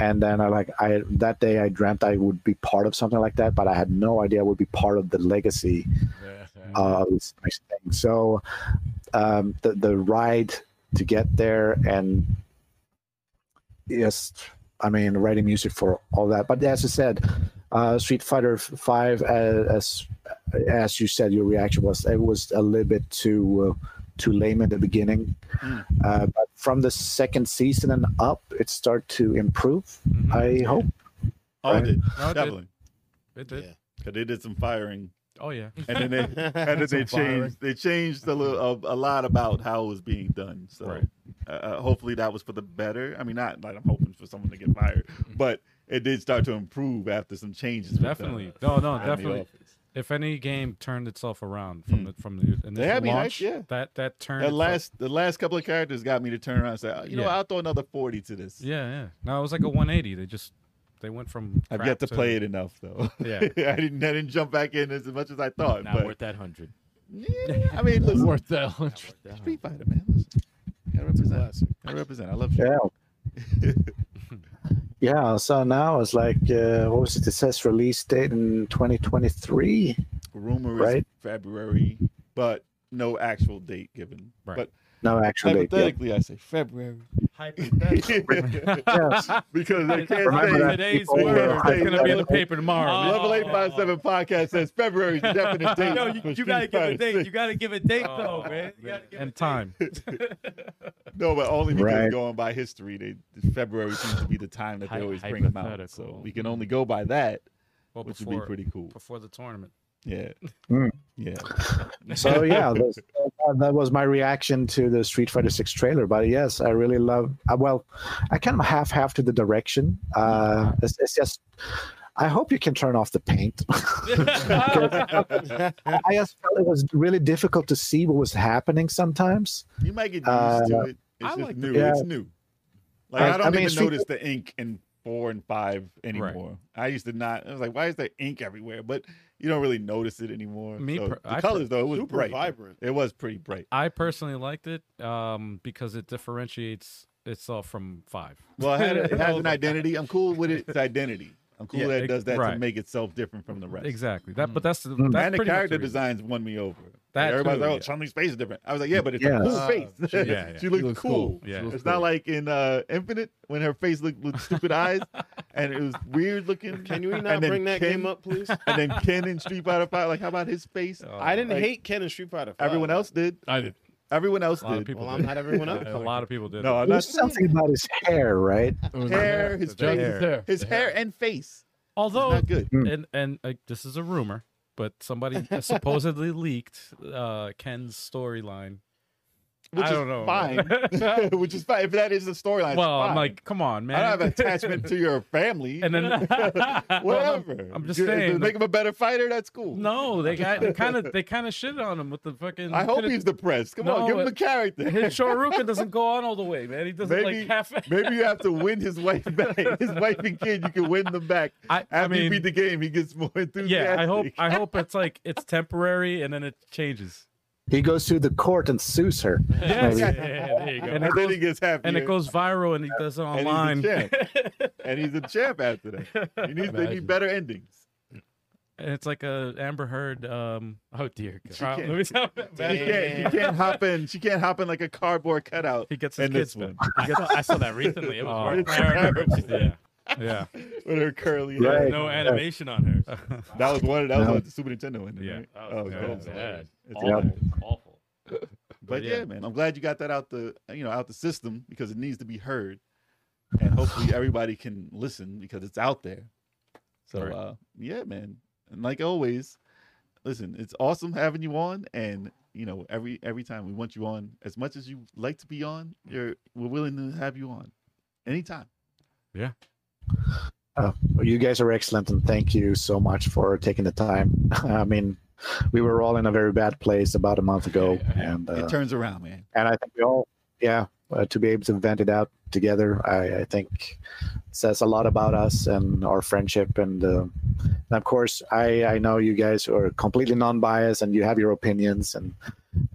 S5: And then I like I that day I dreamt I would be part of something like that, but I had no idea I would be part of the legacy uh, this nice thing. So um, the the ride to get there and yes, I mean writing music for all that. But as I said, uh, Street Fighter Five, as as you said, your reaction was it was a little bit too. Uh, too lame in the beginning,
S8: Hmm.
S6: Mm.
S5: uh, but
S8: Hmm.
S5: from the second season and up, it started to improve. I hope.
S6: Oh, it
S5: Right.
S6: did.
S2: No, it did.
S6: Definitely.
S2: It did.
S3: Yeah.
S6: Because they did some firing.
S2: Oh yeah.
S6: And then they and then they changed they changed a little a, a lot about how it was being done. So
S2: Right.
S6: uh, uh, hopefully that was for the better. I mean, not like I'm hoping for someone to get fired, but it did start to improve after some changes. uh, were done
S2: Definitely. No, no,
S6: in the
S2: definitely.
S6: office.
S2: If any game turned itself around from the from the initial
S6: Hmm. That'd be nice,
S2: launch,
S6: yeah.
S2: that that turned
S6: That
S2: itself-
S6: last the last couple of characters got me to turn around and say, oh, you know,
S2: Yeah.
S6: what, I'll throw another forty to this.
S2: Yeah, yeah. No, it was like a 180. They just they went from
S6: I've
S2: crap
S6: yet to play it enough though.
S2: Yeah.
S6: I didn't I didn't jump back in as much as I thought.
S8: Not
S6: but
S8: worth that hundred.
S6: yeah, I mean, listen,
S4: Worth that hundred.
S6: Street Fighter, man. Listen, gotta represent.
S3: classic.
S6: Gotta represent. I love.
S5: Yeah. yeah. So now it's like, uh, what was it? It says release date in 2023.
S6: Rumor is
S5: Right.
S6: February, but no actual date given.
S2: Right.
S6: But
S5: No, actually, yeah.
S6: hypothetically, I say February
S5: Yes.
S6: because I
S5: Remember that.
S6: can't say.
S8: Today's
S5: people
S6: were-
S8: word is gonna be in the paper tomorrow.
S6: Level eight five seven podcast says February is the definite date.
S8: No, Oh. you,
S6: for
S8: you gotta
S6: Street
S8: give a
S6: Fighter
S8: date.
S6: six.
S8: You gotta give a date though, Oh, man. You gotta give a
S2: and
S8: date.
S2: time.
S6: No, but only because
S5: Right.
S6: going by history, they, February seems to be the time that they
S8: Hy-
S6: always bring them out. So
S8: hypothetical.
S6: we can only go by that,
S2: Well,
S6: which
S2: before
S6: would be pretty cool.
S2: before the tournament.
S6: Yeah,
S5: Mm.
S6: yeah.
S5: so yeah that's, that, that was my reaction to the street fighter 6 trailer but yes i really love uh, well i kind of half half to the direction uh it's, it's just i hope you can turn off the paint i I just felt it was really difficult to see what was happening sometimes
S6: You might get used
S5: Uh,
S6: to it. It's
S2: I
S6: just
S2: like the-
S6: new.
S5: Yeah.
S6: It's new. Like
S5: I-
S6: I,
S5: I
S6: don't
S5: mean,
S6: even
S5: Street-
S6: notice the ink in four and five anymore. I used to not. I was like, why is there ink everywhere? But you don't really notice it anymore.
S2: Me
S6: So
S2: per-
S6: the
S2: I per-
S6: colors though, it was
S3: Super
S6: bright.
S3: vibrant.
S6: It was pretty bright.
S2: I personally liked it um, because it differentiates itself from five.
S6: Well, it, had, it has an identity. I'm cool with its identity. I'm cool
S2: Yeah,
S6: that it
S2: ex-
S6: does that to
S2: right.
S6: make itself different from the rest.
S2: Exactly. That,
S8: Hmm.
S2: but that's the
S5: Mm.
S2: that's
S6: Hmm. and the
S2: pretty much
S6: character
S2: reason.
S6: designs won me over.
S2: That
S6: like, everybody's
S2: too,
S6: like, "Oh,
S2: yeah.
S6: Chun-Li's face is different." I was like, "Yeah, but it's a
S5: Yeah.
S6: cool
S3: Uh,
S4: Ah,
S6: face.
S4: she-
S6: she,
S2: yeah, yeah.
S6: looks,
S4: looks
S6: cool.
S4: cool.
S2: Yeah.
S6: It's
S2: She
S4: looks
S6: not
S4: cool.
S6: like in uh, Infinite when her face looked with stupid eyes, and it was weird looking.
S3: Can we
S6: And
S3: not
S6: then
S3: bring that
S6: Ken-
S3: game up, please?
S6: And then Ken in Street Fighter Five, like, how about his face?
S2: Oh,
S3: I didn't
S6: Like,
S3: hate Ken and Street Fighter. five.
S6: Everyone else did.
S4: I did.
S6: Everyone else
S2: A lot of
S6: did.
S2: people.
S3: Well, I'm
S2: did.
S3: not everyone else.
S2: a lot of people did.
S6: No, I'm not
S5: there's something about his hair right
S4: It was
S6: hair, his
S4: Just
S6: face,
S4: his hair.
S6: his hair and face.
S2: Although,
S6: Not good.
S2: and and uh, this is a rumor, but somebody supposedly leaked uh, Ken's storyline.
S6: Which
S2: I
S6: is
S2: don't know.
S6: Fine. which is fine. If that is the storyline, it's
S2: Well, I'm
S6: fine.
S2: like, come on, man.
S6: I don't have attachment to your family.
S2: and then
S6: Whatever.
S2: I'm just
S6: If it
S2: saying,
S6: Make
S2: like-
S6: him a better fighter. That's cool.
S2: No, they got they kind of they kind of shit on him with the fucking.
S6: I hope he's depressed. Come
S2: No,
S6: on, give him a
S2: but-
S6: character.
S2: his Shoryuken doesn't go on all the way, man. He doesn't
S6: Maybe-
S2: like half.
S6: Maybe you have to win his wife back. His wife and kid, you can win them back.
S2: I, I
S6: After you
S2: mean,
S6: beat the game, he gets more enthusiastic.
S2: yeah. I hope I hope it's like it's temporary and then it changes.
S5: he goes to the court and sues her
S2: Yes.
S5: Maybe.
S8: there you go.
S2: And
S6: And,
S2: it
S6: then
S2: goes-
S6: he gets happy.
S2: And it goes viral and he does it
S6: he's a
S2: online.
S6: champ. and he's a champ after that. He needs, they
S4: Imagine.
S6: need better endings.
S2: And it's like a Amber Heard um
S8: Oh dear God.
S2: trial.
S6: can't-
S2: Let me tell you,
S6: She
S2: man.
S6: can't, she can't hop in. She can't hop in like a cardboard cutout.
S2: He gets his
S6: And
S2: kids
S6: this one
S2: back.
S8: I saw, I saw that recently. It
S2: Oh.
S8: was worth
S6: It's
S8: it.
S6: terrible.
S8: yeah.
S2: Yeah.
S6: with her curly hair.
S5: Right.
S8: No animation on her. Oh,
S6: That was one. That was
S5: No.
S6: one with the Super Nintendo in there.
S2: Yeah.
S6: Right? Oh,
S8: That was
S6: God,
S8: bad.
S6: hilarious. It's
S8: Awful.
S6: hilarious.
S8: Awful.
S6: But
S2: yeah.
S6: yeah, man, I'm glad you got that out the you know out the system because it needs to be heard, and hopefully everybody can listen because it's out there. So
S2: Right.
S6: uh, yeah, man, and like always, listen, it's awesome having you on, and you know every every time we want you on as much as you like to be on, you're we're willing to have you on anytime.
S5: Oh, you guys are excellent, and thank you so much for taking the time. I mean, we were all in a very bad place about a month ago, and uh,
S6: it turns around, man.
S5: and I think we all, yeah, uh, to be able to vent it out together, I, I think says a lot about us and our friendship. And, uh, and of course, I, I know you guys are completely non-biased, and you have your opinions, and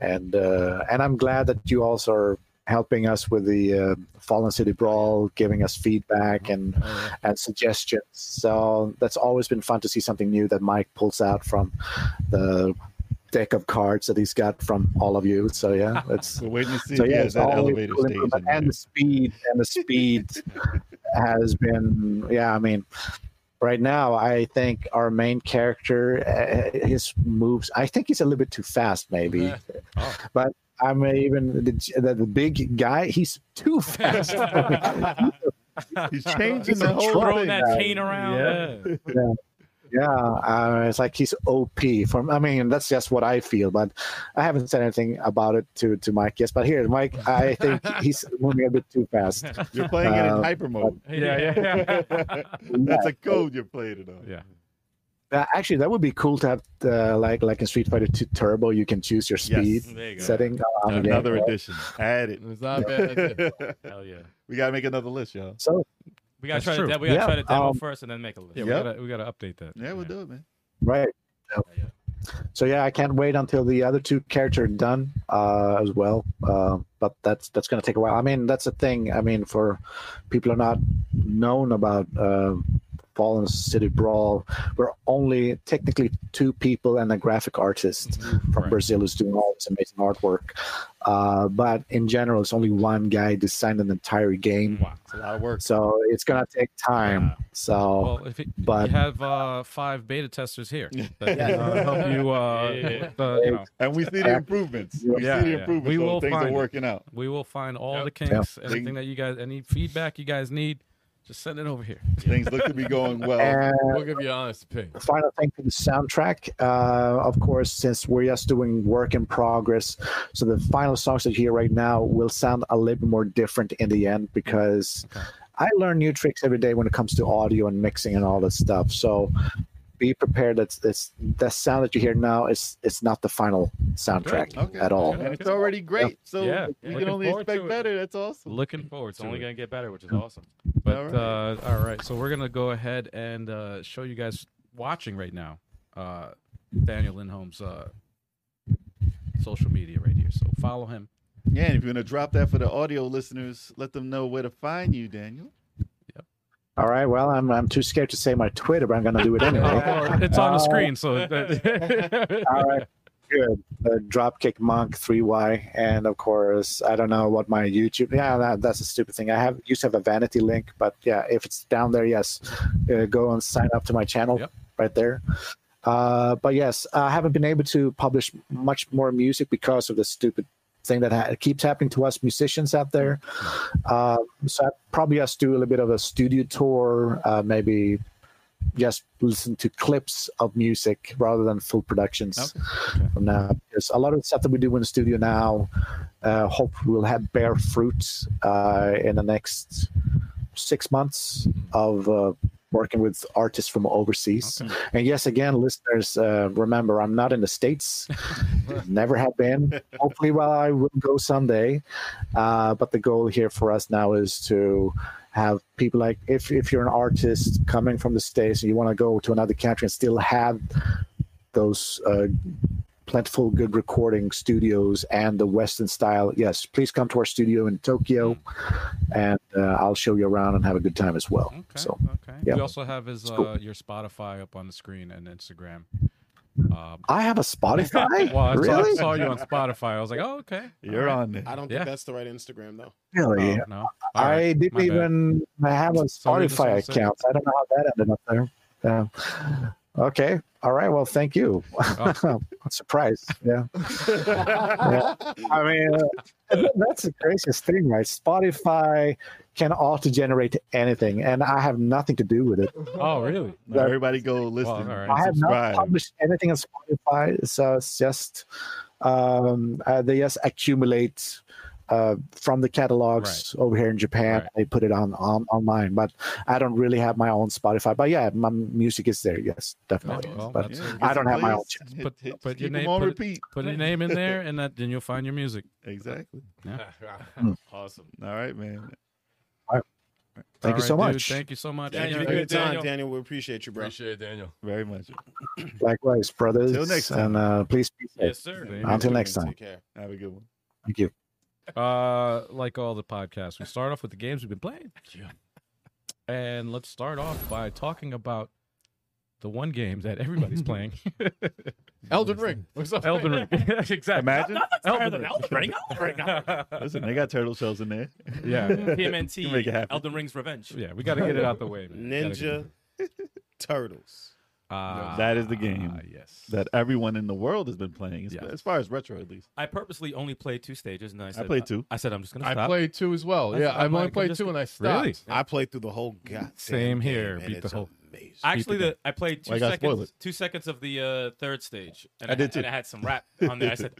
S5: and uh, and I'm glad that you also are helping us with the uh, Fallen City Brawl, giving us feedback and and suggestions. So that's always been fun to see something new that Mike pulls out from the deck of cards that he's got from all of you. So yeah, it's
S6: We're waiting to see
S5: so
S6: if he
S5: yeah,
S6: has
S5: it's
S6: that
S5: always
S6: elevator
S5: cool
S6: stage. in
S5: improvement.
S6: there.
S5: and the speed and the speed has been yeah. I mean, right now I think our main character uh, his moves. I think he's a little bit too fast, maybe. But I'm even the, the, the big guy. He's too fast.
S6: He's changing the whole
S8: Throwing
S6: thing.
S8: that cane around.
S2: Yeah.
S5: Yeah, uh, it's like he's OP. From I mean, that's just what I feel. But I haven't said anything about it to to Mike yet. But here, Mike, I think he's moving a bit too fast.
S6: You're playing it in
S5: Uh,
S6: hyper mode.
S8: Yeah, yeah.
S6: That's a code you're playing it on.
S2: Yeah.
S5: Uh, actually, that would be cool to have, uh, like like in Street Fighter 2 Turbo, you can choose your speed
S6: Yes.
S8: there you go.
S5: setting. Oh, on the game.
S6: Another edition. Add it.
S4: It's not a bad. idea.
S8: Hell yeah.
S6: we gotta make another list, y'all.
S5: So
S8: We
S2: That's
S8: gotta try to
S2: true.
S8: de- we gotta
S5: Yeah,
S8: try to demo
S5: um,
S8: first and then make a list.
S2: Yeah,
S6: Yep.
S2: we gotta we gotta update that.
S6: Yeah, we'll do it, man.
S5: right. So yeah, I can't wait until the other two characters are done uh, as well. Uh, but that's that's gonna take a while. I mean, that's the thing. I mean, for people who are not known about uh, Fallen City Brawl, we're only technically two people and a graphic artist from
S2: Mm-hmm. Right.
S5: Brazil who's doing all this amazing artwork. Uh, but in general, it's only one guy designed an entire game,
S8: Wow.
S6: It's a lot of work.
S5: so it's gonna take time. So
S2: Well, if it,
S5: But-
S2: you have uh, five beta testers here that can
S6: Yeah.
S2: uh, help you, uh,
S8: Yeah.
S2: with, uh, you know,
S6: And we see the improvements. We
S2: Yeah,
S6: see the
S2: yeah.
S6: improvements.
S2: We
S6: on
S2: will
S6: things are
S2: find it.
S6: working out.
S2: we will find all
S8: Yep.
S2: the kinks, anything that you guys, any feedback you guys need, just send it over here.
S6: Things look to be going well.
S5: and
S4: We'll give you an honest opinion.
S5: final thing for the soundtrack uh, of course since we're just doing work in progress so the final songs that you hear right now will sound a little bit more different in the end because i learn new tricks every day when it comes to audio and mixing and all that stuff so be prepared that it's that sound that you hear now is it's not the final soundtrack
S6: Okay.
S5: at all
S6: And it's already great. So
S2: Yeah.
S6: we can
S2: Looking
S6: only
S2: forward to
S6: expect
S2: it.
S6: better. That's awesome.
S2: Looking forward
S8: It's
S2: to
S8: only
S2: it.
S8: gonna get better, which is awesome.
S2: But
S6: All right.
S2: Uh, all right, so we're gonna go ahead and uh, show you guys watching right now, uh, Daniel Lindholm's uh, social media right here. So follow him.
S6: Yeah, and if you're gonna drop that for the audio listeners, let them know where to find you, Daniel.
S5: all right well i'm, I'm too scared to say my twitter but i'm gonna do it anyway
S2: Or it's on the
S5: Uh,
S2: screen, so that-
S5: All right, good. The Dropkick Monk 3Y, and of course, I don't know what my YouTube. Yeah, that, that's a stupid thing. I have used to have a vanity link, but yeah, if it's down there, yes, uh, go and sign up to my channel
S2: Yep.
S5: right there. Uh, but yes, I haven't been able to publish much more music because of this stupid thing that ha- keeps happening to us musicians out there. Um, so I probably just do a little bit of a studio tour, uh, maybe just listen to clips of music rather than full productions
S6: Okay.
S5: from now. Because a lot of the stuff that we do in the studio now, uh, hope will have bear fruit uh, in the next six months of uh, working with artists from overseas. And yes, again, listeners, uh, remember I'm not in the states. Never have been. Hopefully, well, I will go someday. Uh, but the goal here for us now is to have people like if if you're an artist coming from the states and you want to go to another country and still have those uh, plentiful good recording studios and the western style yes please come to our studio in tokyo and uh, i'll show you around and have a good time as well
S2: Okay.
S5: so
S2: okay.
S5: yeah.
S2: We also have his
S5: cool.
S2: uh, your Spotify up on the screen and Instagram. Um,
S5: i have a spotify
S2: well, I saw- I
S5: really
S2: saw, you on Spotify. I was like, oh, okay.
S6: You're on there.
S3: I don't
S2: Yeah.
S3: think that's the right Instagram though.
S5: really
S2: Oh, no. All
S5: I
S2: right.
S5: didn't
S2: My bad.
S5: even have a
S2: Sorry, just
S5: Spotify
S2: one sec.
S5: account. I don't know how that ended up there. Yeah. okay. All right. Well, thank you.
S2: Oh.
S5: Surprise. Yeah. Yeah. I mean, uh, that's the craziest thing, right? Spotify can auto generate anything, and I have nothing to do with it.
S2: Oh, really?
S6: Now everybody go listen.
S2: all right.
S6: and
S5: I have
S6: subscribe.
S5: not published anything on Spotify, so it's just um, uh, they just accumulate uh, from the catalogs over here in Japan.
S2: Right.
S5: They put it on, on online, but I don't really have my own Spotify. But yeah, my music is there. Yes, definitely.
S2: well,
S5: but
S2: that's-
S6: Yeah,
S5: I
S6: get
S5: don't
S6: some
S5: have my own
S6: plays, hit-
S2: Put-
S6: hit-
S2: put
S6: keep
S2: your
S6: them
S2: name-
S6: on
S2: put it-
S6: repeat.
S2: Put your name in there, and that, then you'll find your music.
S6: Exactly.
S8: Awesome.
S6: All right, man.
S5: thank you
S2: All
S5: so
S2: right, dude,
S5: much.
S2: Thank you so much.
S8: Thank
S2: Yeah,
S8: you.
S3: for your time,
S8: Daniel.
S3: Daniel. We appreciate you, bro.
S4: Appreciate it, Daniel.
S6: Very much.
S5: Likewise, brothers.
S6: Till next
S5: and
S6: time.
S5: uh, please be safe.
S8: Yes, sir.
S2: Thank you.
S5: Until next
S3: Take
S5: time.
S3: care.
S6: Have a good one.
S5: Thank you.
S2: Uh, like all the podcasts, we start off with the games we've been playing. And let's start off by talking about the one game that everybody's playing,
S4: Elden Ring. What's up?
S2: Elden Ring. exactly.
S6: Imagine.
S8: Elden Ring. Elden Ring.
S6: Listen, they got turtle shells in there.
S2: Yeah,
S6: You make it
S8: PMNT.
S6: happen.
S8: Elden Ring's Revenge.
S2: yeah. We got to get it out the way. man. Gotta get it-
S3: Ninja Turtles.
S8: Uh,
S2: Ah,
S6: That is the game.
S2: Yes.
S6: that everyone in the world has been playing, as-
S2: Yeah.
S6: as far as retro at least.
S8: I purposely only played two stages, and I said
S6: played two.
S8: I said I'm just gonna
S4: I
S8: stop.
S4: played two as well.
S8: I-
S4: yeah, I've only
S8: I'm like, I'm
S4: played
S8: just-
S4: two and I stopped.
S2: Really?
S3: I played through the whole goddamn
S2: Same here,
S3: game, and
S2: beat the
S3: it's
S2: whole-
S3: amazing.
S8: Actually,
S2: Keep it
S8: the, I played two
S6: Well, I gotta spoil
S8: seconds. Two seconds of the uh, third stage, and
S6: I
S8: I,
S6: did too.
S8: And I had some rap on there. I said,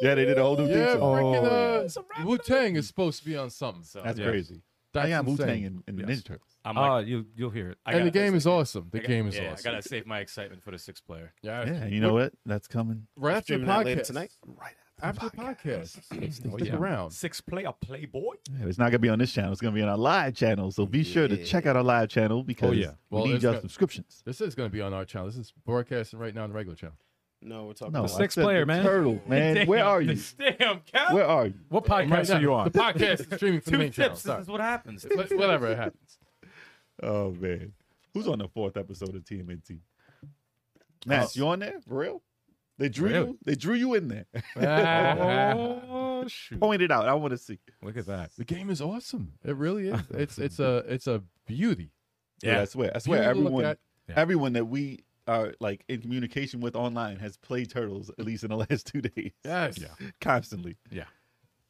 S6: Yeah, they did a whole new
S4: Yeah,
S6: thing.
S4: freaking
S2: Oh,
S8: some
S4: uh,
S8: rap.
S4: Wu Tang is supposed to be on something.
S8: So,
S6: That's
S8: yeah.
S6: crazy.
S4: That's
S6: I got Wu
S4: insane.
S6: Tang and, and the Ninja Turtles.
S8: I'm
S2: Ah,
S8: like,
S2: you you'll hear it.
S8: I
S4: and the
S8: gotta-
S4: game is awesome. The
S8: I got-
S4: game is
S8: yeah,
S4: awesome.
S8: I gotta save my excitement for the six player.
S4: yeah,
S6: Yeah, you know what? That's coming.
S4: Right after the
S3: Streaming that later
S4: podcast
S3: tonight. Right
S4: After the podcast,
S2: Oh,
S4: stick
S2: yeah.
S4: around.
S8: Six player playboy.
S6: Yeah, it's not gonna be on this channel. It's gonna be on our live channel. So be sure to check out our live channel because
S2: yeah.
S6: we
S4: Well,
S6: need
S4: it's
S6: your
S4: got-
S6: subscriptions.
S4: This is going to be on our channel. This is broadcasting right now on the regular channel.
S3: No, we're talking
S6: No,
S3: about
S6: I
S2: sixth
S6: said the
S2: player, man.
S6: Turtle, man. Where
S8: Damn,
S6: are you?
S8: Damn, Cap.
S6: Where are you?
S2: What
S4: Right
S2: podcast
S4: now.
S2: are you on?
S4: The podcast is streaming from the
S8: Two
S4: main channel.
S8: tips.
S4: Sorry.
S8: This is what happens.
S4: Wha- Whatever it happens.
S6: Oh man, who's on the fourth episode of TMNT? Matt, you on there for real? They drew
S2: Really?
S6: you. They drew you in there.
S2: oh shoot!
S6: Point it out. I want to see.
S2: Look at that.
S4: the game is awesome. It really is. It's it's a it's a beauty.
S6: Yeah, I swear. I swear.
S4: Beautiful to look
S6: Everyone,
S4: at.
S2: Yeah.
S6: everyone that we are like in communication with online has played Turtles at least in the last two days.
S4: Yes.
S6: constantly.
S2: Yeah.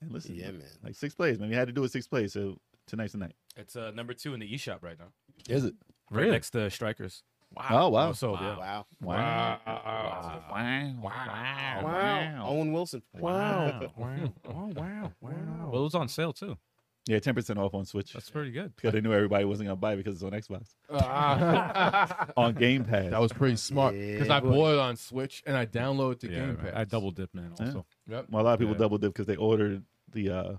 S6: And listen,
S3: Yeah,
S6: yeah,
S3: man.
S6: like six plays, man. We had to do it six plays. So tonight's the night.
S8: It's uh, number two in the eShop right now.
S6: Is it?
S8: Right
S2: Really?
S8: next to Strikers.
S6: Oh wow!
S8: Also, yeah.
S3: Wow.
S6: Wow! Wow!
S3: Wow.
S6: Wow!
S3: Owen Wilson.
S2: Wow! Wow! Oh wow! Wow! Well, it was on sale too.
S6: Yeah, ten percent off on Switch
S2: That's pretty good.
S6: because they knew everybody wasn't gonna buy it because it's on Xbox
S4: Ah.
S6: on Game Pass.
S4: that was pretty smart because I
S3: Yeah, boy.
S4: bought it on Switch and I downloaded the
S2: Yeah,
S4: game
S2: right.
S4: pass.
S2: I double dipped man.
S6: Yeah.
S2: Also,
S4: Yep.
S6: well, a lot of people
S2: Yeah.
S6: double dip because they ordered the uh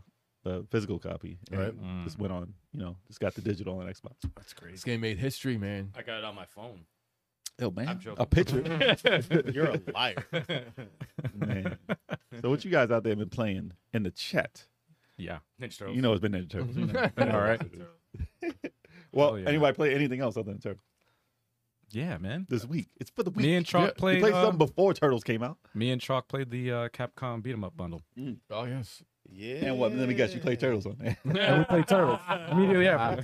S6: the physical copy and
S4: Right.
S2: Mm.
S6: just went on. You know, just got the digital on Xbox.
S8: That's
S4: This
S8: crazy.
S4: game made history, man.
S8: I got it on my phone.
S6: Oh
S8: I'm
S6: man,
S8: joking.
S6: a picture,
S3: You're a liar.
S6: man. So what you guys out there been playing in the chat?
S2: yeah.
S8: Ninja Turtles.
S6: You know, it's been Ninja Turtles. you know. All right. Well,
S2: Hell Mm-hmm. Oh, yeah.
S6: anybody play anything else other than Turtles
S2: Yeah, man.
S6: this week? It's for the week.
S2: Me and
S6: Yeah,
S2: Chalk played.
S6: we played
S2: uh,
S6: something before Turtles came out.
S2: me and Chalk played the uh, Capcom beat 'em up bundle.
S4: Oh yes.
S3: Yeah.
S6: And what? Let me guess, you played Turtles on there.
S2: and we played Turtles immediately after.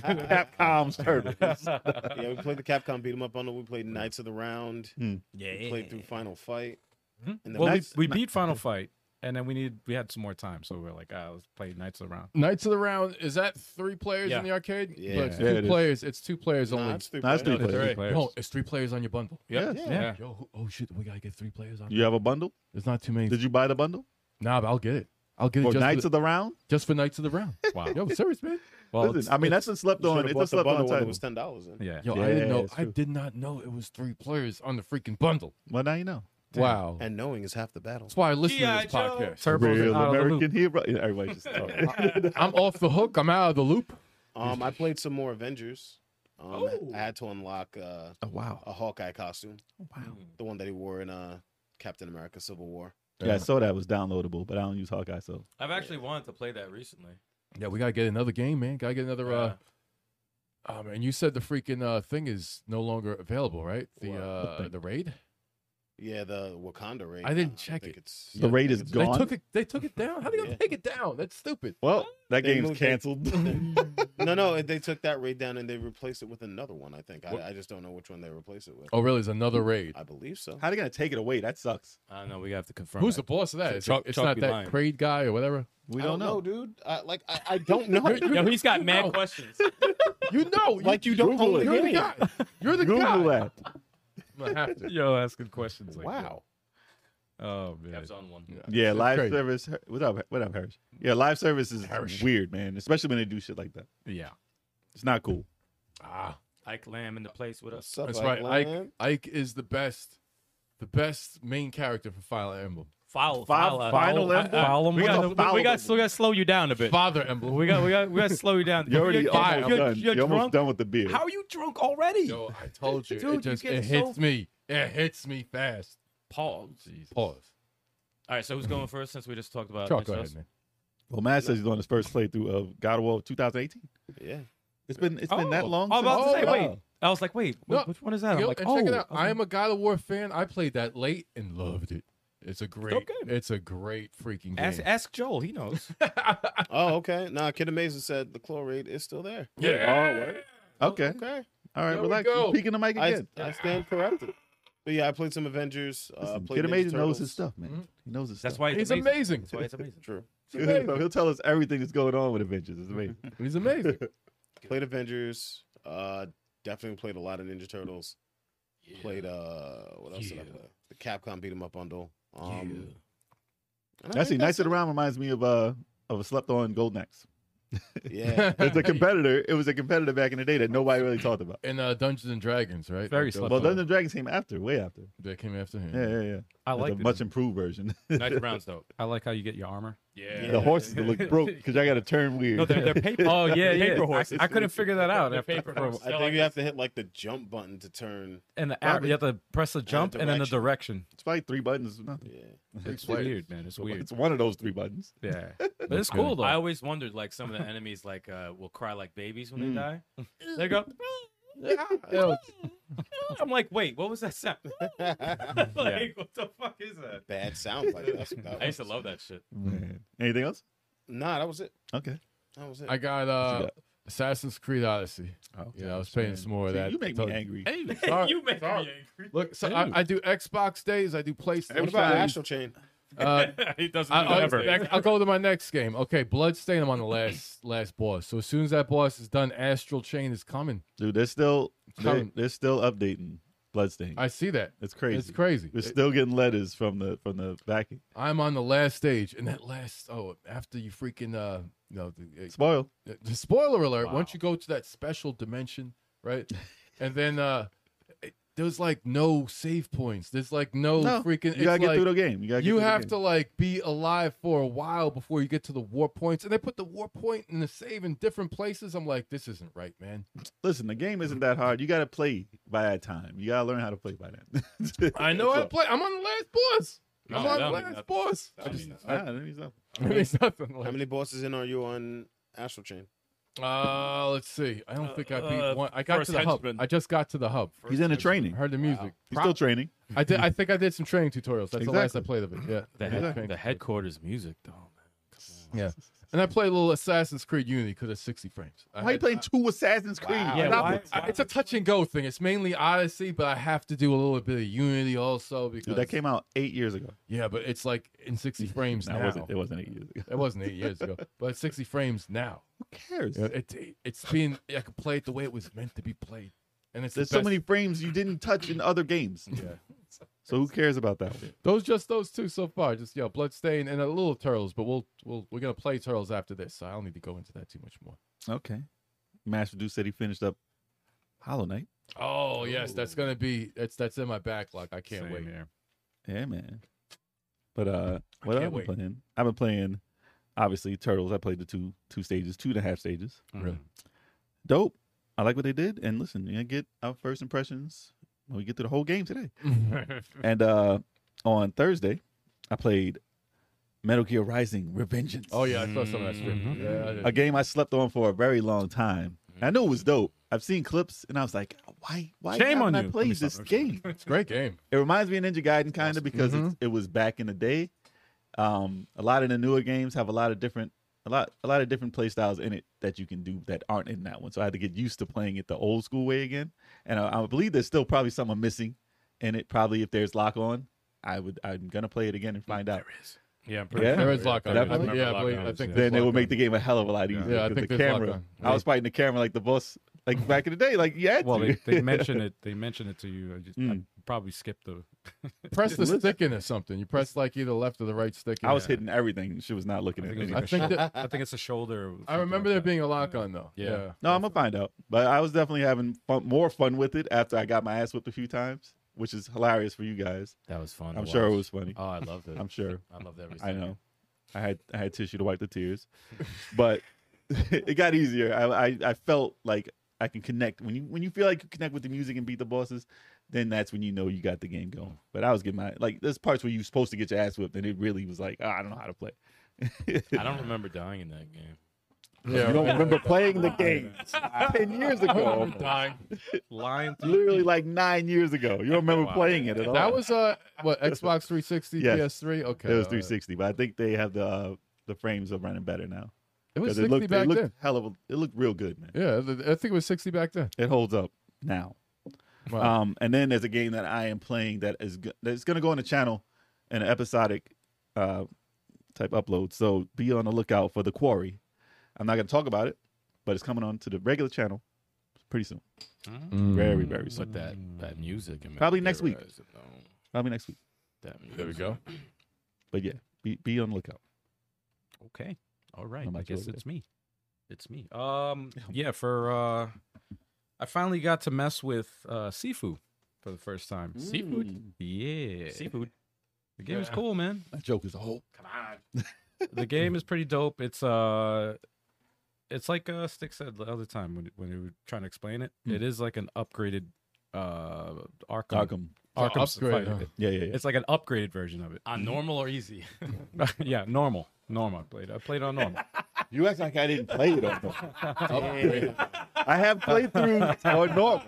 S6: Capcom's Turtles.
S3: Yeah, we played the Capcom beat 'em up bundle. We played Knights of the Round. We
S8: Yeah.
S3: played through Final Fight.
S2: Mhm.
S3: And the
S2: Well,
S3: next-
S2: we, we beat Final Fight, and then we need we had some more time, so we were like, ah, let's play Knights of the Round.
S4: Knights of the Round is that three players
S8: Yeah.
S4: in the arcade?
S3: Yeah.
S4: But it's
S6: Yeah,
S4: two
S6: it is.
S4: players. It's two players
S3: Nah,
S4: only.
S3: it's three
S6: That's
S3: players.
S6: three players.
S2: Three players.
S4: No, it's three players on your bundle.
S6: Yeah.
S2: Yeah.
S4: Yo, who- oh shit, we gotta get three players on.
S6: You have a bundle?
S4: There's not too many.
S6: Did you buy the bundle?
S4: Nah, but I'll get it. I'll get it
S6: Or
S4: just
S6: Knights
S4: for,
S6: of the Round?
S4: just for Knights of the Round.
S2: Wow.
S4: Yo, serious man.
S2: Well, it's-
S6: Listen, I mean, that's a slept
S3: You should've
S6: on. It's
S3: bought
S6: a
S3: the
S6: slept on
S3: bundle when it
S6: title.
S3: was ten dollars.
S2: yeah.
S4: Yo,
S6: Yeah,
S4: I didn't know.
S6: it's
S4: I
S6: true.
S4: did not know it was three players on the freaking bundle.
S6: Well, now you know.
S4: Wow.
S3: And knowing is half the battle.
S4: That's why I listen
S8: G.I.
S4: to this
S8: Joe.
S4: podcast.
S2: Turbo's
S6: Real
S2: out of the loop.
S6: American hero. Yeah, Everybody just
S4: Oh. I'm off the hook. I'm out of the loop.
S3: Um, I played some more Avengers. Um,
S4: Oh.
S3: I had to unlock uh,
S6: Oh, wow.
S3: a Hawkeye costume,
S6: Wow.
S3: the one that he wore in uh, Captain America: Civil War.
S6: Yeah, I saw that was downloadable, but I don't use Hawkeye, so.
S8: I've actually wanted to play that recently.
S4: Yeah, we gotta get another game, man. Gotta get another. uh Um, and you said the freaking uh, thing is no longer available, right? The uh, the raid.
S3: Yeah, the Wakanda raid.
S4: I didn't
S3: uh,
S4: check
S3: think
S4: it.
S3: It's,
S6: The raid is
S4: They
S6: gone.
S4: took it. They took it down. How they gonna
S3: Yeah.
S4: take it down? That's stupid.
S6: Well, that
S3: They
S6: game's
S3: moved it.
S6: canceled.
S3: no, no, they took that raid down and they replaced it with another one. I think. I, I just don't know which one they replaced it with.
S4: Oh, really? It's another raid.
S3: I believe so.
S6: How are they going to take it away? That sucks.
S8: I don't know. We have to confirm.
S4: Who's the
S8: that.
S4: boss of that?
S8: So
S4: It's,
S8: Chuck-
S4: it's
S8: Chuck
S4: not
S8: be
S4: that
S8: lying.
S4: Creed guy or whatever.
S6: We
S3: I
S6: don't, know.
S3: dude. I, like, I, I don't know.
S8: Yo, he's got
S4: You
S8: mad
S4: know.
S8: questions.
S4: You know,
S3: like you don't own the
S4: You're the
S3: game.
S4: guy. You're the guy.
S6: Google that.
S4: I'm gonna have to.
S2: Yo, asking questions like that.
S3: Wow.
S2: Oh man.
S8: Cap's on one.
S6: Yeah,
S4: It's
S6: live
S4: crazy.
S6: service. What up? What up, Harris? Yeah, live service is
S4: Harris.
S6: weird, man. Especially when they do shit like that.
S2: Yeah.
S6: It's not cool.
S4: Ah,
S8: Ike Lamb in the place with us.
S3: What's up,
S4: that's
S3: Ike
S4: right. Ike,
S3: Land?
S4: Ike is the best, the best main character for Fire Emblem.
S8: Foul,
S6: Fi-
S8: foul,
S6: final
S8: I- I-
S6: emblem?
S2: Foul 'em
S8: we
S2: up.
S8: got, to- we, we got, we got to slow you down a bit.
S4: Father Emblem.
S8: We got, we got, we got to slow you down.
S6: You're already
S8: You're-
S6: almost
S8: you're-
S6: done. You're,
S8: You're
S6: almost
S8: drunk.
S6: done with the beer.
S8: How are you drunk already?
S4: Yo, I told you,
S8: Dude, you
S4: it just
S8: get
S4: it
S8: so-
S4: hits me. It hits me fast.
S8: Pause.
S4: Pause.
S8: All right, so who's going first? Since we just talked about
S4: Chuck, go
S8: Ninja
S4: ahead,
S8: Turtles?
S4: man.
S6: well, Matt says he's on his first playthrough of God of War 2018.
S3: Yeah.
S6: It's been it's been that
S8: Oh,
S6: long.
S8: I was about to
S6: since-
S8: say,
S6: Oh,
S8: wait.
S6: wow.
S8: I was like, wait, wh-
S4: No.
S8: which one is that? I'm
S4: Yo,
S8: like,
S4: and
S8: oh,
S4: check it out.
S8: okay.
S4: I am a God of War fan. I played that late and loved it. It's a great.
S8: Okay.
S4: It's a great freaking game.
S8: Ask, ask Joel. He knows.
S3: Oh, okay. Nah, Kid Amazing said the chlorate is still there.
S4: yeah.
S6: Okay.
S3: Okay.
S6: All right.
S4: There we
S6: relax.
S4: go.
S6: You're peeking the mic
S3: I,
S6: again.
S3: I stand corrected. But yeah, I played some Avengers. Uh,
S6: Listen,
S3: played
S6: Kid
S3: Ninja
S6: Amazing knows his
S3: Turtles.
S6: stuff, man. He knows his
S8: That's
S6: stuff.
S8: why
S4: He's
S8: it's amazing.
S4: amazing.
S8: That's why it's amazing.
S3: True.
S4: He's amazing.
S6: So he'll tell us everything that's going on with Avengers. It's amazing.
S4: He's amazing.
S3: Played Avengers. Uh, definitely played a lot of Ninja Turtles. Played uh, what else did I
S2: Yeah.
S3: play? The Capcom beat 'em up bundle. Um,
S2: Yeah.
S3: and I
S6: Actually,
S3: think
S6: Knights of the Round reminds me of uh of a slept on Gold Axe.
S3: that's- Yeah,
S6: It's a competitor. It was a competitor back in the day that nobody really talked about.
S4: In uh, Dungeons and Dragons, right?
S2: Very
S4: Like those-
S2: slept
S6: Well, Dungeons and Dragons came after, way after.
S4: That came after him.
S6: Yeah, yeah, yeah.
S2: I
S6: It's
S2: like
S6: a
S2: it.
S6: much improved version.
S8: Knights of Round's dope.
S2: I like how you get your armor.
S3: Yeah.
S6: the horses that look broke because I got to turn weird.
S8: No, they're, they're paper.
S2: Oh yeah, yeah.
S8: paper horses.
S2: I, I couldn't figure that out.
S8: They're
S2: after-
S8: paper
S2: for-
S8: horses.
S3: I
S8: So,
S3: think
S8: like,
S3: you have to hit like the jump button to turn.
S2: and the
S6: Probably.
S2: you have to press the jump and then the direction.
S6: it's probably three buttons. Nothing.
S3: Yeah,
S2: It's
S4: Like,
S2: weird, man. It's weird.
S6: It's one of those three buttons.
S2: Yeah, but it's
S4: good.
S2: cool
S8: I
S2: though.
S8: always wondered, like, some of the enemies, like, uh, will cry like babies when
S6: Mm.
S8: they die. They go.
S4: yo,
S8: I'm like, wait, what was that sound? like, what the fuck is that?
S3: bad sound. Like that's what that
S8: I used to
S3: was.
S8: love that shit.
S6: Man. Anything else?
S3: Nah, that was it.
S6: Okay.
S3: That was it.
S4: I got
S6: What you
S4: uh,
S6: got?
S4: Assassin's Creed Odyssey. Yeah, I was paying some more of
S6: See,
S4: that.
S6: you make me angry.
S4: Hey, sorry.
S8: you make
S4: sorry.
S8: me angry.
S4: Look, so I, I do Xbox days. I do PlayStation.
S3: what about Astral Chain?
S4: Uh,
S8: he doesn't
S4: I,
S8: do that
S4: I'll,
S8: ever.
S4: I'll go to my next game. Okay, Bloodstain. I'm on the last last boss. So as soon as that boss is done, Astral Chain is coming.
S6: Dude, they're still they're,
S4: Coming.
S6: they're still updating Bloodstain.
S4: I see that.
S6: It's crazy.
S4: It's crazy.
S6: We're still getting letters from the from the backing.
S4: I'm on the last stage, and that last oh, after you freaking uh, you know, the,
S6: Spoil.
S4: uh, the spoiler alert. Once
S8: Wow.
S4: you go to that special dimension, right, and then uh, it- there's like no save points. There's like no,
S6: No,
S4: freaking.
S6: You gotta
S4: it's
S6: get
S4: like,
S6: through the game. You gotta. Get
S4: you
S6: through the
S4: have
S6: game.
S4: to like be alive for a while before you get to the war points, and they put the war point and the save in different places. I'm like, this isn't right, man.
S6: listen. The game isn't that hard. You gotta play by that time. You gotta learn how to play by that.
S4: I know how
S6: That's
S4: to
S6: all.
S4: play. I'm on the last boss.
S8: No,
S4: I'm on the
S8: that'll
S4: last
S8: mean nothing.
S4: boss. I
S8: That'll
S4: just,
S8: mean nothing.
S6: Ah, that means nothing.
S4: there's nothing
S3: How
S4: left.
S3: many bosses in are you on Astral Chain?
S4: Uh, let's see. I don't
S8: Uh,
S4: think I beat
S8: uh,
S4: one. I got
S8: first
S4: to the
S8: henchman.
S4: hub. I just got to the hub.
S6: He's in the training.
S4: I heard the music.
S6: He's still training.
S4: I did. I think I did some training tutorials. That's the last I
S6: Mm-hmm. Exactly.
S4: played of it. Yeah.
S8: The,
S4: Yeah.
S8: head,
S4: Training
S8: the
S4: tutorials.
S8: headquarters music, though. Man.
S4: Yeah. And I played a little Assassin's Creed Unity because it's 60 frames. I
S6: Why are you
S4: had-
S6: playing two Assassin's Creed?
S8: Yeah,
S4: And I-
S8: why-
S4: I- it's a touch and go thing. It's mainly Odyssey, but I have to do a little bit of Unity also because
S6: Dude, that came out eight years ago.
S4: Yeah, but it's like in 60 frames
S6: No,
S4: now.
S6: it wasn't. It wasn't eight years ago.
S4: It wasn't eight years ago, but it's 60 frames now.
S6: Who cares?
S4: You know, It, it's being I can play it the way it was meant to be played, and it's the
S6: There's so
S4: best-
S6: many frames you didn't touch in other games.
S4: Yeah,
S6: So who cares about that one?
S4: those just those two so far. Just yeah, Bloodstain and a little Turtles, but we'll we'll we're gonna play Turtles after this, so I don't need to go into that too much more.
S6: Okay. Master Duke said he finished up Hollow Knight.
S4: Oh yes, that's gonna be that's that's in my backlog. I can't
S2: Same
S4: wait.
S2: here.
S6: Yeah, man. But uh what I've
S4: can't
S6: been
S4: wait.
S6: playing. I've been playing obviously Turtles. I played the two two stages, two and a half stages.
S8: Mm-hmm.
S4: Really?
S8: Mm.
S6: Dope. I like what they did. And listen, you get our first impressions when we get to the whole game today. and uh on Thursday, I played Metal Gear Rising Revengeance.
S4: Oh yeah, I saw some of that script.
S2: Mhm.
S4: Yeah, I did.
S6: a game I slept on for a very long time. I knew it was dope. I've seen clips, and I was like, "Why? Why
S2: Shame
S6: haven't
S2: on
S6: I
S2: you.
S6: played
S2: Let me
S6: this
S2: stop.
S6: game?"
S4: it's a great game.
S6: It reminds me of Ninja Gaiden kind of because
S4: Mm-hmm.
S6: it's, it was back in the day. Um, a lot of the newer games have a lot of different, a lot, a lot of different play styles in it that you can do that aren't in that one. So I had to get used to playing it the old school way again. And I, I believe there's still probably something missing in it. Probably if there's lock on, I would, I'm gonna play it again and find out.
S8: Yeah, I'm
S6: Yeah.
S4: There is lock on.
S6: That-
S4: I- Yeah, I believe- I think
S8: Lock-on.
S6: then
S4: there's
S6: they would
S4: lock-on.
S6: make the game a hell of a lot easier.
S4: Yeah, I
S6: 'cause
S4: think
S6: the
S4: there's
S6: camera.
S4: lock-on.
S6: I was fighting the camera like the boss, like back in the day. Like you had
S2: Well,
S6: to.
S2: they, they mention it. They mention it to you. I just
S4: Hmm.
S2: I
S6: Mm.
S2: probably skipped the.
S4: press the stick in or something. You press like either left or the right stick.
S6: I was
S4: in.
S6: hitting everything. She was not looking
S2: I
S6: at
S2: think, it was
S6: anything.
S2: like a
S4: Hmm. I think
S2: shoulder-
S4: that-
S2: I think it's a shoulder. or
S4: I
S2: something
S4: remember
S2: like
S4: there
S2: that.
S4: being a lock on though.
S2: Yeah.
S6: No, I'm gonna find out. But I was definitely having fun, more fun with it after I got my ass whipped a few times, which is hilarious for you guys.
S8: That was fun. to
S6: I'm sure it
S8: watch.
S6: was funny.
S8: Oh, I loved it.
S6: I'm sure.
S8: I loved every
S6: I
S8: second.
S6: know. I had I had tissue to wipe the tears, but it got easier. I, I I felt like I can connect when you when you feel like you connect with the music and beat the bosses, then that's when you know you got the game going. But I was getting my like there's parts where you're supposed to get your ass whipped, and it really was like "Ah, I don't know how to play.
S8: I don't remember dying in that game.
S4: Yeah.
S6: You don't remember playing the game ten years ago,
S4: Dying.
S2: lying. through-
S6: literally like nine years ago. You don't remember
S8: Wow.
S6: playing it at all.
S4: That was uh what Xbox 360,
S6: Oh. Yes.
S4: PS3. Okay.
S6: it was
S4: all right.
S6: 360, but I think they have the uh, the frames are running better now
S4: It was
S6: 'Cause
S4: 60
S6: it looked
S4: back
S6: it looked
S4: then.
S6: hell of a, it looked real good, man.
S4: Yeah, th- I think it was 60 back then.
S6: It holds up now.
S2: Wow.
S6: Um, and then there's a game that I am playing that is go- that's going to go on the channel in an episodic uh, type upload. So be on the lookout for the Quarry. I'm not going to talk about it, but it's coming on to the regular channel pretty soon. Very very soon.
S8: But that that music and
S6: Probably next week. Probably next week.
S8: That music.
S4: There we go.
S6: But yeah, be be on the lookout.
S2: Okay. All right.
S4: Oh,
S6: I'm
S2: I
S6: not sure
S2: guess
S6: what it
S2: it's me. It's me. Um yeah, for uh I finally got to mess with uh Sifu for the first time.
S8: Seafood.
S2: Yeah.
S8: Seafood.
S2: The game is
S8: Yeah.
S2: cool, man.
S6: That joke is a whole.
S2: The game is pretty dope. It's uh it's like uh Stick said the other time when when we were trying to explain it.
S6: Hmm.
S2: It is like an upgraded uh Arkham
S6: Arkham.
S4: Oh,
S2: Arkham
S4: upgrade,
S2: Fighter.
S4: huh?
S6: Yeah, yeah, yeah.
S2: It's like an upgraded version of it.
S8: On normal or easy?
S2: yeah, normal. Normal. I played. I played on normal.
S6: You act like I didn't play it on normal.
S4: Upgrade.
S6: I have playthroughs on normal.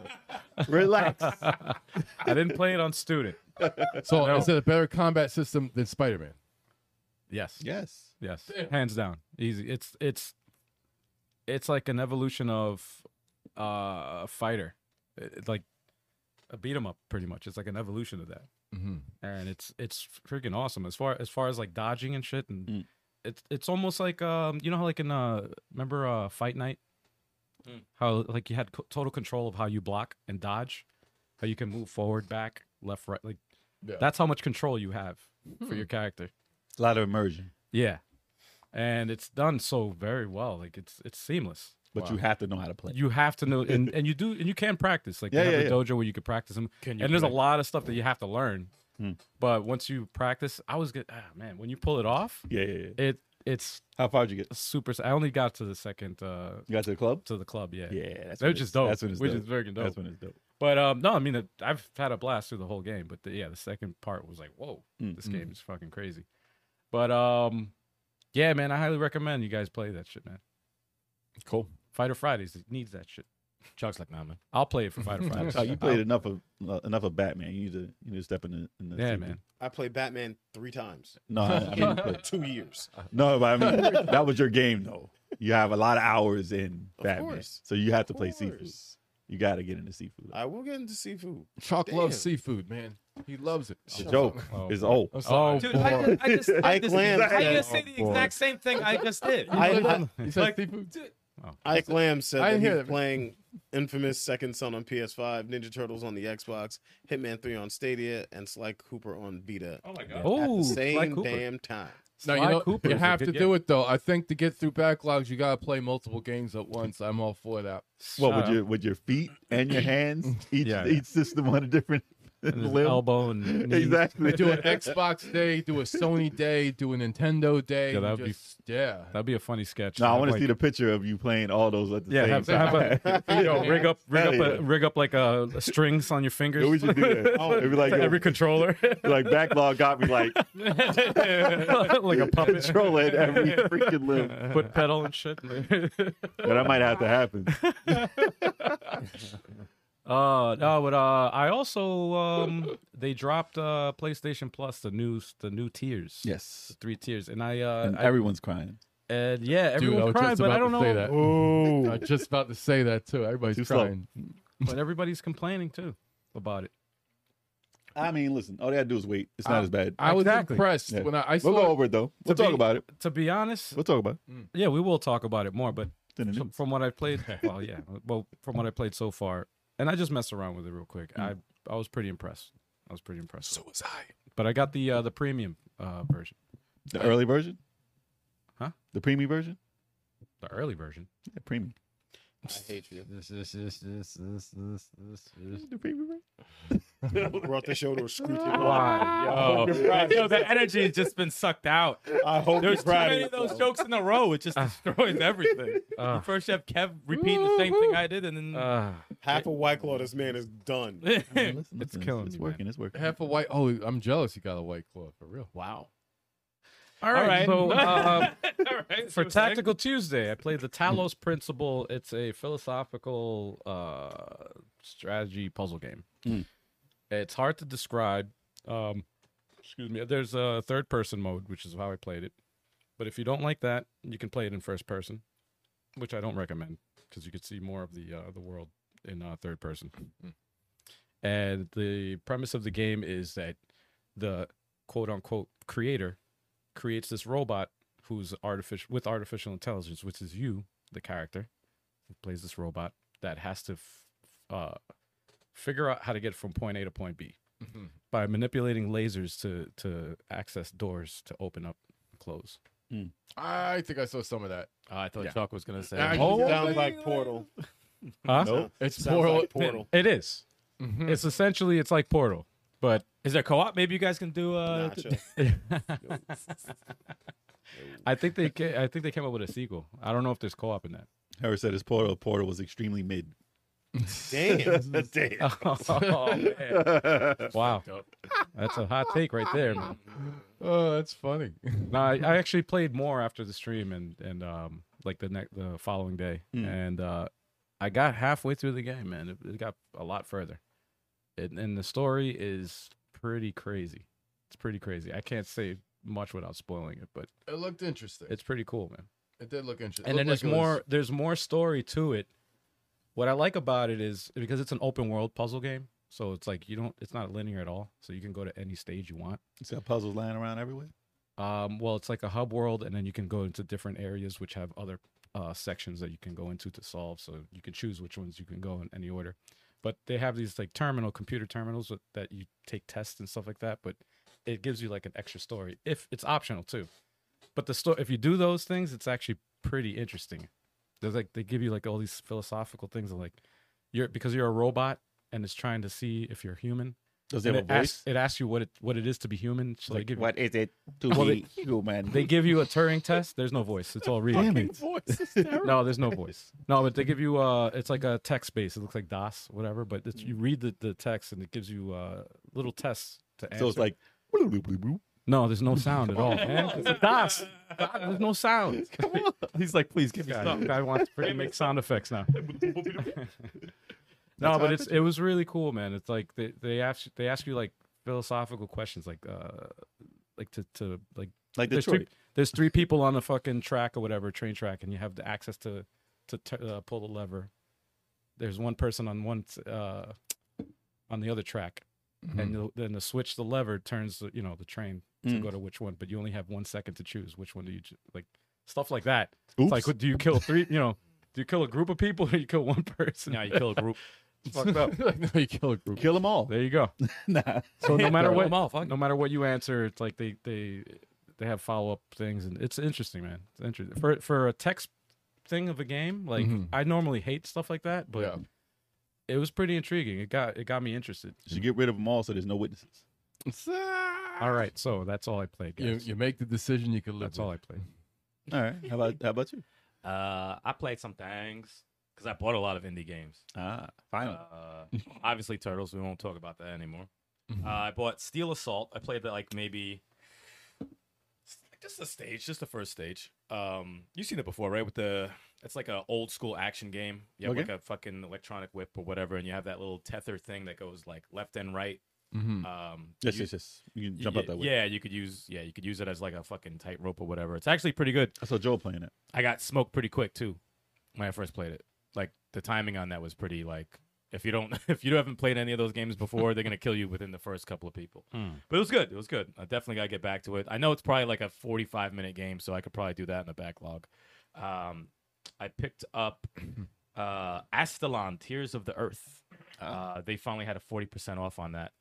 S6: Relax.
S2: I didn't play it on student.
S4: So is it a better combat system than Spider Man?
S2: Yes.
S6: Yes.
S2: Yes, hands down, easy. It's it's it's like an evolution of uh, a fighter, It- it's like a beat 'em up, pretty much. It's like an evolution of that,
S4: Mm-hmm.
S2: and it's it's freaking awesome as far as far as like dodging and shit, and
S6: Mm.
S2: it's it's almost like um you know how like in uh remember uh Fight Night, how like you had co- total control of how you block and dodge, how you can move forward, back, left, right, like
S4: Yeah.
S2: that's how much control you have for your character.
S6: A lot of immersion,
S2: Yeah. And it's done so very well. Like it's it's seamless.
S6: but you have to know how to play.
S2: You have to know and, and you do and you can practice. Like
S6: Yeah,
S2: they have
S6: yeah,
S2: a dojo where you can practice them.
S8: Can you
S2: and there's a
S8: connect-
S2: lot of stuff that you have to learn.
S6: Hmm.
S2: But once you practice, I was good. Ah, man, when you pull it off,
S6: Yeah, yeah, yeah.
S2: it it's
S6: How far did you get?
S2: super I only got to the second uh
S6: You got to the club?
S2: to the club, yeah.
S6: Yeah, that's
S2: They're
S6: when
S2: just
S6: it's-
S2: dope.
S6: That's when it's
S2: which
S6: dope.
S2: is very dope.
S6: That's when it's dope.
S2: But um, no, I mean, the, I've had a blast through the whole game. But the, yeah, the second part was like, whoa,
S6: Mm,
S2: this game is fucking crazy. But um, yeah, man, I highly recommend you guys play that shit, man.
S8: Cool.
S2: Fighter Fridays it needs that shit.
S8: Chuck's like, nah, man.
S2: I'll play it for Fighter Fridays.
S6: Oh, you played enough of uh, enough of Batman. You need to you need to step in the, in the
S2: Yeah,
S6: seat.
S2: man.
S3: I played Batman three times
S6: No, I, I mean,
S3: in
S6: but-
S3: two years.
S6: no, but I mean that was your game though. You have a lot of hours in
S3: Of
S6: Batman,
S3: course.
S6: so you have to
S3: Of
S6: play seafood.
S3: course.
S6: You got to get into seafood.
S3: I will get into seafood.
S4: Chalk loves
S3: Damn.
S4: seafood, man. He loves it.
S6: the joke
S2: Oh,
S6: is
S2: boy.
S6: old.
S4: I'm sorry.
S2: Oh,
S8: Dude, I
S2: boy.
S8: just, I just, I
S3: Ike
S8: just,
S3: Lamb
S8: I just
S3: said-
S8: say the exact same thing I just did.
S4: He
S3: I-
S4: said- he said
S8: like-
S4: seafood.
S3: Ike Lamb said that
S4: I didn't
S3: he's
S4: hear that.
S3: playing Infamous Second Son on PS5, Ninja Turtles on the Xbox, Hitman 3 on Stadia, and Sly Cooper on Vita.
S8: Oh my god.
S3: at
S2: Oh,
S3: the
S2: Sly
S3: same
S2: Cooper.
S3: damn time.
S4: No, you,
S2: Sly
S4: know,
S2: Cooper
S4: you
S2: is a
S4: have
S2: good
S4: to
S2: game.
S4: do it though. I think to get through backlogs, you gotta play multiple games at once. I'm all for that.
S6: What with
S2: Shut
S6: your with your feet and your hands? Each
S2: Yeah.
S6: each system on a different
S2: up. And his
S6: limb.
S2: elbow and knee.
S6: Exactly.
S4: Do an Xbox day, do a Sony day, do a Nintendo day.
S2: Yeah, that'd be-
S4: just, yeah.
S2: That'd be a funny sketch.
S6: No, I
S2: Have,
S6: want to
S2: like-
S6: see the picture of you playing all those at the
S2: Yeah,
S6: same
S2: have,
S6: time.
S2: have a, you know, rig up, rig up,
S6: Hell
S2: a,
S6: yeah.
S2: rig up like a strings on your fingers.
S6: Yeah, we should do that.
S3: Oh,
S6: It'd be like, uh,
S2: to
S6: yo,
S2: every controller,
S6: like backlog got me like
S2: like a puppet.
S6: controlling every freaking limb.
S2: foot pedal and shit.
S6: But that might have to happen.
S2: uh no, but uh, I also um they dropped uh PlayStation Plus the new the new tiers,
S6: Yes.
S2: three tiers, and I uh
S6: And
S2: I-
S6: everyone's crying.
S2: and yeah,
S4: Dude, I
S2: everyone
S4: was
S2: cried,
S4: just
S2: but
S4: about
S2: I don't
S4: to
S2: know,
S4: say that. I was just about to say that too. Everybody's
S6: Too slow.
S4: crying.
S2: but everybody's complaining too about it.
S6: I mean, listen, all they gotta do is wait. It's not as bad.
S4: I was
S2: Exactly.
S4: impressed
S6: Yeah.
S4: when I, I saw.
S6: we'll go over it though. We'll
S2: to
S6: talk
S2: be-
S6: about it.
S2: To be honest,
S6: We'll talk about
S2: yeah, we will talk about it more, but
S6: it.
S2: from, from what I played, well, yeah, well, from what I played so far, and I just messed around with it real quick.
S4: Mm.
S2: I I was pretty impressed. I was pretty impressed. So was I. But I got the uh, the premium uh, version,
S6: The early version?
S2: Huh?
S6: The premium version?
S2: the early version.
S6: Yeah, premium.
S3: I hate you.
S7: This, this, this, this, this, this, this, this.
S6: The premium version?
S3: Brought the show to a screeching halt.
S8: Wow. Yo, Oh. yo, the energy has just been sucked out.
S6: I hope
S8: There's too many of those jokes in a row. It just destroys everything.
S2: Uh.
S8: You first you have Kev repeating the same thing I did, and then
S2: Uh,
S3: Half a White Claw, this man is done.
S2: It's killing
S6: It's
S2: me, man.
S6: working. It's working.
S4: Half a white. Oh, I'm jealous. You got a white claw for real.
S3: Wow.
S2: all right. So uh,
S8: All right,
S2: for
S8: so it's like-
S2: Tactical Tuesday, I played the Talos Principle. It's a philosophical uh, strategy puzzle game.
S6: Mm.
S2: It's hard to describe. Um, excuse me. There's a third person mode, which is how I played it. But if you don't like that, you can play it in first person, which I don't recommend because you could see more of the uh, the world in uh, third person. And the premise of the game is that the quote unquote creator creates this robot who's artificial with artificial intelligence, which is you, the character who plays this robot that has to f- uh, figure out how to get from point A to point B
S4: Mhm.
S2: by manipulating lasers to to access doors to open up and close.
S4: I think I saw some of that.
S8: Oh, I thought
S4: Yeah.
S8: Chuck was gonna say.
S4: Ah,
S8: Oh,
S4: yeah.
S3: Sounds like Portal.
S2: Huh?
S6: Nope.
S4: It's
S3: Sounds
S4: Portal.
S3: like Portal.
S2: It is.
S4: Mhm.
S2: It's essentially it's like Portal, but
S8: Hmm. Is there co-op? Maybe you guys can do. Uh,
S3: Nah, chill.
S2: I think they ca- I think they came up with a sequel. I don't know if there's co-op in that.
S6: Harris said his portal portal was extremely mid.
S3: Damn.
S6: Damn.
S2: Oh, man. Wow,
S4: Dope.
S2: that's a hot take right there, man.
S4: Oh, that's funny.
S2: No, I, I actually played more after the stream and and um like the next the following day,
S4: Hmm.
S6: Mm.
S2: and uh, I got halfway through the game, man. It, it got a lot further, it, and the story is pretty crazy. It's pretty crazy. I can't say much without spoiling it, but
S4: It looked interesting.
S2: it's pretty cool, man.
S4: it did look interesting.
S2: and
S4: It
S2: then
S4: looked
S2: there's
S4: like it was-
S2: more there's more story to it what i like about it is because it's an open world puzzle game so it's like you don't it's not linear at all so you can go to any stage you want
S6: He's got puzzles lying around everywhere.
S2: um, well it's like a hub world and then you can go into different areas which have other uh, sections that you can go into to solve so you can choose which ones you can go in any order but they have these like terminal computer terminals that, that you take tests and stuff like that but it gives you like an extra story if it's optional too but the story if you do those things it's actually pretty interesting there's like they give you like all these philosophical things of like you're because you're a robot and it's trying to see if you're human
S6: Does
S2: and it, asks, it asks you what it what it is to be human so they give you-
S6: is it to
S2: Well,
S6: human?
S2: they give you a Turing test. There's no voice. It's all reading.
S6: Damn it.
S2: No, there's no voice. No, but they give you uh it's like a text base. It looks like DOS, whatever, but it's, you read the, the text and it gives you uh little tests to answer.
S6: So it's like
S2: No, there's no sound at all, man. It's like DOS. There's no sound.
S8: he's like, please give me
S2: Guy,
S8: something.
S2: guy wants to make sound effects now. no, but it's it was really cool, man. It's like they they ask they ask you like philosophical questions, like uh like to to like
S6: like
S2: there's three,
S6: Detroit.
S2: there's three people on the fucking track or whatever train track, and you have the access to to t- uh, pull the lever. There's one person on one s- uh, on the other track,
S8: Mm-hmm.
S2: and the, then the switch the lever turns the, you know the train to
S6: Mm.
S2: go to which one, but you only have one second to choose which one do you ch- like stuff like that.
S6: Oops.
S2: It's like what- do you kill three? You know, do you kill a group of people or you kill one person?
S8: Now you kill a group.
S2: fucked up.
S4: no, you kill a group.
S6: Kill them all.
S2: There you go.
S6: Nah.
S2: So no matter
S8: Throw
S2: what,
S8: them all, fuck.
S2: no matter what you answer, it's like they they they have follow up things, and it's interesting, man. It's interesting for for a text thing of a game. Like
S4: Mhm.
S2: I normally hate stuff like that, but
S4: Yeah.
S2: it was pretty intriguing. It got it got me interested.
S6: You should get rid of them all so there's no witnesses.
S2: All right, so that's all I played.
S4: You,
S2: Guys.
S4: you make the decision you can live.
S2: that's all I played.
S6: All right. How about how about you?
S8: Uh, I played some things because I bought a lot of indie games.
S6: Ah, finally.
S8: Uh, obviously, Turtles. We won't talk about that anymore. Uh, I bought Steel Assault. I played that like maybe just the stage, just the first stage. Um, you've seen it before, right? With the it's like a old school action game. You have
S6: Okay.
S8: like a fucking electronic whip or whatever, and you have that little tether thing that goes like left and right.
S4: Mm-hmm.
S8: Um,
S6: yes,
S8: you-
S6: yes, yes. You can
S8: you-
S6: jump out that way.
S8: Yeah, you could use yeah, you could use it as like a fucking tightrope or whatever. It's actually pretty good.
S6: I saw Joel playing it.
S8: I got smoked pretty quick too when I first played it. Like the timing on that was pretty like if you don't if you haven't played any of those games before, they're gonna kill you within the first couple of people.
S2: Hmm.
S8: But it was good. It was good. I definitely gotta get back to it. I know it's probably like a forty five minute game, so I could probably do that in the backlog. Um, I picked up uh, Astalon Tears of the Earth. Uh, they finally had a forty percent off on that,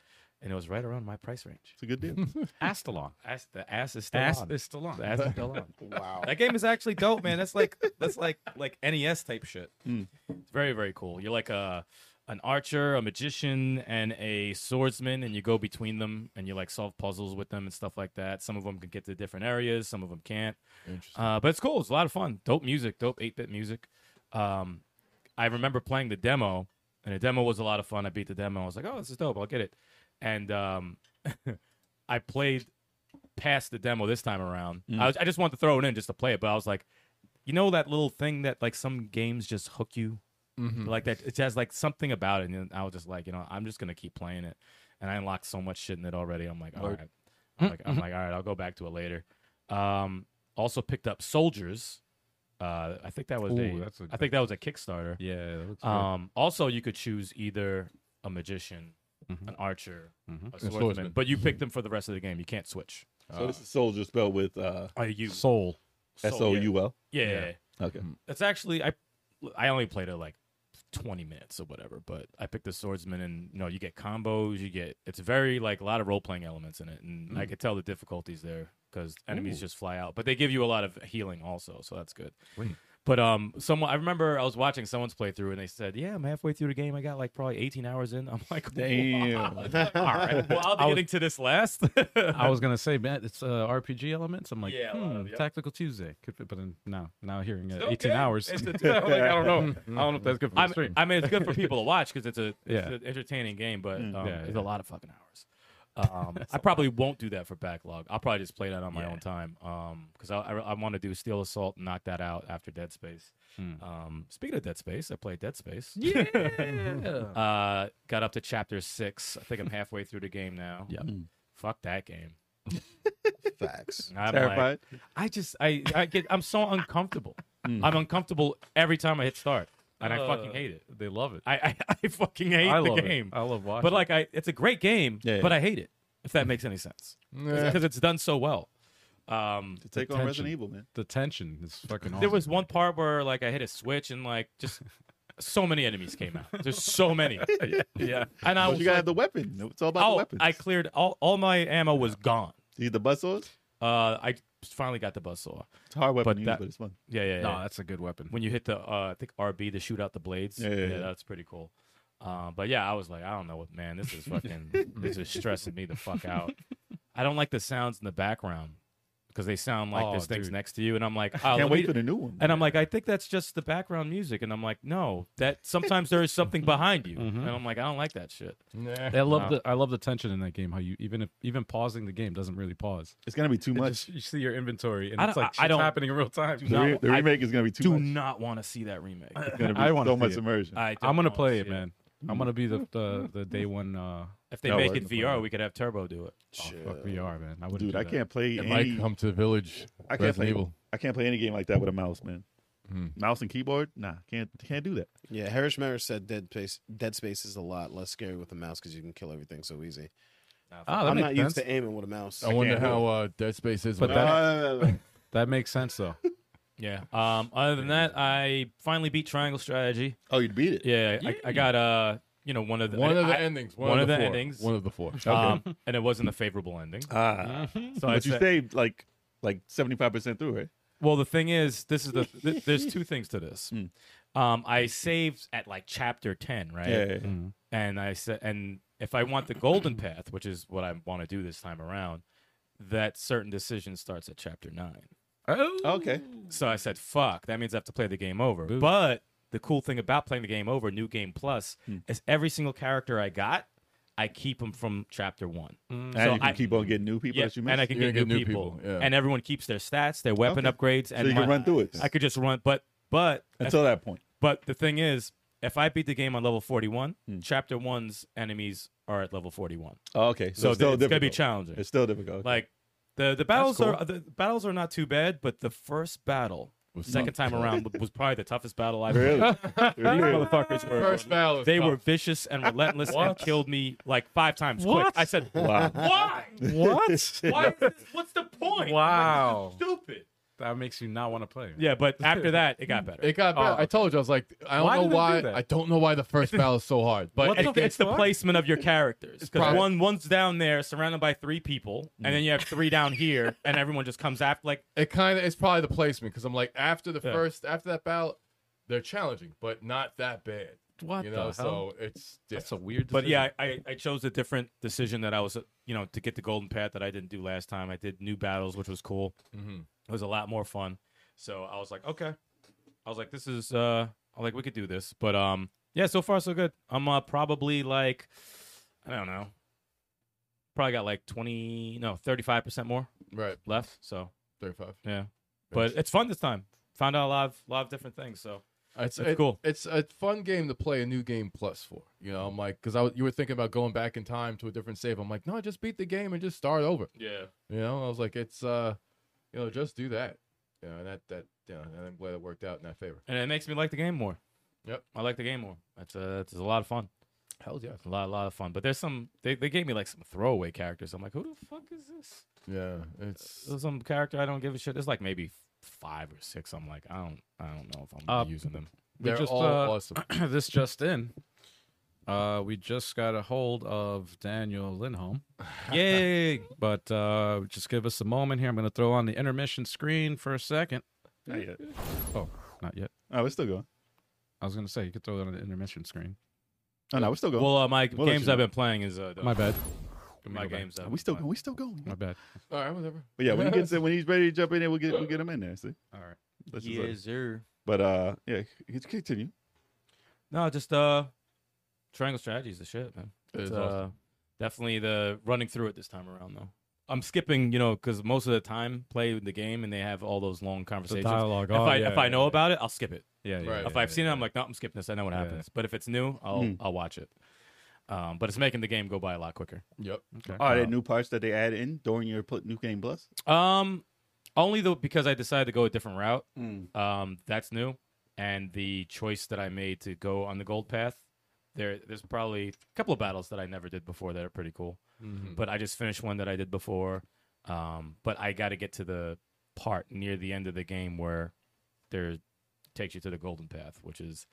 S8: and it was right around my price range.
S6: It's a good deal.
S2: Astalon.
S8: Ass, the ass is still
S2: Ast-
S8: on.
S2: it's still on.
S8: the ass is still on.
S3: wow.
S8: That game is actually dope, man. That's like that's like like NES type shit.
S6: Mm.
S8: It's very very cool. You're like a an archer, a magician, and a swordsman, and you go between them, and you like solve puzzles with them and stuff like that. Some of them can get to different areas, some of them can't.
S4: Interesting.
S8: Uh, but it's cool. It's a lot of fun. Dope music. Dope eight bit music. Um, I remember playing the demo, and the demo was a lot of fun. I beat the demo. I was like, oh, this is dope. I'll get it. And um, I played past the demo this time around. I, was, I just wanted to throw it in just to play it, but I was like, you know that little thing that like some games just hook you
S2: Mm.
S4: Mhm.
S8: like that. It has like something about it, and I was just like, you know, I'm just gonna keep playing it, and I unlocked so much shit in it already. I'm like, all right,
S2: Mm,
S8: I'm like,
S2: mm-hmm.
S8: I'm like, all right, I'll go back to it later. Um, also picked up Soldiers. Uh, I think that was
S2: Ooh,
S8: a,
S2: that's a-
S8: I think that was a Kickstarter.
S2: Yeah, that looks good.
S8: Um, also, you could choose either a magician
S2: Mhm.
S8: an archer,
S2: Mhm.
S8: a
S4: And
S8: swordsman,
S4: swordsman.
S8: but you
S2: Mm-hmm.
S8: pick them for the rest of the game. You can't switch. Uh,
S6: So this is soldier spelled with uh,
S8: Are you?
S2: Soul.
S6: S O U L.
S8: Yeah,
S4: Yeah.
S8: yeah. yeah.
S6: Okay.
S8: That's actually I. I only played it like twenty minutes or whatever, but I picked the swordsman, and you know you get combos. You get it's very like a lot of role playing elements in it, and
S2: Mm.
S8: I could tell the difficulties there because enemies just fly out, but they give you a lot of healing also, so that's good.
S2: Sweet.
S8: But um, someone I remember I was watching someone's playthrough, and they said, "Yeah, I'm halfway through the game. I got like probably 18 hours in." I'm like, "Wow."
S6: Damn.
S8: All right, well I'll be
S2: I was-
S8: getting to this last.
S2: I was gonna say, man, it's uh, RPG elements. I'm like,
S8: Yeah, a lot
S2: hmm,
S8: of- yep.
S2: Tactical Tuesday. Could be, but then now, now hearing uh,
S8: It's
S2: 18
S8: okay.
S2: hours.
S8: It's
S2: like,
S8: a-
S2: I don't know. I don't know if that's good for the
S8: I'm-
S2: stream.
S8: I mean, it's good for people to watch because it's a it's
S2: Yeah. Mm.
S8: an entertaining game, but um,
S2: Yeah,
S8: it's
S2: yeah.
S8: a lot of fucking hours. Um, I probably won't do that for backlog. I'll probably just play that on my
S2: Yeah.
S8: own time because I, I, want to do Steel Assault and knock that out after Dead Space.
S2: Hmm.
S8: Um, speaking of Dead Space, I played Dead Space.
S2: yeah.
S8: Uh, got up to chapter six. I think I'm halfway through the game now.
S2: Yep.
S6: Mm.
S8: Fuck that game.
S3: Facts.
S8: I'm like,
S6: Terrified.
S8: I just I I get I'm so uncomfortable.
S6: Mm.
S8: I'm uncomfortable every time I hit start, and I fucking
S2: Hmm. Uh,
S8: hate it.
S2: They love it.
S8: I I, I fucking hate
S2: I
S8: the
S2: love
S8: game.
S2: It. I love watching.
S8: But like I, it's a great game,
S6: Yeah, yeah.
S8: but I hate it. If that makes any sense,
S4: Yeah.
S8: because it's done so well. Um,
S6: to take on
S2: Attention.
S6: Resident Evil, man.
S2: it. the tension is fucking. Awesome.
S8: there was one part where like I hit a switch and like just so many enemies came out. There's so many. yeah, and I
S6: But
S8: was
S6: you gotta
S8: like,
S6: have the weapon. It's all about the
S8: oh,
S6: weapons.
S8: I cleared all all my ammo was gone.
S6: See the buzz saws?
S8: Uh, I finally got the buzzsaw.
S6: It's a hard weapon
S8: But
S6: to use,
S8: that-
S6: but it's fun.
S8: Yeah, yeah, yeah.
S2: No, that's a good weapon.
S8: when you hit the uh, I think RB to shoot out the blades.
S6: Yeah, yeah, yeah.
S8: that's pretty cool. Uh, but yeah, I was like, I don't know what man, this is fucking this is stressing me the fuck out. I don't like the sounds in the background because they sound like
S2: Oh,
S8: there's things
S2: dude.
S8: next to you, and I'm like, oh,
S6: Can't
S8: let
S6: wait
S8: me-
S6: for the new one.
S8: and I'm like, I think that's just the background music, and I'm like, no, that sometimes there is something behind you,
S6: Mm-hmm.
S2: Mhm.
S8: and I'm like, I don't like that shit.
S4: Nah.
S2: I love
S8: Nah.
S2: the I love the tension in that game. How you even if, even pausing the game doesn't really pause.
S6: it's gonna be too
S2: It
S6: much.
S2: just- you see your inventory and
S8: I
S2: it's
S8: don't-
S2: like
S8: I- I
S2: shit's
S8: don't-
S2: happening in real time.
S8: do
S6: The, re-
S8: not-
S6: the
S8: I
S6: remake is gonna be too
S8: Do
S6: much.
S8: not want to see that remake.
S6: it's gonna be
S2: I wanna
S6: so
S2: see
S6: much
S2: it.
S6: immersion.
S8: I
S2: I'm
S8: don't
S2: gonna
S8: wanna
S2: play it,
S8: see
S2: man. I'm gonna be the the, the day one. Uh,
S8: If they
S6: No,
S8: make
S6: we're
S8: it
S6: gonna play
S8: VR,
S6: it.
S8: we could have Turbo do it.
S2: oh,
S3: Shit.
S2: fuck VR, man. I wouldn't.
S6: Dude,
S2: do
S6: I
S2: that.
S6: can't play
S4: It
S6: any
S4: might come to the village.
S6: I can't
S4: Resident
S6: play
S4: Evil.
S6: I can't play any game like that with a mouse, man.
S4: Hmm.
S6: Mouse and keyboard? Nah, can't can't do that.
S3: Yeah, Harris Maris said Dead Space Dead Space is a lot less scary with a mouse because you can kill everything so easy.
S8: Oh,
S2: Ah, that
S3: I'm
S2: makes
S3: not
S2: sense.
S3: used to aiming with a mouse.
S4: I wonder
S6: can't do
S4: how uh, Dead Space is.
S2: But
S4: without-
S2: that-
S6: No, no, no, no.
S2: That makes sense though.
S8: Yeah. Um. Other than that, I finally beat Triangle Strategy.
S6: oh, you beat it.
S8: Yeah, I, I got uh, you know, one of the
S4: one
S8: I-
S4: of the
S8: I-
S4: endings. One,
S8: one
S4: of
S8: of
S4: the,
S8: the
S4: four.
S8: endings.
S4: One of the four.
S8: um, and it wasn't a favorable ending.
S6: Ah,
S8: So I
S6: but you
S8: said-
S6: saved like like seventy five percent through, right?
S8: well, the thing is, this is the th- there's two things to this.
S6: Mm.
S8: Um, I saved at like chapter ten, right?
S6: Yeah, yeah, yeah.
S8: And I said, and if I want the golden path, which is what I want to do this time around, that certain decision starts at chapter nine.
S2: Oh,
S6: Okay.
S8: So I said, fuck, that means I have to play the game over.
S2: Boo.
S8: But the cool thing about playing the game over, New Game Plus,
S6: Hmm.
S8: is every single character I got, I keep them from chapter one.
S6: And
S8: So
S6: you can
S8: I-
S6: keep on getting new people
S8: Yeah,
S6: that you missed.
S8: and I can
S4: You're
S8: get,
S4: gonna
S8: new people.
S4: yeah.
S8: And everyone keeps their stats, their weapon
S6: Okay.
S8: upgrades.
S6: so
S8: and
S6: you can
S8: my-
S6: run through it
S8: I could just run, but but
S6: until that point.
S8: but the thing is, if I beat the game on level 41,
S6: Hmm.
S8: chapter one's enemies are at level 41.
S6: Oh, okay,
S8: So,
S6: it's still
S8: it's gonna be
S6: difficult.
S8: challenging.
S6: It's still difficult. Okay.
S8: like the the battles
S6: cool.
S8: are the battles are not too bad, but the first battle
S4: Was
S8: second
S4: something.
S8: time around was probably the toughest battle I've
S6: Really?
S8: played. These
S6: Really?
S8: motherfuckers were
S4: First battle. is
S8: they
S4: tough.
S8: were vicious and relentless and killed me like five times quick.
S2: What?
S8: I said,
S6: Wow.
S8: "Why?
S2: What?
S8: Why? Is this, what's the point?
S2: Wow.
S8: Like, this is stupid."
S2: that makes you not want to play.
S8: Yeah, but after that, it got better.
S4: It got better.
S2: Oh,
S4: I told you. I was like, I don't
S2: Why
S4: know
S2: did they do
S4: why.
S2: that?
S4: I don't know why the first battle is so hard. But
S8: It's,
S4: it,
S8: it's the
S2: fuck?
S8: placement of your characters. Because
S4: probably- Mm.
S8: one one's down there, surrounded by three people, and then you have three down here, and everyone just comes after. Like,
S4: it kind of it's probably the placement because I'm like after the
S8: Yeah.
S4: first after that battle, they're challenging, but not that bad.
S2: What
S4: you
S2: the
S4: know,
S2: hell?
S4: so it's yeah.
S2: That's a weird.
S8: but yeah,
S2: decision.
S8: I, I chose a different decision that I was, uh, you know, to get the golden path that I didn't do last time. I did new battles, which was cool.
S4: hmm
S8: It was a lot more fun. So I was like, okay. I was like, this is uh I was like we could do this. But um yeah, so far so good. I'm uh probably like I don't know. Probably got like twenty no, thirty five percent more
S4: Mm-hmm. right.
S8: left. So
S4: Thirty five.
S8: yeah. But it's fun this time. Found out a lot of lot of different things. So
S4: It's,
S8: That's
S4: it-
S8: cool.
S4: It's a fun game to play a new game plus for. You know, I'm like, because I was- you were thinking about going back in time to a different save. I'm like, no, just beat the game and just start over.
S8: Yeah.
S4: You know, I was like, it's uh, you know, just do that. You know, and that that you know, and I'm glad it worked out in that favor.
S8: And it makes me like the game more.
S4: Yep.
S8: I like the game more. That's uh that's a lot of fun. Hell yeah, a lot, a lot of fun. But there's some. They, they gave me like some throwaway characters. I'm like, who the fuck is this?
S4: Yeah, it's
S2: Uh,
S8: There's some character I don't give a shit. There's like maybe five or six. I'm like, I don't, I don't know if I'm
S2: Uh,
S8: using them.
S2: we
S4: they're
S2: just,
S4: all
S2: uh,
S4: awesome.
S2: this just in. Uh, we just got a hold of Daniel Lindholm. Yay! but uh, just give us a moment here. I'm going to throw on the intermission screen for a second.
S6: Not yet.
S2: Oh, not yet.
S6: Oh, we're still going.
S2: I was going to say you could throw that on the intermission screen.
S6: Oh no, we're still going.
S8: Well, uh, my
S6: We'll let
S8: games
S6: you
S8: I've
S6: know.
S8: been playing is uh, the-
S2: My bad.
S8: my games. I've
S6: we
S8: been
S6: still
S8: playing.
S6: we still going.
S2: My bad.
S4: All right, whatever.
S6: But yeah, when he gets in, when he's ready to jump in there, we'll get we'll get him in there. See.
S2: All right.
S6: That's just it.
S9: Yes, sir.
S6: But uh, yeah, c- continue.
S8: No, just uh, Triangle Strategy is the shit, man.
S4: It
S8: It's,
S4: is awesome.
S8: uh, definitely the running through it this time around though. I'm skipping, you know, because most of the time play the game and they have all those long
S2: The
S8: conversations.
S2: dialogue. oh,
S8: if I if I know about it, I'll skip it.
S2: yeah, yeah,
S4: Right.
S8: if I've seen it, I'm like, no, I'm skipping this. I know what
S2: Yeah.
S8: happens. But if it's new, I'll
S6: Mm.
S8: I'll watch it. Um, but it's making the game go by a lot quicker.
S4: Yep.
S2: Okay.
S8: "Oh,
S6: Are there new parts that they add in during your pl- new game plus?
S8: Um, only though because I decided to go a different route.
S6: Mm.
S8: Um, that's new, and the choice that I made to go on the gold path. There, there's probably a couple of battles that I never did before that are pretty cool.
S4: Mm-hmm.
S8: But I just finished one that I did before. Um, but I got to get to the part near the end of the game where there takes you to the golden path, which is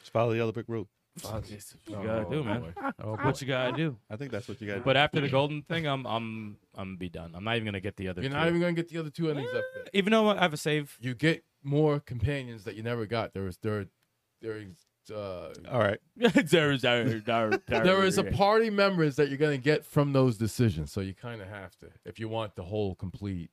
S6: Just follow the yellow brick road.
S8: what you gotta do, man.
S2: Oh, boy.
S8: What you gotta do.
S6: I think that's what you got.
S8: But after the golden thing, I'm I'm I'm be done. I'm not even gonna get the other.
S4: You're
S8: two.
S4: not even gonna get the other two endings up there.
S8: even though I have a save.
S4: You get more companions that you never got. There was there, there is uh,
S6: all right.
S8: there is there, there,
S4: there is a party members that you're gonna get from those decisions. So you kind of have to if you want the whole complete.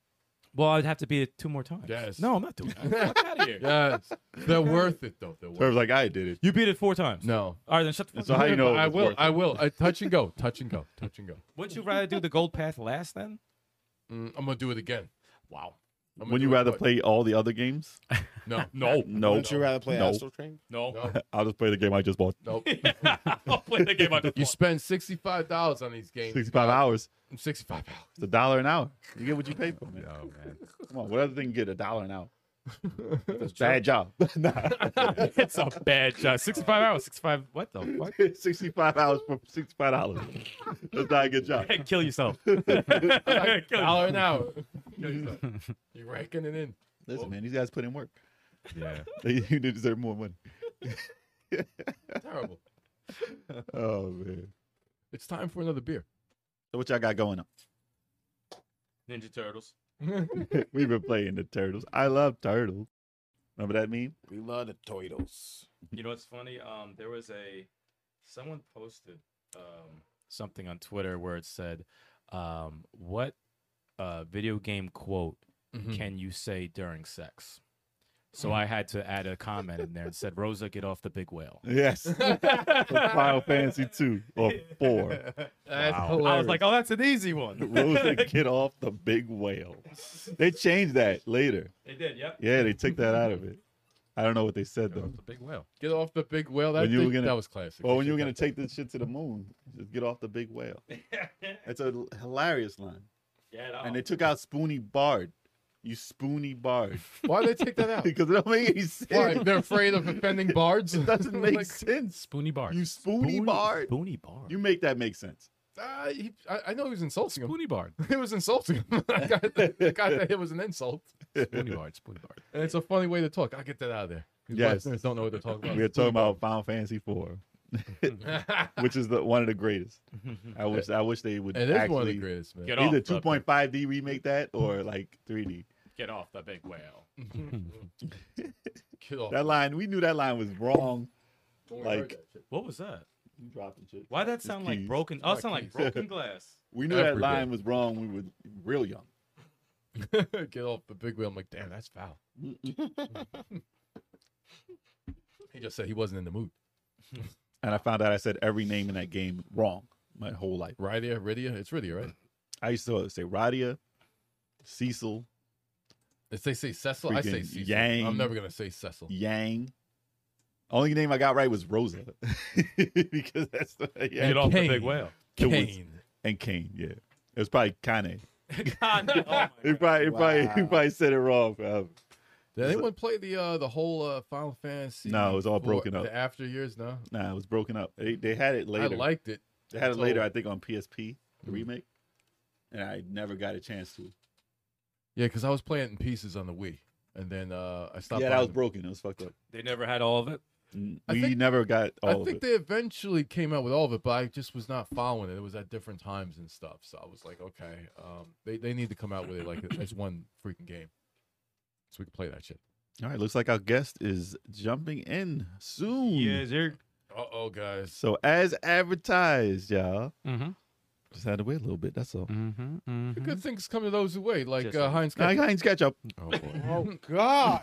S8: Well, I'd have to be it two more times.
S4: Yes.
S8: No, I'm not doing that. Fuck out of here.
S4: Yes, they're worth it though. They're worth.
S6: Trevor's like, I did it.
S8: You beat it four times.
S4: it. No.
S8: All right, then shut the fuck
S6: So
S8: up.
S6: how you know? it
S4: I
S6: was
S4: will.
S6: worth
S4: I
S6: it?
S4: will. I touch and go. Touch and go. Touch and go.
S8: Wouldn't you rather do the gold path last then?
S4: Mm, I'm gonna do it again.
S8: Wow.
S4: I'm gonna
S6: Would
S4: do
S6: you
S4: it
S6: rather
S4: quick.
S6: play all the other games?
S4: No. No.
S6: No.
S4: Nope.
S3: Would you rather play
S6: No.
S3: Astral Train?
S8: No.
S4: No.
S6: I'll just play the game I just bought.
S4: Nope.
S8: I'll play the game I just
S4: You
S8: won.
S4: spend sixty five dollars on these games.
S6: Sixty-five hours.
S4: Sixty five dollars.
S6: It's a dollar an hour. You get what you pay for. Man. Come on, what other thing you get a dollar an hour? That's a bad job. Nah.
S8: it's a bad job. 65 hours. 65. What the fuck?
S6: Sixty-five hours for sixty-five dollars. That's not a good job.
S8: Kill yourself. Kill yourself.
S4: Dollar an hour.
S6: Mm-hmm.
S4: You're raking it in.
S6: Listen, man, these guys put in work.
S2: Yeah.
S6: They, they deserve more money.
S4: Terrible.
S6: Oh man.
S4: It's time for another beer.
S6: So what y'all got going on?
S8: Ninja Turtles.
S6: We've been playing the turtles. I love turtles. Remember that meme?
S3: We love the Toidos.
S8: You know what's funny? Um, there was a someone posted um something on Twitter where it said, um, "What uh video game quote
S6: Mm-hmm.
S8: can you say during sex?" So I had to add a comment in there and said, "Rosa, get off the big whale."
S6: Yes. Final Fantasy two or four.
S4: That's
S8: I was like, "Oh, that's an easy one."
S6: Rosa, get off the big whale. They changed that later.
S8: They did, yep.
S6: Yeah, they took that out of it. I don't know what they said though.
S2: The big whale.
S4: get off the big whale. That,
S6: When you were
S4: thing-
S6: gonna-
S4: that was classic.
S6: Well, when you were gonna take this shit to the moon, just get off the big whale. That's a hilarious line. And they took out Spoony Bard. You Spoony Bard.
S4: Why did they take that out?
S6: because it don't make any sense.
S4: Why? They're afraid of offending bards?
S6: It doesn't make
S4: Like,
S6: sense.
S2: Spoony Bard.
S6: You Spoony Bard.
S8: Boony bar.
S6: You make that make sense.
S4: ah, he- I, I know he was insulting him.
S2: Spoony Bard.
S4: It was insulting him. I got, that, I got that it was an insult.
S2: Spoony Bard. Spoony Bard.
S4: And it's a funny way to talk. I'll get that out of there. These
S6: Yes.
S4: listeners don't know what they're talking about.
S6: We are talking about Final Fantasy Four, which is the one of the greatest. I wish I wish they would
S4: it is one of the
S6: actually
S4: greatest, man.
S8: Get off.
S6: either
S8: the-
S6: two point five D remake that or like three D.
S8: Get off the big whale.
S4: Get off.
S6: That line we knew that line was wrong.
S4: Don't worry
S6: Like
S4: about that shit.
S8: What was that?
S6: you dropped the shit.
S8: Why that
S6: It's
S8: sound
S6: keys.
S8: like broken? Oh, it
S4: not
S8: sound like
S4: keys.
S8: broken glass.
S6: We knew
S4: Every
S6: that
S4: day.
S6: line was wrong. when We were real young.
S4: Get off the big wheel. I'm like, damn, that's foul. he just said he wasn't in the mood.
S6: And I found out I said every name in that game wrong my whole life.
S4: Rydia, Rydia, it's Rydia, right?
S6: I used to say Radia, Cecil,
S4: If they say Cecil, I say
S6: Freaking
S4: Cecil.
S6: Yang.
S4: I'm never gonna say Cecil.
S6: Yang. Only name I got right was Rosa because that's the yeah.
S8: Get off the big
S4: Kane.
S8: whale.
S6: It was-
S4: Kane.
S6: and Kane. Yeah, it was probably Kane.
S8: God, no. oh my
S6: He probably, he probably, he
S3: Wow.
S6: probably said it wrong. forever.
S4: Did anyone play the uh, the whole uh, Final Fantasy?
S6: No, it was all
S4: for-
S6: broken up.
S4: The after years, no.
S6: Nah, it was broken up. They, they had it later.
S4: I liked it.
S6: they had it
S4: so-
S6: later, I think, on PSP, the
S8: Mm-hmm.
S6: remake. And I never got a chance to.
S4: Yeah, because I was playing it in pieces on the Wii, and then uh, I stopped.
S6: yeah, that
S4: buying
S6: was
S4: them.
S6: broken. It was fucked up.
S8: They never had all of it.
S6: We
S4: I think-
S6: never got all
S4: I
S6: of
S4: think
S6: it.
S4: they eventually came out with all of it, but I just was not following it. It was at different times and stuff, so I was like, okay, um, they they need to come out with it like as one freaking game, so we can play that shit.
S6: All right, looks like our guest is jumping in soon.
S8: you're.
S4: Uh oh, guys.
S6: So as advertised, y'all.
S8: Mm-hmm.
S6: Just had to wait a little bit. That's all.
S8: Mm-hmm.
S4: Good things come to those who wait, like
S8: Just
S4: uh,
S8: like-
S4: Heinz.
S6: Now, I got catch up.
S7: Oh boy.
S3: Oh God!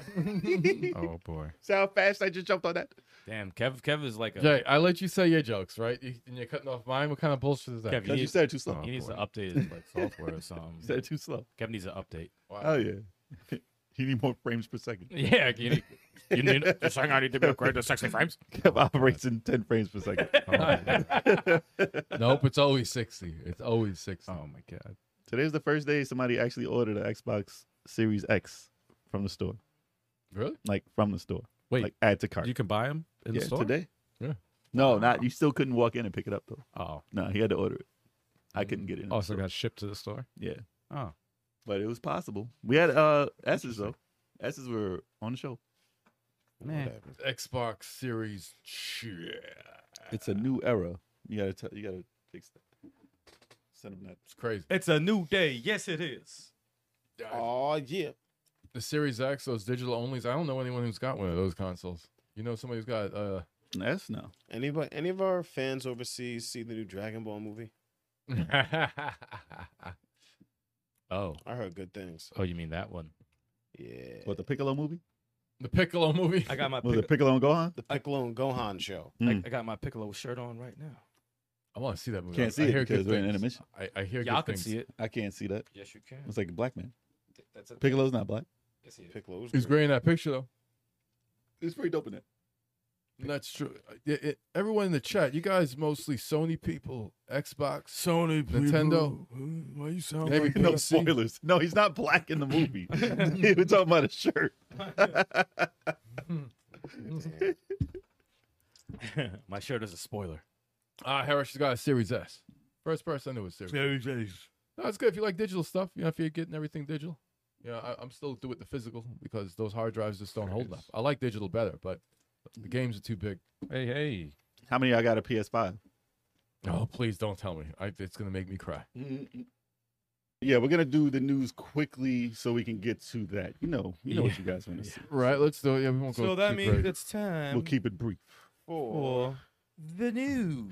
S7: Oh boy.
S6: See how fast I just jumped on that?
S8: Damn, Kev. Kev is like a.
S4: Jay, I let you say your jokes, right? You- And you're cutting off mine. What kind of bullshit is that?
S8: Kev, you
S6: Because you
S8: need,
S6: said it too slow.
S7: Oh,
S8: he needs to
S7: boy.
S8: update his like software or
S6: You
S8: something.
S6: said it too slow.
S8: Kev needs an update.
S4: Wow.
S6: Oh yeah. you need more frames per second.
S8: Yeah, you need. You need you're saying I need to be upgraded to 60 frames.
S6: Kev operates in ten frames per second.
S2: Oh,
S4: Nope, it's always sixty. It's always sixty.
S8: Oh my god.
S6: Today's the first day somebody actually ordered an Xbox Series X from the store.
S4: Really?
S6: Like from the store.
S2: Wait,
S6: Like add to cart.
S2: you can buy them in
S6: yeah,
S2: the store
S6: today.
S4: Yeah.
S6: No, not you still couldn't walk in and pick it up though.
S2: Oh,
S6: No, he had to order it. I couldn't get in.
S2: also Oh, got shipped to the store.
S6: Yeah.
S2: Oh.
S6: But it was possible. We had uh S's though. S's were on the show.
S8: Man.
S4: Xbox Series. Yeah.
S6: It's a new era. You gotta tell you gotta fix that. Send him that.
S4: It's crazy.
S8: It's a new day. Yes, it is.
S3: Oh yeah.
S4: The Series X, those digital onlys. I don't know anyone who's got one of those consoles. You know somebody who's got uh
S6: An S now.
S3: Anybody? Any of our fans overseas see the new Dragon Ball movie?
S8: Oh.
S3: I heard good things.
S8: Oh, you mean that one?
S3: Yeah.
S6: What the Piccolo movie?
S4: the Piccolo movie.
S8: I got my
S6: Was
S8: pic-
S6: it Piccolo and Gohan?
S3: The Piccolo and Gohan show.
S8: I,
S6: Mm.
S8: I got my Piccolo shirt on right now.
S4: I want to see that movie.
S6: Can't
S4: I-
S6: see
S4: I
S6: it
S4: hear
S6: because
S4: good
S6: we're in
S4: things.
S6: intermission.
S4: I, I hear
S8: Y'all
S4: good
S8: can
S4: things.
S8: see it.
S6: I can't see that.
S8: Yes, you can.
S6: It's like a black man.
S8: That's it.
S6: Piccolo's not black.
S8: Yes, he is.
S3: Piccolo was
S4: He's
S3: great.
S4: great in that picture though.
S6: It's pretty dope in it.
S4: That's true. It- it- everyone in the chat, you guys mostly Sony people, Xbox, Sony, Nintendo. Why you sound maybe
S6: no
S4: PC.
S6: spoilers. No, he's not black in the movie. we were talking about a shirt.
S8: my shirt is a spoiler.
S4: Ah, Harris has got a Series S. First person I knew was Series. Series No, it's good if you like digital stuff. You know, if you're getting everything digital. You know, I, I'm still do it the physical because those hard drives just don't hold up. I like digital better, but the games are too big.
S2: Hey, hey.
S6: How many of y'all got a PS5?
S4: Oh, please don't tell me. I, it's gonna make me cry.
S6: Yeah, we're gonna do the news quickly so we can get to that. You know, you know what you guys want to see.
S4: Right? Let's do it. Yeah, we won't go.
S8: So that
S4: too
S8: means
S4: crazy.
S8: it's time
S6: We'll keep it brief.
S8: for the news.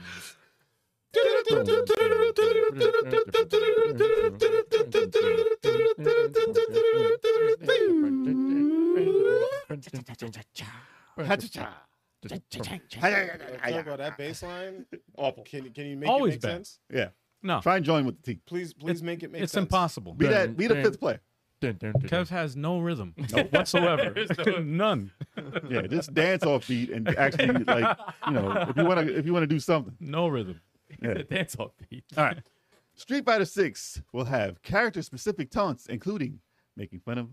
S3: Talk about that baseline.
S6: Awful.
S3: Can can you make
S2: Always
S3: it make
S2: bad.
S3: sense?
S6: Yeah.
S2: No.
S6: Try and join with the team.
S3: Please, please make it make
S2: It's
S3: sense.
S2: impossible.
S6: Be that. Be the fifth player.
S2: Kev has no rhythm whatsoever. None.
S6: Yeah, just dance off beat and actually like you know if you want to if you want to do something.
S2: No rhythm.
S8: That's all, Pete.
S6: All right. Street Fighter 6 will have character specific taunts, including making fun of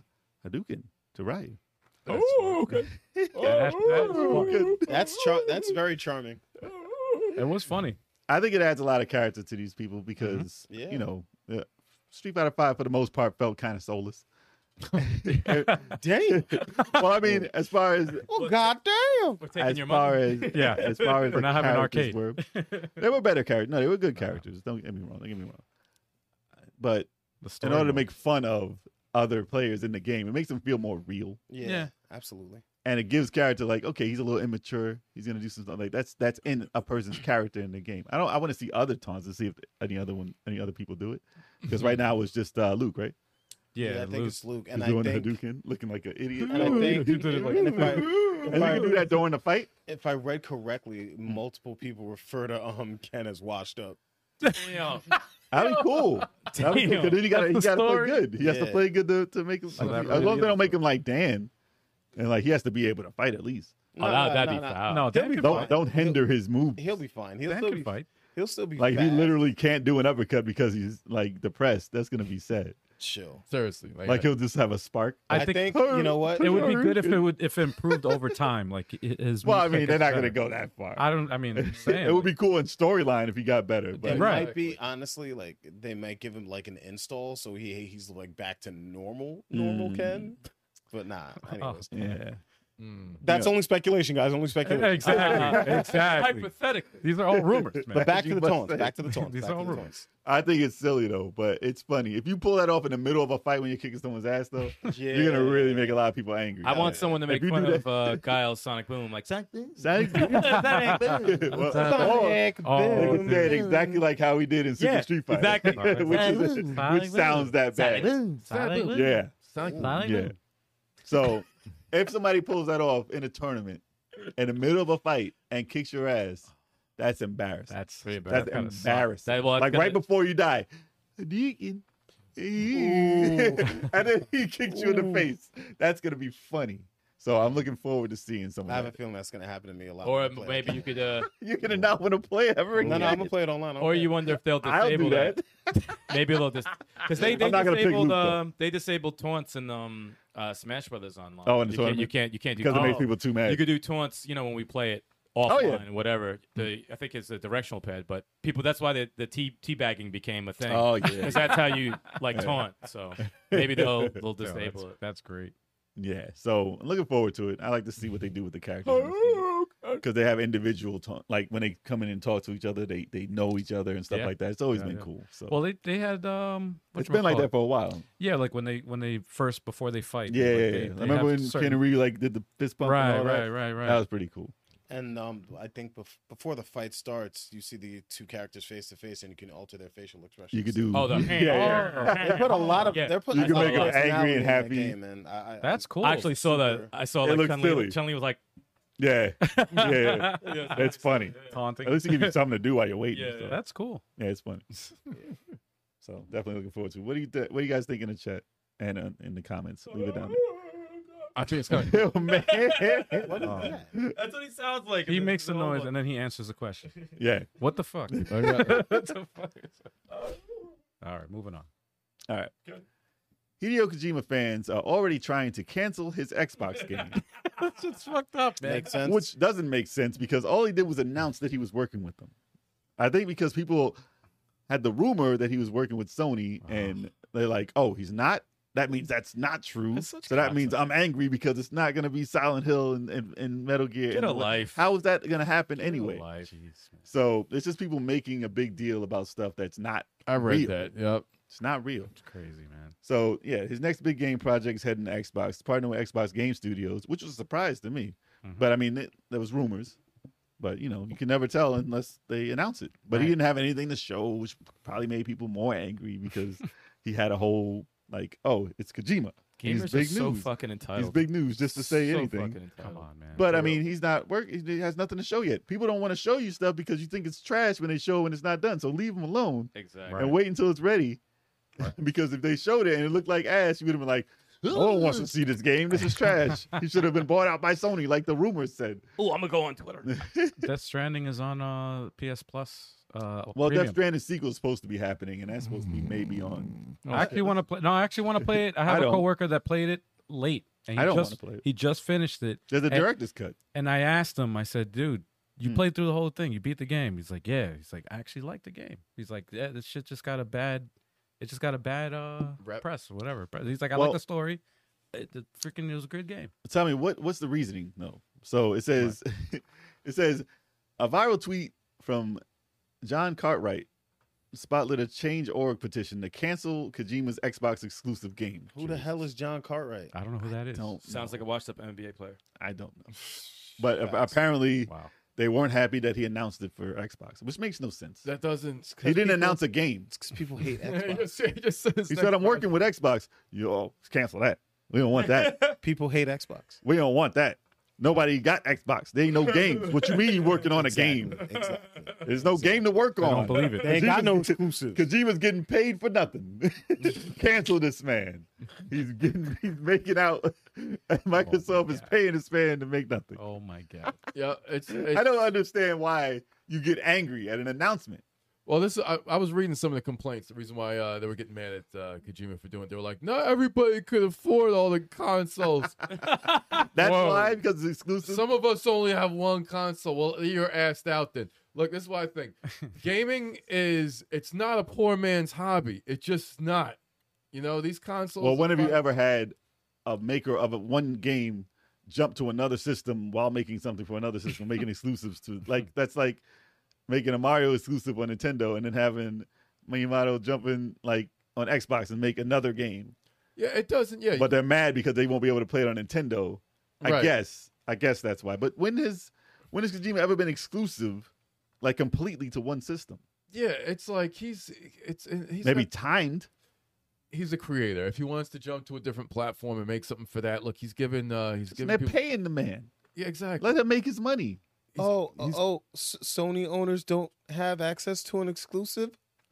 S6: Hadouken to Ryu.
S4: Oh, okay.
S2: That- that-
S3: That's char- That's very charming.
S2: it was funny.
S6: I think it adds a lot of character to these people because,
S2: Mm-hmm.
S3: Yeah.
S6: you know, uh, Street Fighter 5 for the most part felt kind of soulless.
S3: Damn.
S6: well, I mean, as far as
S3: Oh God damn.
S8: We're taking
S6: as
S8: your
S6: far
S8: money.
S6: as
S2: Yeah.
S6: as far as
S2: For
S6: the
S2: not having an Uh-huh.
S6: characters were, they were better characters. No, they were good characters. Don't get me wrong. Don't get me wrong. But
S2: The story
S6: in order to
S2: mode.
S6: make fun of other players in the game, it makes them feel more real.
S3: Yeah.
S2: Yeah.
S3: Absolutely.
S6: and it gives character like okay he's a little immature he's gonna do something like that's that's in a person's character in the game i don't i want to see other taunts and see if any other one any other people do it because right now it's just uh luke right
S2: yeah,
S3: I think
S2: Luke.
S3: it's Luke,
S6: he's
S3: and I
S6: doing
S3: think,
S6: the hadouken looking like an idiot
S3: and I think,
S2: He did it like-
S3: and if I,
S6: and you can do that during the fight
S3: if I read correctly, multiple people refer to um Ken as washed up.
S6: that'd be cool that'd be cool 'cause then he gotta, he
S2: That's the
S6: gotta play
S2: story.
S6: good he has to
S3: Yeah.
S6: play good to, to make him
S2: that
S6: as
S2: really
S6: long as
S2: is
S6: they
S2: the
S6: don't make him like dan and like he has to be able to fight at least
S8: Oh, that, that'd be foul.
S2: no, that could
S6: don't
S2: fight.
S6: don't hinder his move
S3: He'll be fine. He'll
S2: That
S3: still be
S2: could fight.
S3: He'll still be
S6: like if he
S3: fast.
S6: literally can't do an uppercut because he's like depressed that's gonna be sad
S3: Chill.
S4: Seriously, like,
S6: Like he'll just have a spark.
S3: I,
S2: I think-
S3: think, you know what.
S2: It would be good if it would if it improved over time. Like i- his.
S6: Well, I
S2: moveset
S6: mean, they're
S2: gets
S6: not going to
S2: better.
S6: go that far.
S2: I don't. I mean, I'm saying,
S6: it would be
S2: like,
S6: cool in storyline if he got better, but
S3: It
S2: Right.
S3: might be honestly like they might give him like an install, so he he's like back to normal, normal
S6: Mm.
S3: Ken. But nah, anyways,
S6: yeah.
S4: mm.
S3: that's
S6: Yeah.
S3: only speculation, guys. Only speculation.
S2: exactly, exactly.
S8: Hypothetically.
S2: These are all rumors, man.
S6: But
S3: But back
S6: you
S3: to the
S6: must
S3: tones.
S6: say-
S3: Back to the tones.
S2: These
S3: Back
S2: are
S3: to the
S2: rumors.
S3: tones.
S6: I think it's silly though, but it's funny. If you pull that off in the middle of a fight when you're kicking someone's ass though, you're gonna
S3: Yeah.
S6: really make a lot of people angry.
S8: I want someone to
S6: If
S8: make
S6: you
S8: fun
S6: do
S8: of
S6: that-
S8: uh, Guile's Sonic Boom. Like, Sonic Boom?
S6: Sonic Boom.
S8: Sonic Boom.
S6: Well,
S3: Sonic
S2: Oh,
S6: they
S3: Boom.
S6: can say it exactly like how we did in Super
S8: Yeah,
S6: Street Fighter.
S8: exactly.
S6: which, is,
S8: Sonic Boom.
S6: which sounds that
S8: Sonic
S6: bad.
S8: Boom.
S4: Sonic
S8: Sonic Boom.
S6: Yeah.
S4: Sonic
S8: Sonic
S6: Yeah.
S8: Boom.
S6: So if somebody pulls that off in a tournament in the middle of a fight and kicks your ass, that's embarrassing.
S2: That's pretty
S6: That's,
S2: kinda sucks.
S6: embarrassing.
S8: That- well, it's
S6: like
S8: gonna-
S6: right before you die. Deacon. and then he kicks you in the face. That's gonna be funny. So I'm looking forward to seeing some
S3: I have a
S6: of that.
S3: feeling that's gonna happen to me a lot.
S8: Or
S3: when I play
S8: maybe
S3: it.
S8: you could, uh,
S6: You're gonna not want to play ever again.
S3: No, no, I'm gonna play it online. I don't
S8: or
S3: care.
S8: you wonder if they'll disable
S6: I'll do that.
S8: Maybe they'll just because they, they
S6: I'm not gonna pick
S8: disabled
S6: Luke, though.
S8: um, they disabled taunts in um uh, Smash Brothers online.
S6: Oh, in the
S8: you can't, you
S6: tournament?
S8: can't you can't do
S6: Because it makes
S8: taunts.
S6: people too mad.
S8: Oh. you could do taunts. You know when we play it offline,
S6: Oh, yeah.
S8: whatever. The I think it's a directional pad, but people that's why the the tea teabagging became a thing.
S6: oh yeah.
S8: Because that's how you like taunt. So maybe they'll they'll
S2: Yeah,
S8: disable
S2: that's, that's great.
S6: Yeah, so I'm looking forward to it. I like to see what they do with the characters because they have individual ta- like when they come in and talk to each other, they they know each other and stuff
S2: Yeah.
S6: like that. It's always
S2: Yeah,
S6: been
S2: yeah.
S6: cool. So
S2: Well, they they had um.
S6: it's been like
S2: whatchamacallit?
S6: that for a while.
S2: Yeah, like when they when they first before they fight.
S6: Yeah,
S2: like
S6: yeah,
S2: they-
S6: yeah.
S2: they
S6: I remember
S2: have
S6: when
S2: certain-
S6: Keanu Reeves like did the fist bump
S2: Right,
S6: and all that.
S2: right, right, right.
S6: That was pretty cool.
S3: And um, I think bef- before the fight starts, you see the two characters face to face, and you can alter their facial expression.
S6: You could do
S8: Oh, the
S6: yeah,
S8: hand.
S6: yeah.
S3: They put a lot of.
S8: Yeah.
S3: They're putting
S6: You
S3: a
S6: can
S3: lot
S6: make
S3: of
S6: 'em angry
S3: personality
S6: and
S3: in that
S6: happy.
S3: Game, man. I, I,
S2: That's cool.
S8: I actually saw that. I saw
S6: It
S8: like
S6: looks
S8: Chun-Li,
S6: silly.
S8: Chun-Li was like
S6: yeah, yeah.
S8: Yeah.
S6: That's funny.
S2: taunting.
S6: At least it gives you something to do while you're waiting.
S8: Yeah,
S6: so.
S8: yeah.
S2: That's cool.
S6: Yeah, it's funny. so definitely looking forward to. it. What do you th- what do you guys think in the chat and uh, in the comments? Leave it down.
S4: I think it's gonna.
S6: there. man.
S3: What is
S2: Oh.
S3: that?
S8: That's what he sounds like.
S2: He makes a noise and then he answers the question.
S6: Yeah.
S2: What the fuck?
S4: Oh, yeah.
S2: what the fuck? All right, moving on.
S6: Hideo Kojima fans are already trying to cancel his Xbox game,
S2: That shit's fucked up,
S3: Makes sense.
S6: which doesn't make sense because all he did was announce that he was working with them. I think because people had the rumor that he was working with Sony
S8: Uh-huh.
S6: and they're like, oh, he's not. That means that's not true.
S8: That's such
S6: so that means I'm angry because it's not going to be Silent Hill and, and, and Metal Gear.
S8: Get
S6: and
S8: a
S6: what-
S8: life.
S6: How is that going to happen anyway?
S8: Life.
S6: So it's just people making a big deal about stuff that's not.
S4: I read
S6: Real.
S4: that. Yep.
S6: It's not real.
S2: It's crazy, man.
S6: So yeah, his next big game project is heading to Xbox, partnering with Xbox Game Studios, which was a surprise to me.
S2: Mhm.
S6: But I mean, it, there was rumors, but you know, you can never tell unless they announce it. But he
S2: Right.
S6: didn't have anything to show, which probably made people more angry because he had a whole like, oh, it's Kojima. He's
S8: Gamers are
S6: big
S8: so
S6: news.
S8: fucking entitled.
S6: He's big news just to say
S8: So fucking
S6: anything.
S8: entitled.
S2: Come on, man.
S6: But I mean, he's not working. He has nothing to show yet. People don't want to show you stuff because you think it's trash when they show when it's not done. So leave him alone
S8: Exactly.
S2: Right.
S6: and wait until it's ready. because if they showed it and it looked like ass, you would have been like, no one wants to see this game. This is trash. he should have been bought out by Sony, like the rumors said.
S8: Oh, I'm gonna go on Twitter.
S2: Death Stranding is on uh, PS Plus. Uh,
S6: Well,
S2: premium.
S6: Death Stranding sequel is supposed to be happening, and that's supposed to be maybe
S3: Mm.
S6: on.
S2: I actually want to play. No, I actually want to play it. I
S6: I
S2: have a
S6: don't.
S2: coworker that played it late, and he
S6: I don't
S2: just
S6: wanna play it.
S2: he just finished it.
S6: There's a
S2: And-
S6: director's cut.
S2: And I asked him, I said, dude, you
S6: Hmm.
S2: played through the whole thing. You beat the game. He's like, yeah. He's like, I actually like the game. He's like, yeah, this shit just got a bad, it just got a bad uh
S4: Rep.
S2: press, or whatever. But He's like, I
S6: Well-
S2: like the story. It, the freaking, it was a good game.
S6: Tell me what what's the reasoning? No. So it says, it says, a viral tweet from John Cartwright spotlit a change org petition to cancel Kojima's Xbox exclusive game.
S3: Who the hell is John Cartwright?
S2: I don't know who that is.
S6: Don't
S8: Sounds
S6: know.
S8: like a washed up NBA player.
S6: I don't know. But ap-
S3: Facts.
S6: apparently
S2: Wow.
S6: they weren't happy that he announced it for Xbox, which makes no sense.
S4: That doesn't.
S6: he didn't announce a game.
S3: Because people hate
S4: He
S3: Xbox.
S4: just- he just says
S6: He
S4: next
S6: said, "I'm
S4: part.
S6: working with Xbox." You all cancel that. We don't want that.
S3: people hate Xbox.
S6: we don't want that. Nobody got Xbox. There ain't no games. What you mean you working on a game?
S3: Exactly.
S6: There's no game to work
S2: I don't
S6: on.
S2: believe it.
S3: They ain't got no
S6: Kojima's-
S3: exclusives.
S6: Kojima's getting paid for nothing. cancel this man. He's getting. He's making out. Microsoft is paying this man to make nothing.
S2: Oh my god.
S4: Yeah, it's.
S6: I
S4: it's
S6: don't understand why you get angry at an announcement.
S4: Well, this I, I was reading some of the complaints. The reason why uh, they were getting mad at uh, Kojima for doing it, they were like, "Not everybody could afford all the consoles.
S6: That's
S4: Whoa.
S6: why because it's exclusive.
S4: some of us only have one console." Well, you're asked out then. Look, this is what I think. Gaming is it's not a poor man's hobby. It's just not. You know these consoles.
S6: well, when
S4: are
S6: have you
S4: fun-
S6: ever had a maker of a, one game jump to another system while making something for another system, making exclusives to like that's like making a Mario exclusive on Nintendo and then having Miyamoto jump in like on Xbox and make another game.
S4: Yeah, it doesn't. Yeah,
S6: But they're mad because they won't be able to play it on Nintendo. I
S4: Right.
S6: guess. I guess that's why. But when has when has Kojima ever been exclusive, like completely to one system?
S4: yeah. It's like he's it's he's
S6: Maybe
S4: not-
S6: timed.
S4: he's a creator. If he wants to jump to a different platform and make something for that, look, he's given uh he's
S6: And
S4: given
S6: they're
S4: people,
S6: paying the man.
S4: yeah exactly.
S6: Let him make his money.
S3: oh,
S4: he's-
S3: oh, S- Sony owners don't have access to an exclusive.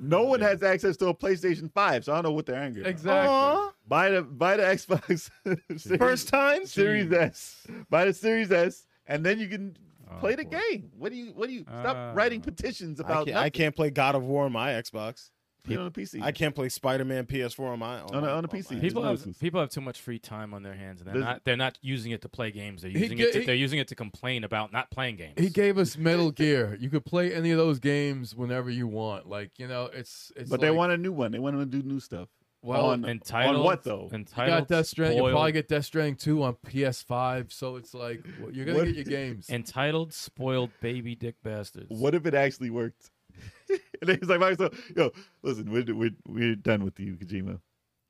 S6: No one has access to a PlayStation 5, so I don't know what they're angry about.
S4: Exactly.
S6: Buy the buy the Xbox Series-
S3: First time.
S6: Series S. Buy the Series S, and then you can
S7: Oh,
S6: play the
S7: boy.
S6: game. What do you what do you stop
S7: Uh,
S6: writing petitions
S3: I
S6: about
S3: can't, I
S6: nothing.
S3: can't play God of War on my Xbox.
S6: Put it on the PC.
S3: I can't play Spider Man PS4 on my on,
S6: On a-
S3: my-
S6: on a
S3: my-
S6: PC.
S8: People
S6: no
S8: have
S6: exclusive.
S8: people have too much free time on their hands, and they're
S6: Does-
S8: not they're not using it to play games. They're
S4: He
S8: using
S4: get-
S8: it. To,
S4: he-
S8: they're using it to complain about not playing games.
S4: He gave us Metal Gear. You could play any of those games whenever you want. Like you know, it's it's.
S6: but they
S4: like,
S6: want a new one. They want to do new stuff.
S4: well,
S6: on-
S8: entitled
S6: on what, though?
S4: you
S8: Entitled,
S4: got Death Stranding. You'll
S8: spoiled-
S4: probably get Death Stranding two on PS5. So it's like well, you're gonna
S6: What-
S4: get your games.
S8: entitled spoiled baby dick bastards.
S6: What if it actually worked? and then he's like, Microsoft, yo, listen, we're, we're, we're done with you, Kojima.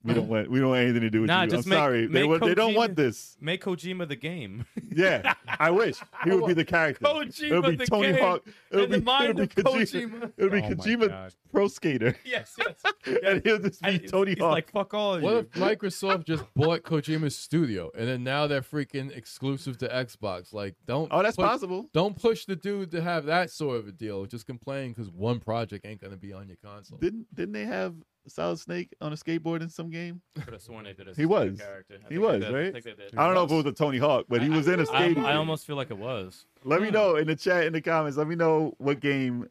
S6: We don't want we don't want anything to do with
S8: Nah,
S6: you.
S8: just
S6: I'm
S8: make-
S6: sorry. they,
S8: make
S6: want- they don't
S8: Kojima-
S6: want this.
S8: Make Kojima the game.
S6: Yeah, I wish he would be the character.
S8: Kojima
S6: it'll be
S8: the
S6: Tony
S8: game
S6: Hawk. It'll
S8: in
S6: be,
S8: the mind
S6: it'll be
S8: of Kojima.
S6: It'll be
S7: Oh my
S6: Kojima
S7: God.
S6: pro skater,
S8: yes, yes.
S6: and he'll just be
S8: And he's-
S6: Tony
S8: he's
S6: Hawk.
S8: like fuck all of
S4: What
S8: you.
S4: if Microsoft just bought Kojima's studio and then now they're freaking exclusive to Xbox? Like, don't
S6: oh, that's
S4: push-
S6: possible.
S4: Don't push the dude to have that sort of a deal. Just complain because one project ain't gonna be on your console.
S6: Didn't didn't they have Solid Snake on a skateboard in some game?
S8: Could have sworn they did a
S6: He was.
S8: character. I
S6: He
S8: think
S6: was,
S8: they did.
S6: right?
S8: think they did.
S6: I don't know if it was a Tony Hawk, but he was in a
S8: I,
S6: skating.
S8: I
S6: game.
S8: almost feel like it was.
S6: Let me know in the chat in the comments. Let me know what game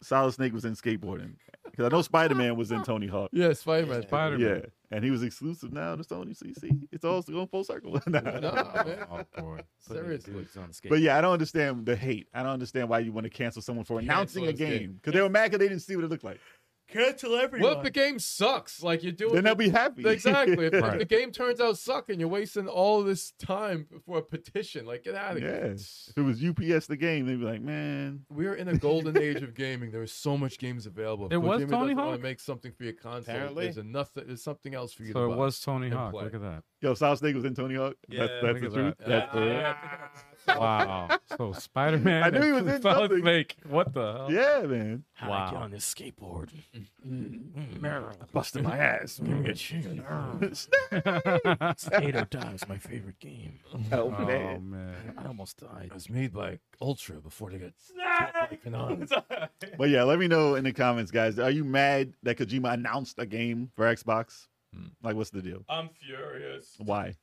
S6: Solid Snake was in skateboarding because I know Spider Man was in Tony Hawk.
S4: Yeah, Spider Man.
S7: Spider-Man.
S6: Yeah, and he was exclusive now to Sony. So you see, it's all going full circle.
S4: No, man.
S7: Oh boy.
S4: Seriously.
S8: Dudes on skate.
S6: But yeah, I don't understand the hate. I don't understand why you want to cancel someone for announcing a
S4: his game.
S6: game because they were mad because they didn't see what it looked like.
S8: cancel
S4: What if the game sucks? Like you're doing
S6: Then they'll be happy.
S4: exactly. If, if
S7: Right.
S4: the game turns out sucking, you're wasting all this time for a petition. Like get out of here.
S6: yeah. If it was UPS the game, they'd be like, man.
S4: We're in a golden age of gaming. There is so much games available. If
S7: It was Tony
S4: Kojima doesn't wanna
S7: Hawk?
S4: Make something for your console.
S3: Apparently.
S4: There's enough. That, there's something else for you. to
S7: So
S4: buy.
S7: it was Tony
S4: and
S7: Hawk.
S4: play.
S7: Look at that.
S6: Yo, South Snake was in Tony Hawk.
S8: Yeah,
S6: that's that's the
S7: look
S6: truth.
S7: at that.
S6: That's the
S7: Wow. So Spider Man.
S6: I knew he was in
S7: Solid
S6: something.
S7: Snake. What the
S2: Oh.
S7: hell?
S6: Yeah, man.
S8: Wow. I get on this skateboard. Mm,
S4: Mm.
S6: Busting my ass.
S8: Give me a chicken. Skater Die is my favorite game.
S6: oh,
S7: Oh
S6: man.
S7: man.
S8: I almost died.
S4: It was made by Ultra before they got.
S6: But yeah, let me know in the comments, guys. Are you mad that Kojima announced a game for Xbox? Like, what's the deal?
S8: I'm furious.
S6: Why?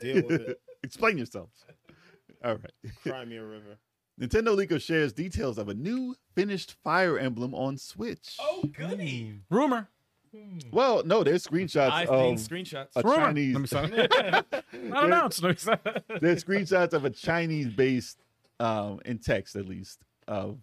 S3: Deal with it.
S6: Explain yourself. All right.
S3: Cry me a river.
S6: Nintendo Leaker shares details of a new finished Fire Emblem on Switch.
S8: Oh, goody.
S2: Rumor.
S6: Well, no, there's screenshots
S8: I've seen
S6: of
S8: screenshots.
S6: a
S2: Rumor.
S6: Chinese.
S2: Let me sign it. Not
S6: There-
S2: announced. Let me sign it.
S6: there's screenshots of a Chinese-based, um, in text at least, of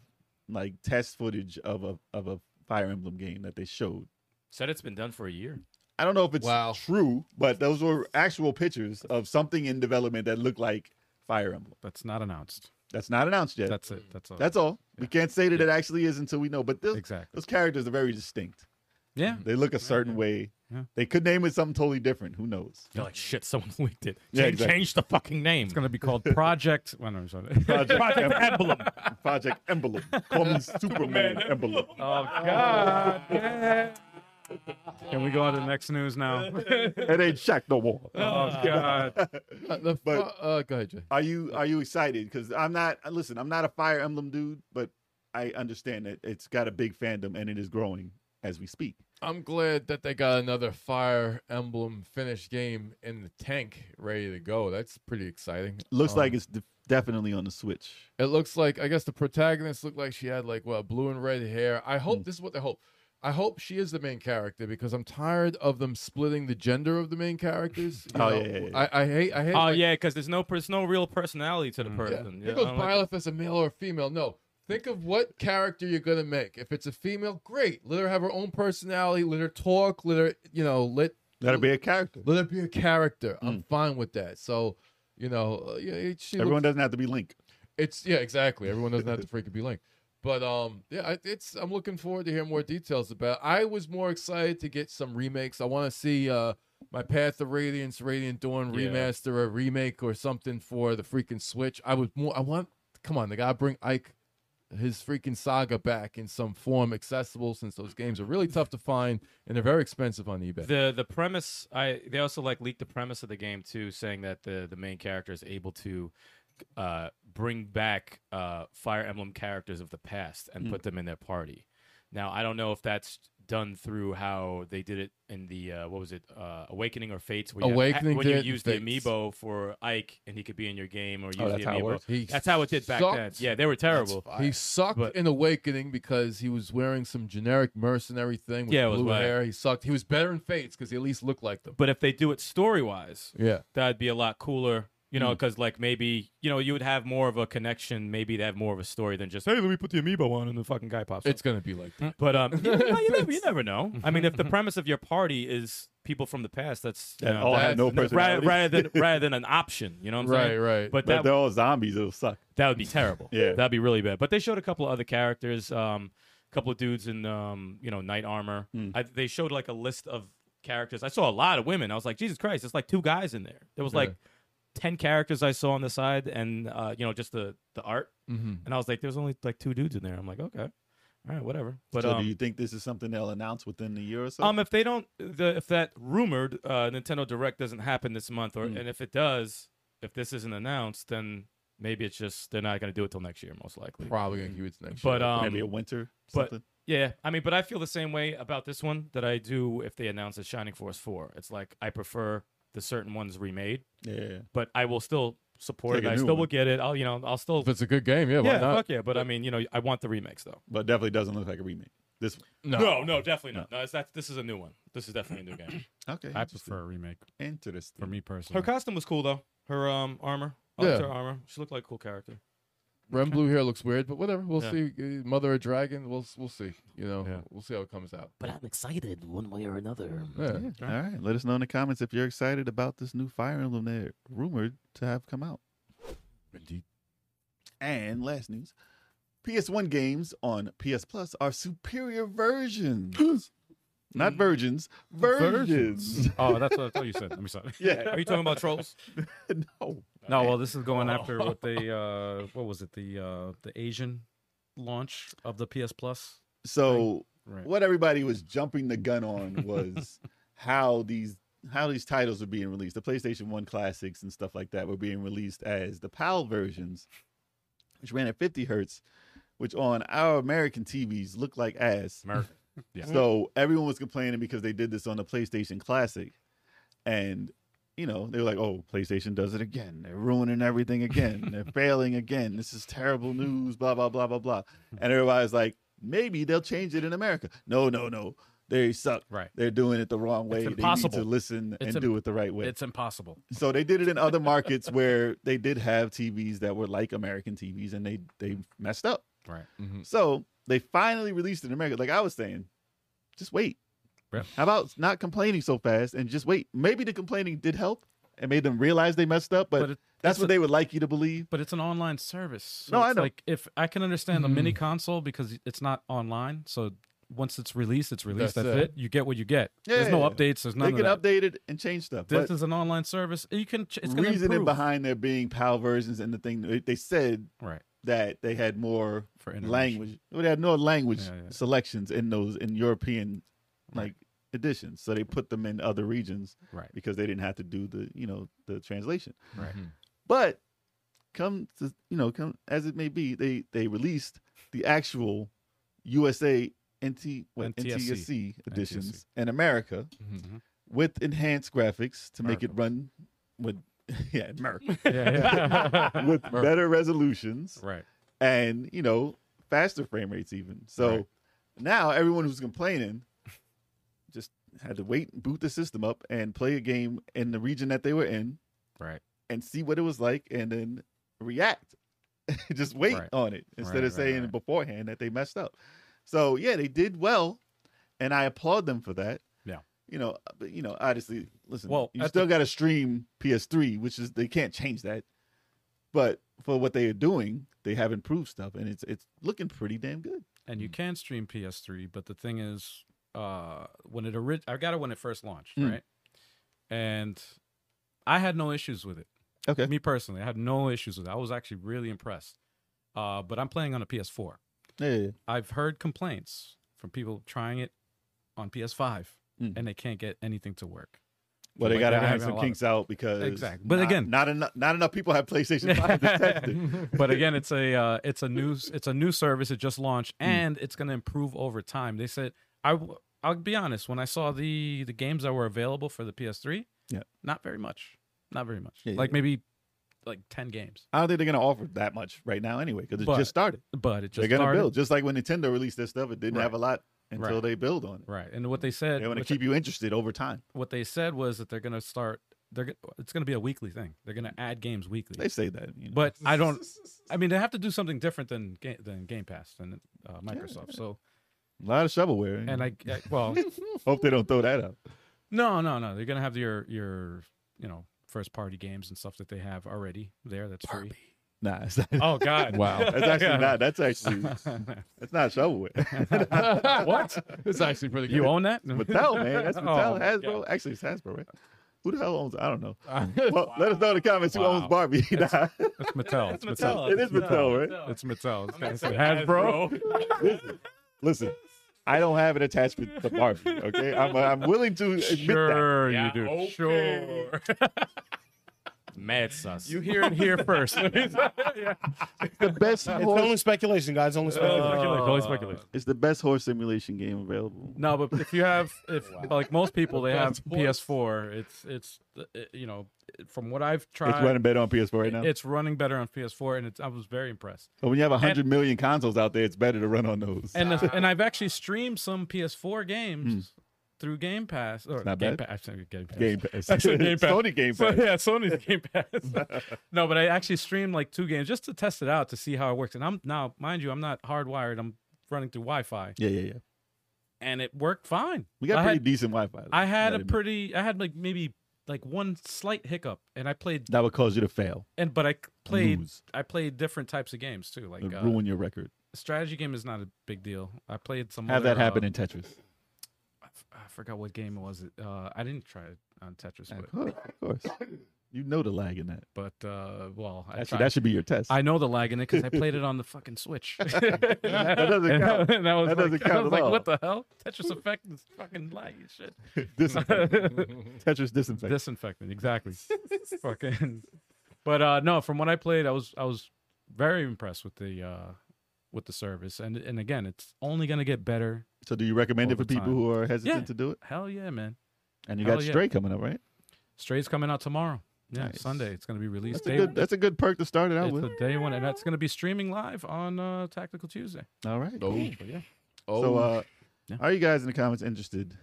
S6: like test footage of a of a Fire Emblem game that they showed.
S8: Said it's been done for a year.
S6: I don't know if it's
S4: Wow.
S6: true, but those were actual pictures of something in development that looked like Fire Emblem.
S2: That's not announced.
S6: That's not announced yet.
S2: That's it. That's all.
S6: That's all. We can't say that it actually is until we know. But those,
S2: Exactly.
S6: those characters are very distinct.
S2: yeah.
S6: They look a certain way.
S2: Yeah.
S6: They could name it something totally different. Who knows?
S8: You're like, shit, someone leaked it. Change,
S6: Yeah, exactly.
S8: change the fucking name.
S2: It's gonna be called Project. Well, no, sorry.
S6: Project,
S8: Project
S6: Emblem.
S8: Emblem.
S6: Project Emblem. Call me Superman Emblem.
S2: Oh God. Yeah. Can we go on to the next news now?
S6: It ain't Shaq no more.
S2: Oh God.
S4: Uh, the, fu-
S6: But-
S4: uh, go ahead, Jay.
S6: Are you are you excited? Because I'm not. Listen, I'm not a Fire Emblem dude, but I understand that it's got a big fandom and it is growing as we speak.
S4: I'm glad that they got another Fire Emblem finished game in the tank, ready to go. That's pretty exciting.
S6: Looks
S4: Um,
S6: like it's de- definitely on the Switch.
S4: It looks like I guess the protagonist looked like she had like well blue and red hair. I hope this is what they hope. I hope she is the main character because I'm tired of them splitting the gender of the main characters. You know,
S6: Oh, yeah, yeah, yeah.
S4: I, I hate. I hate.
S8: Oh
S4: like,
S8: yeah, because there's no there's no real personality to the
S4: Yeah.
S8: person. Yeah,
S4: Here
S8: I
S4: goes
S8: don't like-
S4: Byleth as a male or a female. No. Think of what character you're gonna make. If it's a female, great. Let her have her own personality. Let her talk. Let her, you know, let
S6: That'll be a character.
S4: let her be a character. I'm fine with that. So, you know, uh, yeah, it- she
S6: Everyone
S4: looks-
S6: doesn't have to be Link.
S4: it's yeah, exactly. Everyone doesn't have to freaking be linked. But um, yeah, I, it's I'm looking forward to hear more details about. I was more excited to get some remakes. I want to see uh my Path of Radiance, Radiant Dawn
S8: Yeah.
S4: remaster, a remake or something for the freaking Switch. I would more. I want. Come on, they gotta bring Ike his freaking saga back in some form accessible since those games are really tough to find and they're very expensive on eBay.
S8: the the premise i they also like leaked the premise of the game too saying that the the main character is able to uh bring back uh fire emblem characters of the past
S6: Hmm.
S8: and put them in their party now i don't know if that's done through how they did it in the uh what was it uh awakening or fates where you have-
S4: Awakening
S8: when
S4: did
S8: you
S4: it in
S8: use the
S4: Fates.
S8: amiibo for ike and he could be in your game or use
S6: Oh, that's
S8: the
S6: how it
S8: amiibo
S6: works?
S4: He
S8: that's how it did back then
S4: sucked.
S8: yeah they were terrible
S4: He sucked
S8: But-
S4: in Awakening because he was wearing some generic mercenary thing with
S8: Yeah, it was
S4: blue
S8: whack.
S4: hair. He sucked. He was better in Fates because he at least looked like them.
S8: but if they do it story wise
S4: Yeah.
S8: that'd be a lot cooler you know because like maybe you know you would have more of a connection maybe they have more of a story than just hey let me put the amiibo on and the fucking guy pops
S4: It's
S8: up.
S4: going to be like that.
S8: but um you, know, you never, you never know i mean if the premise of your party is people from the past that's you
S6: That
S8: know,
S6: all
S8: that-
S6: have no
S8: no, rather,
S6: personality.
S8: rather than rather than an option you know what i'm
S4: Right,
S8: saying
S4: right.
S8: but
S6: But
S8: that
S6: they're all zombies. It'll suck.
S8: that would be terrible.
S6: Yeah.
S8: that'd be really bad. But they showed a couple of other characters, um, a couple of dudes in um, you know, knight armor.
S6: Hmm.
S8: I, they showed like a list of characters. I saw a lot of women. I was like, Jesus Christ, it's like two guys in there. There was like ten characters I saw on the side, and uh, you know, just the the art.
S4: hmm
S8: And I was like, there's only like two dudes in there. I'm like, okay, all right, whatever. But
S6: so
S8: um,
S6: do you think this is something they'll announce within the year or so?
S8: um, if they don't, the, if that rumored uh, Nintendo Direct doesn't happen this month, or
S6: Mm.
S8: and if it does, if this isn't announced, then maybe it's just they're not going to do it till next year, most likely.
S4: Probably going to keep it to next
S8: But
S4: year.
S8: um,
S6: Maybe a winter.
S8: but-
S6: Something.
S8: yeah, I mean, but I feel the same way about this one that I do if they announce a Shining Force four. It's like I prefer the certain ones remade,
S6: yeah.
S8: but I will still support
S6: Take
S8: it.
S6: a
S8: I
S6: new
S8: still will
S6: one.
S8: get it. I'll you know I'll still
S4: if it's a good game, yeah, why
S8: yeah
S4: not?
S8: fuck yeah. But I mean you know I want the remakes though.
S6: But definitely doesn't look like a remake. This one.
S4: No.
S8: no, definitely not. No, it's, that's this is a new one. This is definitely a new game.
S6: Okay.
S7: I
S6: interesting.
S7: prefer a remake
S6: Interesting.
S7: for me
S8: Her
S7: personally.
S8: costume was cool though. Her um armor. I
S4: Yeah.
S8: liked her armor. She looked like a cool character.
S4: Ren Blue hair looks weird, but whatever. We'll
S8: Yeah.
S4: see. Uh, Mother of Dragon, we'll we'll see. You know,
S8: Yeah.
S4: we'll see how it comes out.
S1: But I'm excited one way or another.
S4: Yeah.
S6: Yeah. All right. Let us know in the comments if you're excited about this new Fire Emblem they're rumored to have come out.
S4: Indeed.
S6: And last news PS1 games on PS Plus are superior versions.
S7: Mm.
S6: Not virgins, virgins.
S7: Oh, that's what I thought you said. I'm sorry.
S6: Yeah.
S8: Are you talking about trolls?
S6: no.
S7: No, well, this is going after what they uh, what was it the uh, the Asian launch of the PS Plus.
S6: So
S7: Right.
S6: what everybody was jumping the gun on was how these how these titles were being released. The PlayStation 1 classics and stuff like that were being released as the PAL versions, which ran at 50 hertz, which on our American TVs looked like ass.
S7: American. Yeah.
S6: So everyone was complaining because they did this on the PlayStation Classic. And you know, they were like, "Oh, PlayStation does it again. They're ruining everything again. They're failing again. This is terrible news. Blah blah blah blah blah." And everybody's like, "Maybe they'll change it in America." No, no, no. They suck.
S7: Right.
S6: They're doing it the wrong way. They
S7: impossible.
S6: need to listen
S7: It's
S6: and
S7: im-
S6: do it the right way.
S7: It's impossible.
S6: So they did it in other markets where they did have TVs that were like American TVs, and they they messed up.
S7: Right. Mm-hmm.
S4: Mhm.
S6: So they finally released it in America. Like I was saying, just wait.
S7: Yep.
S6: How about not complaining so fast and just wait? Maybe the complaining did help and made them realize they messed up, but,
S7: But it-
S6: that's
S7: it's
S6: what
S7: a-
S6: they would like you to believe.
S7: But it's an online service. So
S6: No, I
S7: it's
S6: know. Hmm.
S7: Like if I can understand a mini console because it's not online, so once it's released, it's released.
S4: That's
S7: That's,
S4: it.
S7: it. You get what you get.
S6: Yeah,
S7: there's no
S6: yeah, yeah.
S7: updates. There's
S6: They
S7: nothing.
S6: can update it and change stuff.
S7: This
S6: but
S7: is an online service. You can. ch- It's gonna
S6: reasoning
S7: improve.
S6: behind there being PAL versions and the thing they- they said
S7: Right.
S6: that they had more
S7: For international.
S6: language. Well, they had no language
S7: Yeah, yeah.
S6: selections in those in European like editions, so they put them in other regions
S7: Right.
S6: because they didn't have to do the you know the translation.
S7: Right.
S4: Mm-hmm.
S6: But come to you know come as it may be, they they released the actual USA NT what,
S2: NTSC.
S6: NTSC, editions in America with enhanced graphics to make it run with yeah, America
S7: Mm-hmm.
S2: Yeah, yeah.
S6: with better resolutions
S2: right.
S6: and you know faster frame rates even. So
S2: Right.
S6: now everyone who's complaining just had to wait, boot the system up, and play a game in the region that they were in,
S2: Right.
S6: and see what it was like, and then react. just wait
S2: Right.
S6: on it instead
S2: Right,
S6: of
S2: right,
S6: saying
S2: right.
S6: beforehand that they messed up. So yeah, they did well, and I applaud them for that.
S2: Yeah.
S6: You know, uh, but you know, obviously, listen.
S2: Well,
S6: Well, you
S2: at
S6: still got to stream PS3, which is they can't change that. But for what they are doing, they have improved stuff, and it's it's looking pretty damn good.
S2: and you can stream PS3, but the thing is, uh, when it orig- I got it when it first launched,
S6: Mm.
S2: right? And I had no issues with it.
S6: Okay.
S2: Me personally, I had no issues with it. I was actually really impressed. Uh, but I'm playing on a PS4.
S6: Yeah, yeah,
S2: I've heard complaints from people trying it on PS5,
S6: Mm.
S2: and they can't get anything to work.
S6: Well,
S2: Like,
S6: they got to
S2: they're
S6: iron
S2: having a
S6: some
S2: lot of-
S6: kinks out because
S2: Exactly. But
S6: not-
S2: again-
S6: not enough not enough people have PlayStation Five to test it.
S2: but again, it's a uh, it's a new it's a new service. It just launched,
S6: Hmm.
S2: and it's going to improve over time. They said I w- I'll be honest. When I saw the the games that were available for the PS3,
S6: Yeah.
S2: not very much, not very much.
S6: Yeah,
S2: like
S6: yeah.
S2: maybe like ten games,
S6: I don't think they're gonna offer that much right now anyway because it
S2: But
S6: just started.
S2: but it just
S6: They're gonna
S2: started.
S6: build just like when Nintendo released their stuff. It didn't
S2: Right.
S6: have a lot until
S2: Right.
S6: they build on it.
S2: right. And what they said,
S6: They want to
S2: which-
S6: keep you interested over time.
S2: what they said was that they're going to start. They're go- it's going to be a weekly thing. They're going to add games weekly.
S6: They say that, you know.
S2: but I don't. I mean, they have to do something different than Ga- than Game Pass and uh, Microsoft. So,
S6: a lot of shovelware.
S2: and I, I well,
S6: hope they don't throw that out.
S2: no, no, no. They're gonna have your your you know first party games and stuff that they have already there. That's free.
S6: Nah, it's not,
S2: Oh God!
S4: Wow.
S6: that's actually not. That's actually that's not shovelware.
S4: what? It's actually pretty good.
S2: you own that?
S6: Mattel, man, that's
S2: Oh,
S6: Mattel.
S2: my
S6: Hasbro,
S2: God.
S6: actually, it's Hasbro, right? Who the hell owns? I don't know.
S4: own
S6: Well, let us know in the comments who owns
S2: Wow.
S6: Barbie. Nah,
S2: It's Mattel. It's Mattel.
S6: it is Mattel, right?
S2: It's Mattel. It's Hasbro.
S6: Listen, I don't have an attachment to Barbie. Okay, I'm, I'm willing to admit that.
S2: Sure, you
S8: Yeah,
S2: do.
S8: okay.
S2: Sure.
S8: Mad sus.
S2: You hear it here first.
S6: The
S3: It's
S6: best horse,
S3: only speculation, guys.
S8: Uh,
S3: Only speculation.
S2: Speculate, only speculate.
S6: it's the best horse simulation game available.
S2: No, but if you have, if like most people, they have
S4: That's horse.
S2: PS4. It's it's uh, you know, from what I've tried,
S6: It's running better on PS4 right now.
S2: it's running better on PS4, and it's I was very impressed.
S6: But when you have 100 million consoles out there, it's better to run on those.
S2: and the- and I've actually streamed some PS4 games through Game Pass or
S6: Hmm. not
S2: Game
S6: bad.
S2: Pass. I said Game Pass.
S6: Game Pass.
S2: Actually, Game Pass.
S6: Sony Game
S2: So,
S6: Pass.
S2: yeah, Sony's Game Pass. no, but I actually streamed like two games just to test it out to see how it works. And I'm now, mind you, I'm not hardwired. I'm running through Wi-Fi,
S6: Yeah, yeah, yeah.
S2: and it worked fine.
S6: We got
S2: I
S6: pretty
S2: had,
S6: decent Wi-Fi.
S2: I had
S6: Gotta
S2: a
S6: admit.
S2: pretty. I had like maybe like one slight hiccup, and I played
S6: That would cause you to fail,
S2: and but I c-
S6: and
S2: played.
S6: lose,
S2: I played different types of games too. Like
S6: and
S2: uh,
S6: ruin your record.
S2: strategy game is not a big deal. I played some.
S6: Have
S2: other,
S6: that happen
S2: uh,
S6: in Tetris.
S2: I f- I forgot what game it was. Uh, I didn't try it on Tetris,
S6: Of
S2: but,
S6: course, of course. You know the lag in that.
S2: but uh, well, I,
S6: Actually,
S2: tried.
S6: that should be your test.
S2: I know the lag in it because I played it on the fucking Switch.
S6: that doesn't
S2: and, I-
S6: count.
S2: and I was
S6: That
S2: like,
S6: doesn't
S2: I
S6: count
S2: was
S6: at
S2: like
S6: all.
S2: what the hell? Tetris Effect is fucking lag as shit.
S6: Disinfect. Tetris disinfect.
S2: Disinfectant, exactly. fucking. But uh, no, from what I played, I was I was very impressed with the uh, with the service, and and again, it's only gonna get better.
S6: so, do you recommend
S2: all
S6: it for
S2: the
S6: people
S2: time.
S6: who are hesitant
S2: Yeah.
S6: to do it?
S2: Hell yeah, man!
S6: And you
S2: Hell
S6: got
S2: yeah.
S6: Stray coming up, right?
S2: Stray's coming out tomorrow. Yeah,
S6: Nice.
S2: Sunday. It's gonna be released.
S6: That's a
S2: day-
S6: good. That's a good perk to start it out
S2: It's
S6: with.
S2: the day one, and that's going to be streaming live on uh, Tactical Tuesday.
S6: All right.
S4: Oh,
S6: cool.
S4: yeah.
S6: So, uh,
S2: Yeah.
S6: are you guys in the comments interested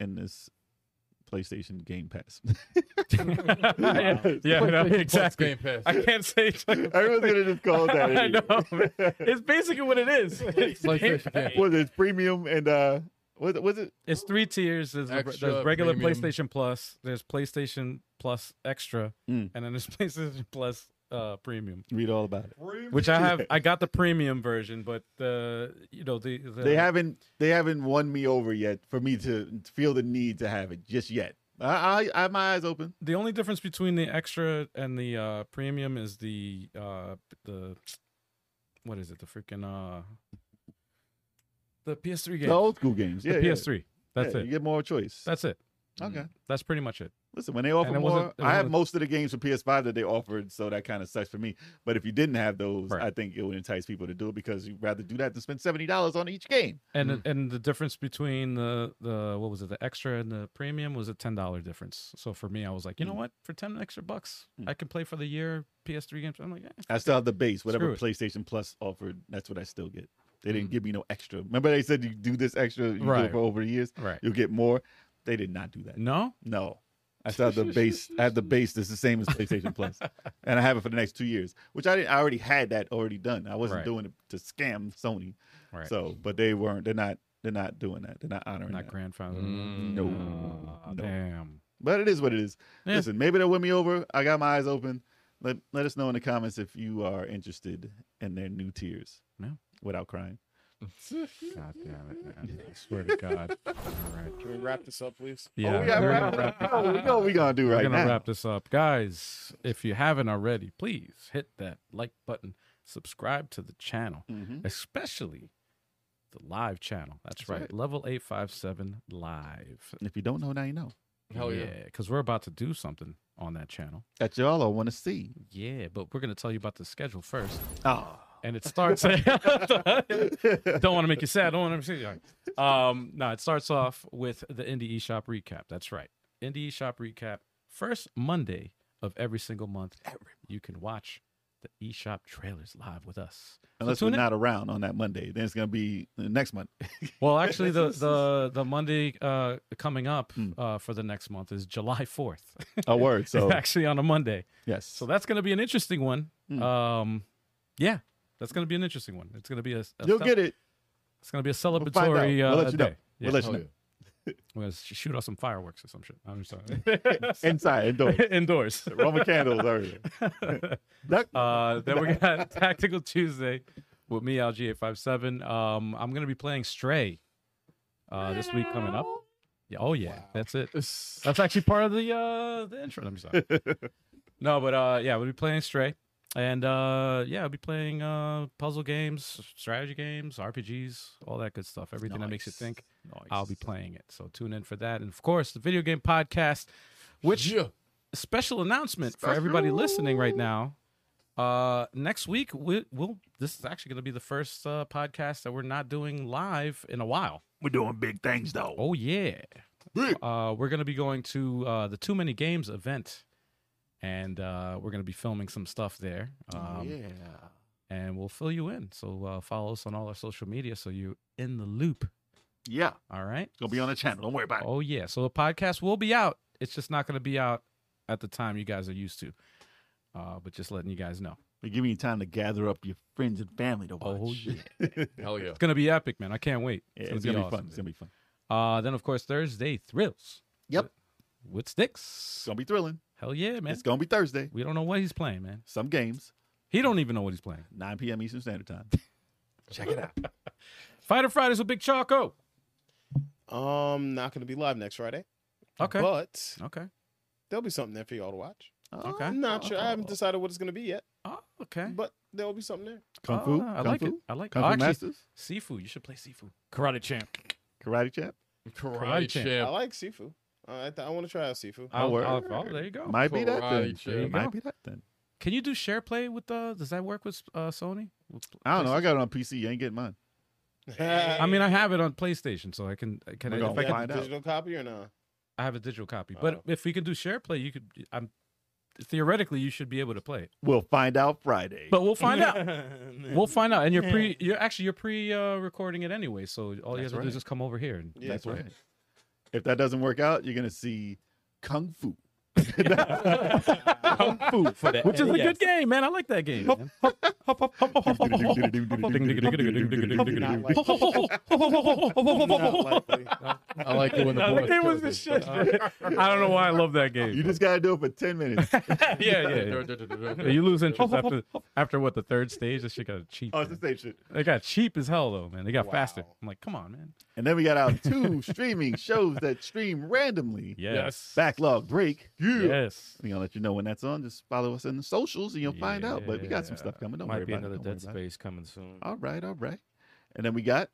S6: in this PlayStation Game Pass?
S2: yeah, yeah, no, exactly.
S4: Game Pass.
S2: I can't say it's like,
S6: Everyone's gonna just call it that.
S2: I
S6: anyway.
S2: know. It's basically what it is. It's, Game
S4: PlayStation
S2: Pass.
S4: Game Pass.
S6: was it premium and uh, was it, was it
S2: It's three tiers. There's, the-
S4: Extra,
S2: there's regular
S4: premium.
S2: PlayStation Plus. There's PlayStation Plus Extra,
S6: Mm.
S2: and then there's PlayStation Plus uh, Premium,
S6: read all about it?
S2: which I have. I got the premium version, but uh, you know the, the
S6: They haven't they haven't won me over yet for me to feel the need to have it just yet. I I, I have my eyes open.
S2: the only difference between the extra and the uh premium is the uh the what is it the freaking uh the ps3 game
S6: The old school games, yeah,
S2: the
S6: yeah.
S2: ps3 that's
S6: Yeah,
S2: it
S6: You get more choice.
S2: that's it
S6: Okay.
S2: That's pretty much it.
S6: Listen, when they offer
S2: it
S6: more,
S2: wasn't- it
S6: I have
S2: wasn't-
S6: most of the games for PS5 that they offered, so that kind of sucks for me. But if you didn't have those,
S2: Right.
S6: I think it would entice people to do it because you'd rather do that than spend seventy dollars on each game.
S2: And and the difference between the the what was it the extra and the premium was a ten dollar difference. So for me, I was like, you know
S6: Mm.
S2: what? For ten extra bucks, I can play for the year PS3 games. I'm like, eh.
S6: I still have the base, whatever
S2: Screw Mm.
S6: PlayStation Plus offered. That's what I still get. They didn't give me no extra. Remember they said you do this extra, you do
S2: Right.
S6: it for over the years,
S2: Right.
S6: you'll get more. They did not do that.
S2: no,
S6: No. I still have the base. I have the base that's the same as PlayStation Plus, and I have it for the next two years, which I didn't. I already had that already done. I wasn't
S2: Right.
S6: doing it to scam Sony.
S2: Right.
S6: So, but they weren't. They're not. They're not doing that. They're not honoring
S2: not
S6: that.
S2: grandfather.
S6: Mm. No.
S2: Ah,
S6: No.
S2: Damn.
S6: But it is what it is.
S2: Yeah.
S6: Listen, maybe they'll win me over. I got my eyes open. Let Let us know in the comments if you are interested in their new tiers.
S2: Yeah.
S6: Without crying.
S2: God damn it, man. I swear to God. All right.
S3: Can we wrap this up, please?
S2: Yeah.
S6: Oh, we got
S2: we're
S6: wrap.
S2: gonna wrap
S6: it up. We know what we gonna do
S2: We're
S6: right
S2: gonna
S6: now.
S2: wrap this up, guys. If you haven't already, please hit that like button, subscribe to the channel,
S6: Mhm.
S2: especially the live channel. That's,
S6: That's
S2: right.
S6: right.
S2: Level eight five seven live.
S6: And if you don't know, now you know.
S4: Hell yeah.
S2: because we're about to do something on that channel.
S6: That y'all all want to see.
S2: Yeah, but we're gonna tell you about the schedule first,
S6: Oh.
S2: and it starts. don't want to make you sad. Don't want to make you sad. Um, no, it starts off with the Indie eShop recap. That's right. Indie eShop recap. First Monday of every single month, you can watch the eShop trailers live with us. So
S6: Unless
S2: tune
S6: we're
S2: in.
S6: not around on that Monday, then it's gonna be the next month.
S2: Well, actually, the the the Monday uh, coming up
S6: Hmm.
S2: uh, for the next month is July fourth.
S6: A word. So
S2: actually, on a Monday.
S6: yes.
S2: So that's going to be an interesting one.
S6: Hmm.
S2: Um, yeah, that's going to be an interesting one. It's going to be a, a
S6: you'll
S2: cel-
S6: get it.
S2: It's going to be a
S6: find
S2: celebratory
S6: out. We'll
S2: uh,
S6: let you know.
S2: day. Yeah.
S6: We'll let you
S4: Hell
S6: know.
S4: yeah.
S2: We're gonna sh- shoot off some fireworks or some shit. I'm sorry.
S6: Inside indoors.
S2: Indoors.
S6: Roman candles earlier. Duck.
S2: uh, then we got Tactical Tuesday with me, LG857. Um, I'm going to be playing Stray uh, this week coming up. Yeah, oh, yeah. That's it. That's actually part of the uh, the intro. I'm sorry. no, but uh, yeah, we'll be playing Stray. And uh, yeah, I'll be playing uh, puzzle games, strategy games, RPGs, all that good stuff. Everything that makes you think, I'll be playing it. So tune in for that. And of course, the video game podcast, which
S4: Yeah.
S2: special announcement for everybody listening right now. Uh, next week we, we'll. This is actually going to be the first uh, podcast that we're not doing live in a while.
S6: We're doing big things though.
S2: Oh yeah, uh, we're going to be going to uh, the Too Many Games event, and uh, we're going to be filming some stuff there.
S6: Oh,
S2: Um,
S3: yeah.
S2: and we'll fill you in. So uh, follow us on all our social media so you're in the loop.
S6: Yeah.
S2: All right.
S6: Gonna be on the channel. Don't worry about it.
S2: Oh yeah. So the podcast will be out. It's just not going to be out at the time you guys are used to. Uh, but just letting you guys know.
S6: We're giving you time to gather up your friends and family to watch.
S2: Oh, yeah.
S4: Hell yeah.
S2: It's gonna be epic, man. I can't wait.
S6: Yeah, it's gonna be fun. It's gonna be fun.
S2: Uh, then of course Thursday thrills.
S6: Yep.
S2: With
S6: It's
S2: sticks.
S6: gonna be thrilling.
S2: Hell yeah, man.
S6: It's gonna be Thursday.
S2: We don't know what he's playing, man.
S6: Some games,
S2: He don't even know what he's playing.
S6: 9 p.m. Eastern Standard Time. Check it out.
S2: Fighter Fridays with Big Choco.
S3: Um, not gonna be live next Friday.
S2: Okay.
S3: But
S2: okay.
S3: there'll be something there for y'all to watch.
S6: Oh,
S2: Okay.
S3: I'm not sure. I haven't decided what it's gonna be yet,
S2: Oh, okay.
S3: but there'll be something there.
S6: Kung Fu.
S2: Ah, I
S6: Kung
S2: like
S6: Fu.
S2: it. I like it.
S6: Kung Fu
S2: Oh, actually,
S6: Masters.
S2: Sifu. You should play Sifu.
S8: Karate champ.
S6: Karate Champ.
S4: Karate,
S2: Karate
S4: champ.
S3: I like Sifu. Uh, I, th- I want to try out Sifu.
S6: I'll work.
S2: oh, there you go.
S6: Might be that
S4: Karate
S6: then.
S4: Champ.
S6: It Might be that then.
S2: Can you do share play with the? Does that work with uh, Sony? With
S6: I don't know. I
S2: PlayStation?
S6: got it on PC. You ain't getting mine.
S2: I mean, I have it on PlayStation, so I can. Can I,
S6: We're
S2: if I
S6: gonna
S2: can-
S3: You
S6: find
S3: got the
S6: out.
S3: digital copy or not?
S2: I have a digital copy.
S3: Oh.
S2: But if we can do share play, you could. I'm theoretically you should be able to play it.
S6: We'll find out Friday.
S2: But we'll find out. We'll find out. And you're pre. You're actually you're pre uh, recording it anyway. So all you have
S6: That's
S2: to do
S6: right.
S2: is just come over here. And,
S3: Yeah,
S6: That's right. If that doesn't work out, you're gonna see Kung Fu. Kung Fu.
S8: For the
S2: which is a
S8: NES.
S2: good game, man. I like that game. man.
S3: Not likely. Not likely.
S4: I like it when the
S2: I
S4: boy
S2: like it was the shit. I don't know why I love that game.
S6: You just gotta do it for ten minutes.
S2: yeah, yeah, yeah. Yeah, you lose interest after after what the third stage. This shit got cheap.
S6: Oh,
S2: man.
S6: it's the same shit.
S2: They got cheap as hell though, man. They got faster.
S3: Wow.
S2: I'm like, come on, man.
S6: And then we got our two streaming shows that stream randomly.
S2: Yes.
S6: Backlog break.
S2: Yes.
S6: We're gonna let you know when that's on. Just follow us in the socials and you'll find out. But we got some
S8: Yeah.
S6: stuff coming. Don't worry
S8: Might be
S6: about it.
S8: another
S6: Don't worry
S8: Dead
S6: about it.
S8: Space coming soon.
S6: All right, all right. And then we got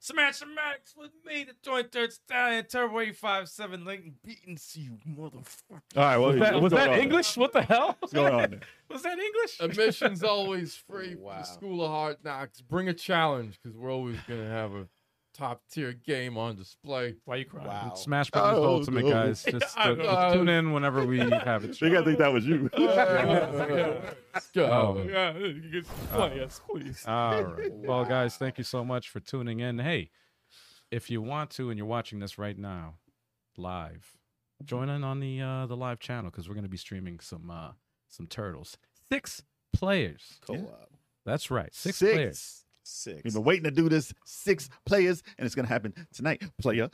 S8: Smash and Max with me, the 23rd Stallion, Turbo E 857, Lincoln Beaton, see you, motherfucker.
S6: All right. Well,
S2: Was that, was that
S6: on?
S2: English? What the hell?
S6: What's going on? there?
S8: Was that English?
S4: Admission's always free for
S3: Wow.
S4: the School of Hard Knocks. Bring a challenge because we're always going to have a top tier game on display.
S8: Why you crying?
S3: Wow.
S2: Smash Brothers
S6: Oh,
S2: Ultimate,
S6: no.
S2: guys. Just, uh,
S4: know.
S2: just tune in whenever we have it.
S6: They gotta think that was you.
S4: Let's go.
S2: Oh.
S8: Yeah, you can play us, please.
S2: All right. Well, guys, thank you so much for tuning in. Hey, if you want to and you're watching this right now, live, join in on the uh, the live channel because we're going to be streaming some uh, some turtles. Six players.
S3: Co-op.
S2: That's right. Six, players.
S3: Six.
S6: We've been waiting to do this. Six players, and it's gonna happen tonight. Player.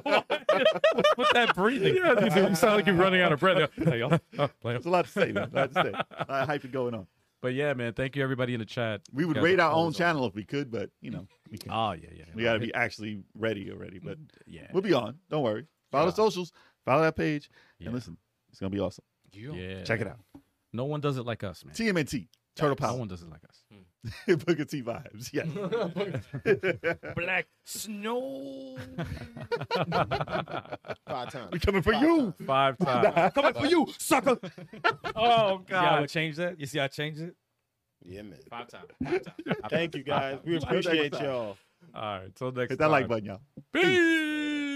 S8: With that breathing.
S2: Oh, Yeah, you sound like you're running out of breath.
S6: There's a lot to say. man. A lot to say. A lot of hype going on.
S2: But yeah, man, thank you everybody in the chat.
S6: We would
S2: You guys
S6: raid
S2: are
S6: our own
S2: always on.
S6: channel if we could, but you know, we can't.
S2: Oh yeah, yeah.
S6: We gotta be actually ready already. But
S2: yeah.
S6: we'll be on. Don't worry. Follow the socials. Follow that page.
S2: Yeah.
S6: And listen, it's gonna be awesome.
S2: Yeah.
S6: Check it out.
S2: No one does it like us, man.
S6: TMNT. Turtle
S2: No
S6: Power.
S2: one does it like us.
S6: Booker T vibes. Yes.
S8: Black snow.
S3: Five times.
S6: we coming for you.
S2: Five times.
S8: Coming for you, sucker. oh, God. See how I change that? You see how I changed it?
S3: Yeah, man.
S8: Five times.
S3: Thank you guys. We appreciate y'all.
S2: All right. Till next
S6: Hit
S2: time.
S6: that like button, y'all.
S2: Peace.